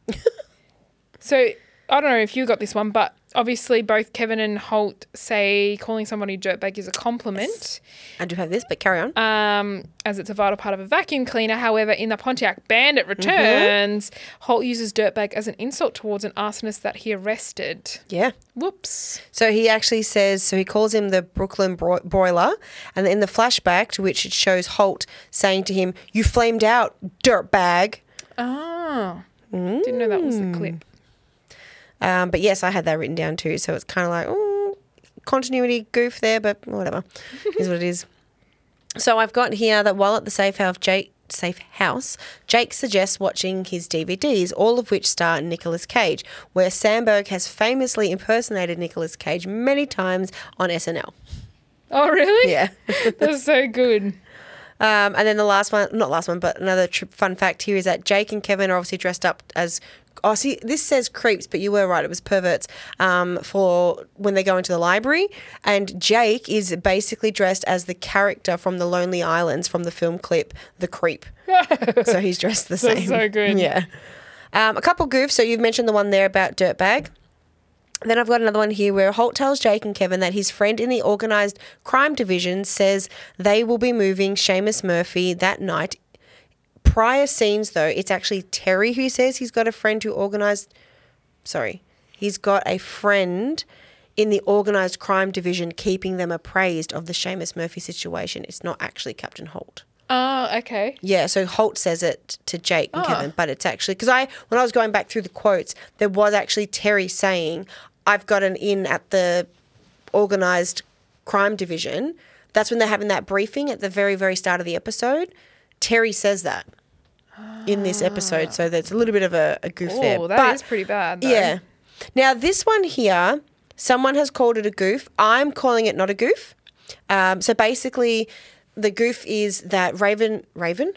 S1: so I don't know if you got this one, but obviously both Kevin and Holt say calling somebody dirtbag is a compliment,
S2: I do have this, but carry on.
S1: um, as it's a vital part of a vacuum cleaner. However, in the Pontiac
S2: Mm-hmm.
S1: Bandit Returns, Holt uses dirtbag as an insult towards an arsonist that he arrested.
S2: yeah.
S1: Whoops.
S2: So he actually says, so he calls him the Brooklyn bro- broiler. And in the flashback, to which it shows Holt saying to him, You flamed out, dirtbag. Ah.
S1: Oh, didn't know that was
S2: Mm.
S1: the clip.
S2: Um, but yes, I had that written down too. So it's kind of like, oh, continuity goof there, but whatever is what it is. So I've got here that while at the safe house, Jake safe house, Jake suggests watching his DVDs, all of which star Nicolas Cage, where Sandberg has famously impersonated Nicolas Cage many times on SNL.
S1: Oh, really?
S2: Yeah.
S1: That's so good.
S2: Um, and then the last one, not last one, but another tri- fun fact here is that Jake and Kevin are obviously dressed up as. Oh, see, this says creeps, but you were right. It was perverts um, for when they go into the library. And Jake is basically dressed as the character from the Lonely Islands from the film clip The Creep. so he's dressed the same.
S1: That's so good.
S2: Yeah. Um, a couple goofs. So you've mentioned the one there about Dirtbag. Then I've got another one here where Holt tells Jake and Kevin that his friend in the organized crime division says they will be moving Seamus Murphy that night. Prior scenes, though, it's actually Terry who says he's got a friend who organized. Sorry, he's got a friend in the organized crime division keeping them appraised of the Seamus Murphy situation. It's not actually Captain Holt.
S1: Oh, okay.
S2: Yeah, so Holt says it to Jake and Kevin, but it's actually because I when I was going back through the quotes, there was actually Terry saying, "I've got an in at the organized crime division." That's when they're having that briefing at the very very start of the episode. Terry says that in this episode, so that's a little bit of a, a goof there.
S1: Oh, that is
S2: But-
S1: pretty bad. Though.
S2: Yeah. Now this one here, someone has called it a goof. I'm calling it not a goof. Um, so basically, the goof is that Raven, Raven,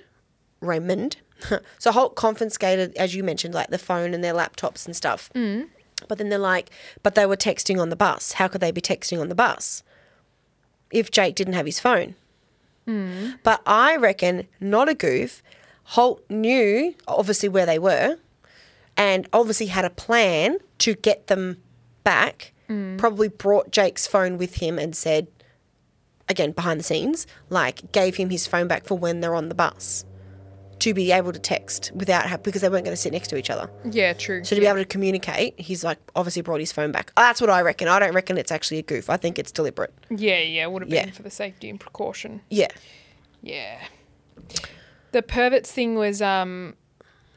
S2: Raymond. so Holt confiscated, as you mentioned, like the phone and their laptops and stuff. Mm. But then they're like, but they were texting on the bus. How could they be texting on the bus if Jake didn't have his phone? But I reckon not a goof. Holt knew obviously where they were and obviously had a plan to get them back. Probably brought Jake's phone with him and said, again, behind the scenes, like gave him his phone back for when they're on the bus. to be able to text without ha- because they weren't going to sit next to each other.
S1: Yeah, true.
S2: So to be able to communicate, he's like obviously brought his phone back. That's what I reckon. I don't reckon it's actually a goof. I think it's deliberate.
S1: yeah, yeah, would have been
S2: Yeah.
S1: for the safety and precaution.
S2: Yeah.
S1: Yeah. The perverts thing was um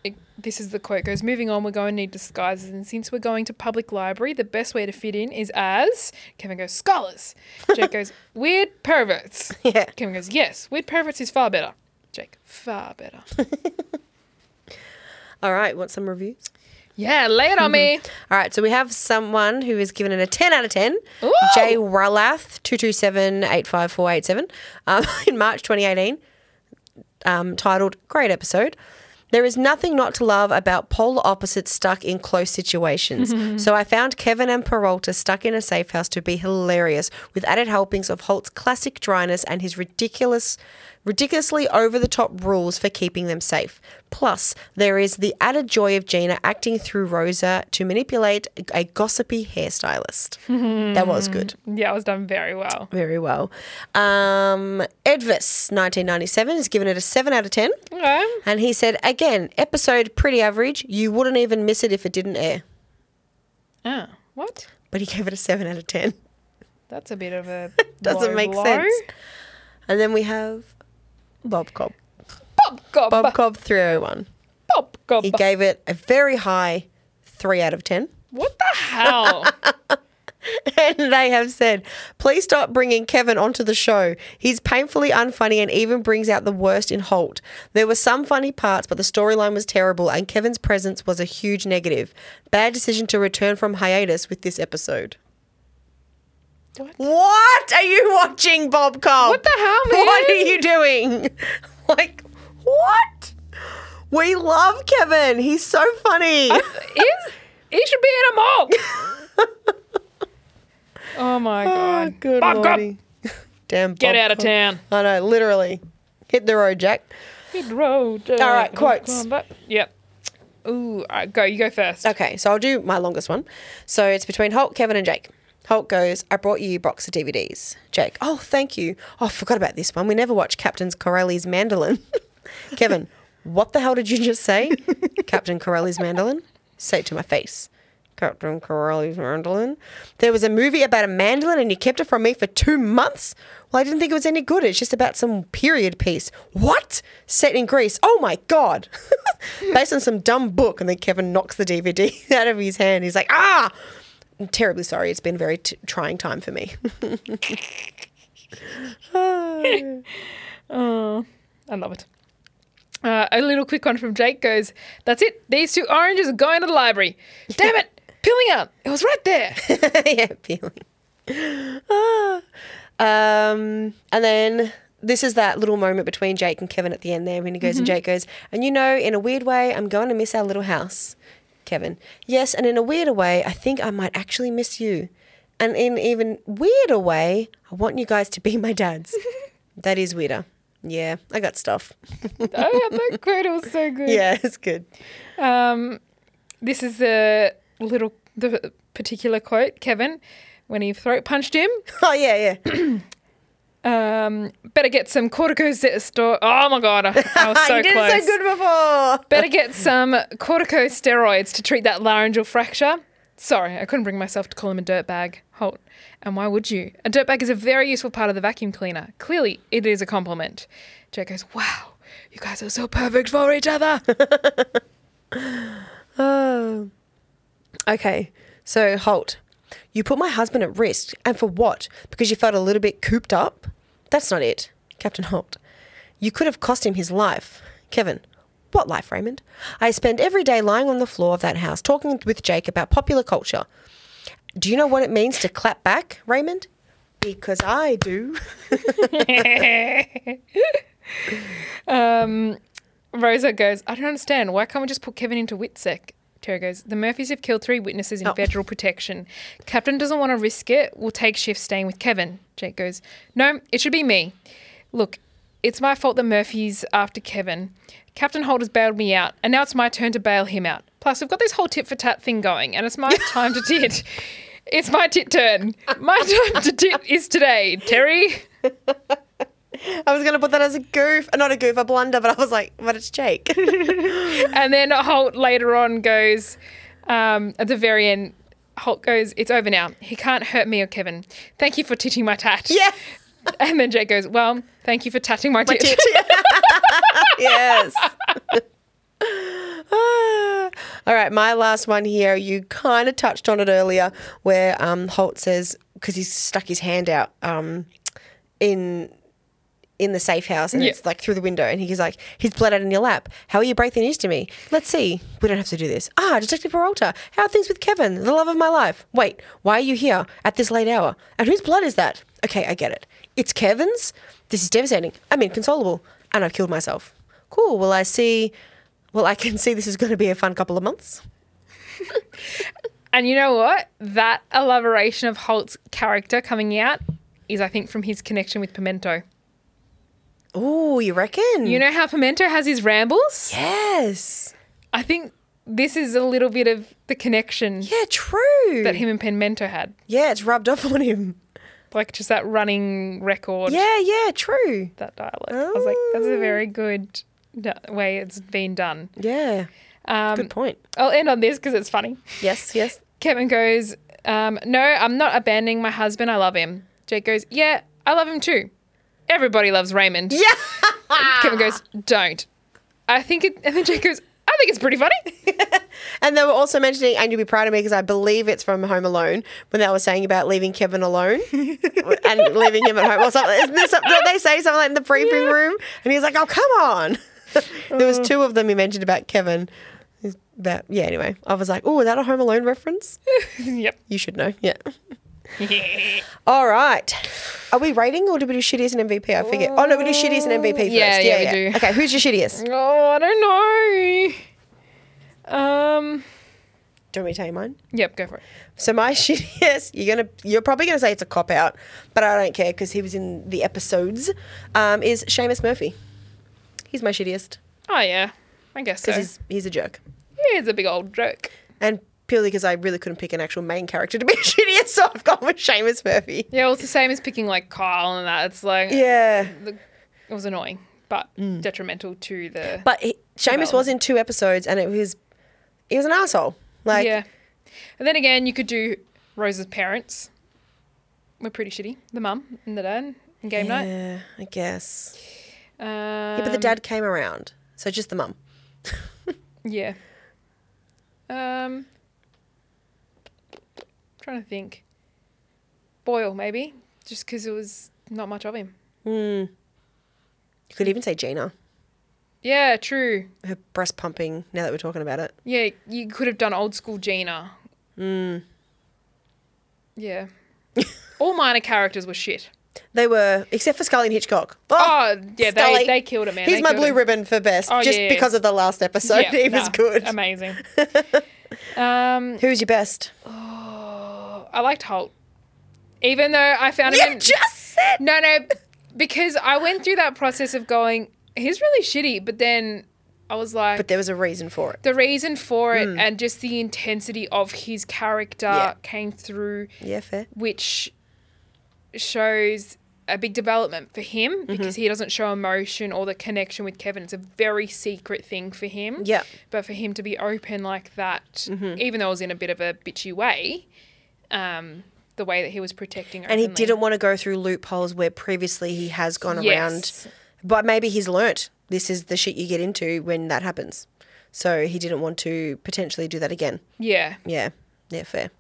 S1: it, this is the quote goes moving on we're going to need disguises and since we're going to public library the best way to fit in is as Kevin goes scholars. Jake goes weird perverts.
S2: Yeah.
S1: Kevin goes yes, weird perverts is far better. Jake far better.
S2: All right. Want some reviews?
S1: yeah, lay it on me.
S2: All right, so we have someone who is given it a 10 out of 10.
S1: Ooh.
S2: Jay Ralath, 227-85487, um, in March 2018, um, titled Great Episode. There is nothing not to love about polar opposites stuck in close situations. so I found Kevin and Peralta stuck in a safe house to be hilarious, with added helpings of Holt's classic dryness and his ridiculous, ridiculously over the top rules for keeping them safe. Plus, there is the added joy of Gina acting through Rosa to manipulate a gossipy hairstylist. that was good.
S1: Yeah, I was done very well.
S2: Very well. Um, Edvis, 1997, has given it a 7 out of 10.
S1: Okay.
S2: And he said, again, episode pretty average. You wouldn't even miss it if it didn't air.
S1: Oh, what?
S2: But he gave it a 7 out of 10.
S1: That's a bit of a
S2: Doesn't
S1: low
S2: make
S1: blow.
S2: sense. And then we have Bob Cobb.
S1: Bob gob.
S2: Bob
S1: Bob gob.
S2: Cobb 301.
S1: Bob gob.
S2: He gave it a very high 3 out of 10.
S1: what the hell?
S2: And they have said, please stop bringing Kevin onto the show. He's painfully unfunny and even brings out the worst in Holt. There were some funny parts, but the storyline was terrible, and Kevin's presence was a huge negative. Bad decision to return from hiatus with this episode.
S1: What?
S2: What are you watching, Bob Cobb?
S1: What the hell, man?
S2: What are you doing? Like, what? We love Kevin. He's so funny.
S1: is he should be in a mall. oh my god.
S2: Ah, Good
S1: Bob, go-
S2: lordy. Damn,
S1: Get
S2: Bob
S1: out of
S2: Cobb.
S1: town.
S2: I know, literally. Hit the road, Jack.
S1: Good road. uh,
S2: All right, quotes.
S1: Come back. Yep. Ooh, all right, go. You go first.
S2: Okay, so I'll do my longest one. So it's between Hulk, Kevin, and Jake. Hulk goes, I brought you a box of DVDs. Jake, oh, thank you. Oh, I forgot about this one. We never watched Captain Corelli's Mandolin. Kevin, what the hell did you just say? Captain Corelli's Mandolin? Say it to my face. Captain Corelli's Mandolin. There was a movie about a mandolin and you kept it from me for two months? Well, I didn't think it was any good. It's just about some period piece. What? Set in Greece. Oh my God. Based on some dumb book. And then Kevin knocks the DVD out of his hand. He's like, ah! I'm terribly sorry. It's been a very t- trying time for me.
S1: I love it. Uh, a little quick one from Jake goes, That's it. These two oranges are going to the library. Damn it. Peeling out. It was right there.
S2: yeah, feeling. Ah. Um, and then this is that little moment between Jake and Kevin at the end there when he goes and
S1: Mm-hmm.
S2: Jake goes, and you know, in a weird way, I'm going to miss our little house, Kevin. Yes, and in a weirder way, I think I might actually miss you. And in even weirder way, I want you guys to be my dads. that is weirder. Yeah, I got stuff.
S1: oh, yeah, that quote was so good. Um,
S2: Yeah, it's good.
S1: This is the little, the particular quote, Kevin, when he throat punched him.
S2: Oh yeah, yeah.
S1: Um, better get some corticosteroids. Oh my god, I, I was so
S2: you did
S1: close.
S2: so good before.
S1: Better get some corticosteroids to treat that laryngeal fracture. Sorry, I couldn't bring myself to call him a dirtbag. Holt. And why would you? A dirtbag is a very useful part of the vacuum cleaner. Clearly, it is a compliment. Jake goes, Wow, you guys are so perfect for each other.
S2: Oh. Okay. So, Holt, you put my husband at risk. And for what? Because you felt a little bit cooped up? That's not it, Captain Holt. You could have cost him his life. Kevin, what life, Raymond? I spend every day lying on the floor of that house talking with Jake about popular culture. Do you know what it means to clap back, Raymond? Because I do.
S1: Rosa goes, I don't understand. Why can't we just put Kevin into WITSEC? Terry goes, The Murphys have killed three witnesses in federal protection. Captain doesn't want to risk it. We'll take shifts staying with Kevin. Jake goes, No, it should be me. Look, it's my fault that Murphy's after Kevin. Captain Holt has bailed me out, and now it's my turn to bail him out. Plus, we've got this whole tit for tat thing going, and it's my time to tit. It's my tit turn. My time to tit is today, Terry.
S2: I was going to put that as a goof, not a goof, a blunder, but I was like, but it's Jake.
S1: And then Holt later on goes, um, at the very end, Holt goes, It's over now. He can't hurt me or Kevin. Thank you for titting my tat.
S2: yeah.
S1: And then Jake goes, Well, thank you for tatting my, tit.
S2: yes. Ah. All right, my last one here. You kind of touched on it earlier, where um, Holt says because he's stuck his hand out um, in in the safe house, and
S1: Yeah.
S2: it's like through the window, and he's like, "He's bled out in your lap. How are you breaking news to me? Let's see. We don't have to do this. Ah, Detective Peralta. How are things with Kevin, the love of my life? Wait, why are you here at this late hour? And whose blood is that? Okay, I get it. It's Kevin's. This is devastating. I'm inconsolable, and I've killed myself. Cool. Well, I see. Well, I can see this is going to be a fun couple of months.
S1: And you know what? That elaboration of Holt's character coming out is, I think, from his connection with Pimento.
S2: Oh, you reckon?
S1: You know how Pimento has his rambles?
S2: yes.
S1: I think this is a little bit of the connection
S2: Yeah, true.
S1: that him and Pimento had.
S2: yeah, it's rubbed off on him.
S1: Like just that running record,
S2: Yeah, yeah, true.
S1: that dialogue. I was like, that's a very good d- way it's been done.
S2: Yeah.
S1: Um,
S2: Good point.
S1: I'll end on this because it's funny.
S2: Yes, yes.
S1: Kevin goes, um, No, I'm not abandoning my husband. I love him. Jake goes, Yeah, I love him too. Everybody loves Raymond. Yeah. Kevin goes, Don't. I think it, and then Jake goes, I think it's pretty funny.
S2: And they were also mentioning, and you'll be proud of me because I believe it's from Home Alone when they were saying about leaving Kevin alone and leaving him at home or something. Isn't there something don't they say something like in the briefing room? And he's like, "Oh, come on." there
S1: Mm.
S2: was two of them he mentioned about Kevin. About yeah. Anyway, I was like, "Oh, is that a Home Alone reference?"
S1: yep.
S2: You should know. Yeah. All right. Are we rating or do we do shittiest and MVP? I forget. Oh, no, we do shittiest and MVP first.
S1: Yeah, yeah, we do.
S2: Okay, who's your shittiest?
S1: Oh, I don't know. Um,
S2: Do you want me to tell you mine?
S1: yep, go for it.
S2: So my shittiest, you're gonna, you're probably gonna say it's a cop out, but I don't care because he was in the episodes. Um, is Seamus Murphy? He's my shittiest
S1: Oh, yeah. I guess so.
S2: because he's he's a jerk,
S1: He's a big old joke.
S2: and purely because I really couldn't pick an actual main character to be shittiest, so I've gone with Seamus Murphy.
S1: Yeah, well, it's the same as picking like Kyle and that. It's like,
S2: Yeah,
S1: it was annoying, but detrimental to the.
S2: Mm. but he, Seamus was in two episodes, and it was he was an asshole. Like,
S1: yeah. And then again, you could do Rose's parents. We're pretty shitty. The mum and the dad in game night.
S2: yeah, I guess.
S1: Um,
S2: Yeah, but the dad came around, so just the mum.
S1: Yeah. Um, trying to think. Boyle, maybe, just because it was not much of him.
S2: You could even say Gina,
S1: Yeah, true.
S2: her breast pumping. Now that we're talking about it,
S1: Yeah, you could have done old school Gina. Mm. Yeah. All minor characters were shit.
S2: they were except for Scully and Hitchcock.
S1: Oh, yeah, they,
S2: Scully.
S1: they killed it, man.
S2: He's
S1: They
S2: my
S1: killed
S2: blue
S1: him.
S2: ribbon for best,
S1: Oh,
S2: just
S1: yeah, yeah.
S2: because of the last episode.
S1: Yeah,
S2: he was
S1: nah,
S2: good.
S1: Amazing. um,
S2: Who's your best?
S1: I liked Holt, even though I found him. in-
S2: said.
S1: no, no, because I went through that process of going, he's really shitty, but then I was like,
S2: But there was a reason for it.
S1: the reason for it and just the intensity of his character
S2: Yeah.
S1: came through
S2: Yeah, fair.
S1: which shows a big development for him
S2: Mm-hmm.
S1: because he doesn't show emotion or the connection with Kevin. It's a very secret thing for him.
S2: Yeah. Mm-hmm.
S1: But for him to be open like that, even though it was in a bit of a bitchy way, um, the way that he was protecting her.
S2: And he didn't want to go through loopholes where previously he has gone
S1: Yes.
S2: around. But maybe he's learnt this is the shit you get into when that happens. So he didn't want to potentially do that again.
S1: Yeah.
S2: Yeah, yeah, fair.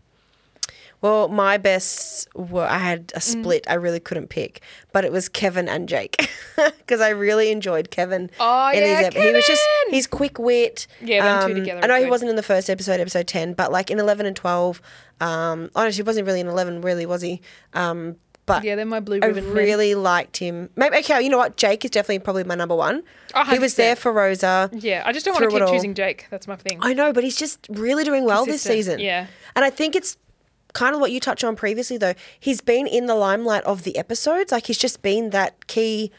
S2: Well, my best were I had
S1: Mm.
S2: a split. I really couldn't pick, but it was Kevin and Jake because I really enjoyed Kevin.
S1: Oh,
S2: in
S1: yeah,
S2: ep- he was just
S1: Kevin!
S2: his quick wit. Um,
S1: Yeah, them two together
S2: I know
S1: are
S2: he
S1: good.
S2: wasn't in the first episode, episode ten, but like in eleven and twelve. Um, honestly, he wasn't really in eleven, really, was he? Um, but
S1: Yeah, they're my blue
S2: I
S1: ribbon. men.
S2: really liked him. Maybe okay, you know what? Jake is definitely probably my number one.
S1: A
S2: He was there
S1: 100%.
S2: for Rosa.
S1: Yeah. I just don't want
S2: through
S1: to
S2: it
S1: keep
S2: all.
S1: choosing Jake. That's my thing.
S2: I know, but he's just really doing well
S1: Consistent,
S2: this season.
S1: yeah.
S2: And I think it's kind of what you touched on previously, though. He's been in the limelight of the episodes. Like, he's just been that key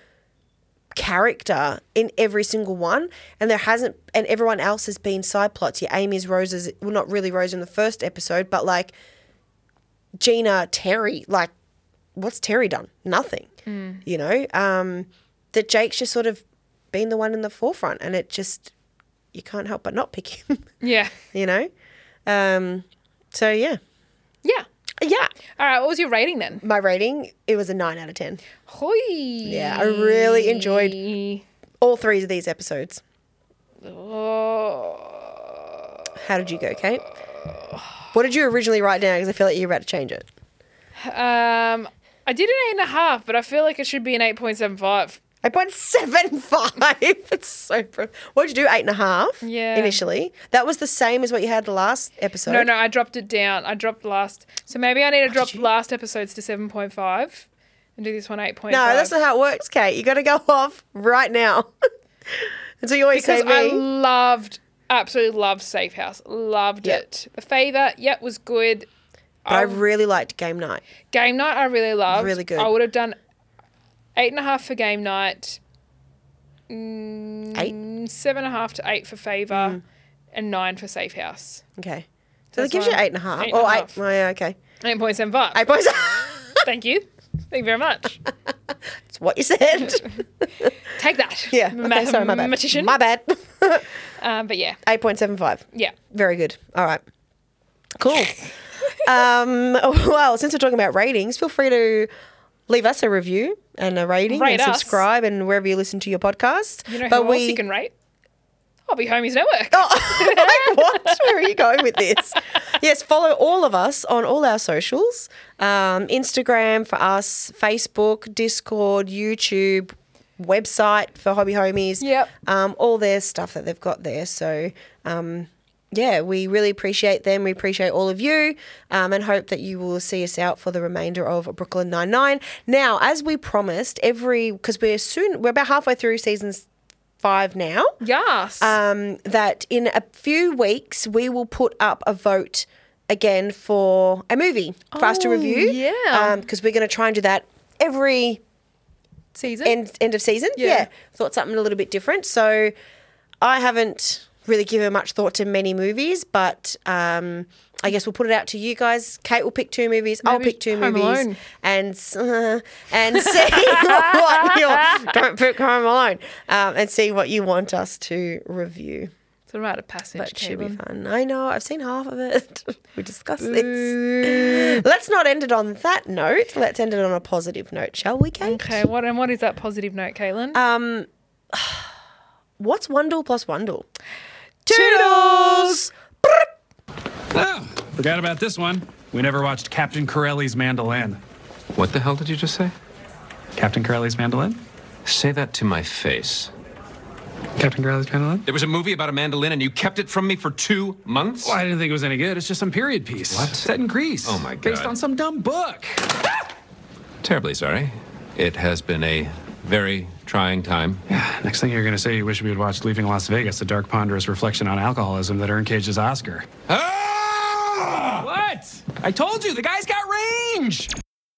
S2: character in every single one. And there hasn't, and everyone else has been side plots. Your Amy's, Rose's, well, not really Rose in the first episode, but like Gina, Terry, like what's Terry done? Nothing. You know, um, that Jake's just sort of been the one in the forefront, and it just you can't help but not pick him.
S1: Yeah.
S2: you know, um, so yeah,
S1: Yeah.
S2: yeah.
S1: All right. What was your rating then?
S2: My rating it was a nine out of ten.
S1: Hoi.
S2: Yeah, I really enjoyed all three of these episodes.
S1: Oh.
S2: How did you go, Kate? What did you originally write down? Because I feel like you're about to change it.
S1: Um, I did an eight and a half, but I feel like it should be an eight point seven five.
S2: Eight point seven five. It's so. Br- what did you do? Eight and a half.
S1: Yeah.
S2: Initially, that was the same as what you had last episode.
S1: No, no, I dropped it down. I dropped last, so maybe I need to drop
S2: you-
S1: last episodes to seven point five, and do this one eight point
S2: No,
S1: five.
S2: that's not how it works, Kate. You got to go off right now. That's what you always
S1: because
S2: say
S1: I
S2: to me.
S1: loved, absolutely loved Safe House. Loved
S2: Yep.
S1: it. The Favor, yeah, was good.
S2: but I really liked game night.
S1: Game night, I really loved.
S2: Really good.
S1: I would have done eight and a half for game night,
S2: Eight.
S1: mm, seven and a half to eight for Favor,
S2: Hmm.
S1: and nine for Safe House.
S2: Okay. So
S1: That's
S2: that gives you
S1: why-
S2: eight and a half.
S1: eight and
S2: oh,
S1: a
S2: eight.
S1: half.
S2: Oh, yeah, okay.
S1: Eight point seven five.
S2: Eight points.
S1: Thank you. Thank you very much.
S2: That's what you said.
S1: Take that.
S2: yeah. Okay, sorry, my bad.
S1: Mathematician.
S2: My bad.
S1: Um, but yeah,
S2: 8.75.
S1: yeah.
S2: Very good. All right. Cool. um, well, since we're talking about ratings, feel free to leave us a review and a rating
S1: Rate
S2: and
S1: us.
S2: subscribe and wherever you listen to your podcast.
S1: You know who else you can rate? Hobby Homies Network.
S2: Oh. like what? Where are you going with this? Yes, follow all of us on all our socials: um, Instagram for us, Facebook, Discord, YouTube, website for Hobby Homies.
S1: Yep.
S2: Um, all their stuff that they've got there. So. Um, yeah, we really appreciate them. We appreciate all of you um, and hope that you will see us out for the remainder of Brooklyn Nine-Nine. Now, as we promised, every, because we're soon, we're about halfway through season five now
S1: Yes.
S2: um, that in a few weeks we will put up a vote again for a movie for us to
S1: Oh,
S2: review.
S1: yeah.
S2: because we're going to try and do that every
S1: Season.
S2: end end of season.
S1: Yeah.
S2: thought something a little bit different. So I haven't really given much thought to many movies, but. Um, I guess we'll put it out to you guys. Kate will pick two movies. I'll
S1: Maybe
S2: pick two
S1: Home
S2: movies,
S1: Alone.
S2: and s- and see what you don't pick Home Alone, um, and see what you want us to review.
S1: it's a rite of passage.
S2: It should be
S1: Caitlin.
S2: fun. I know. I've seen half of it. we discussed this. Let's not end it on that note. Let's end it on a positive note, shall we, Kate?
S1: Okay. What and what is that positive note, Caitlin?
S2: What's Wondle plus Wondle? Toodles!
S4: Ah! Forgot about this one. We never watched Captain Corelli's Mandolin.
S5: What the hell did you just say?
S4: Captain Corelli's Mandolin?
S5: Say that to my face.
S4: Captain Corelli's Mandolin?
S5: There was a movie about a mandolin and you kept it from me for two months?
S4: Well, I didn't think it was any good. It's just some period piece.
S5: What?
S4: Set in Greece.
S5: Oh, my
S4: Based
S5: God.
S4: on some dumb book.
S5: Terribly sorry. It has been a very trying time.
S4: Next thing you're going to say, you wish we had watched Leaving Las Vegas, a dark, ponderous reflection on alcoholism that earned Cage's Oscar.
S5: Ah!
S4: Ah! What? I told you, the guy's got range!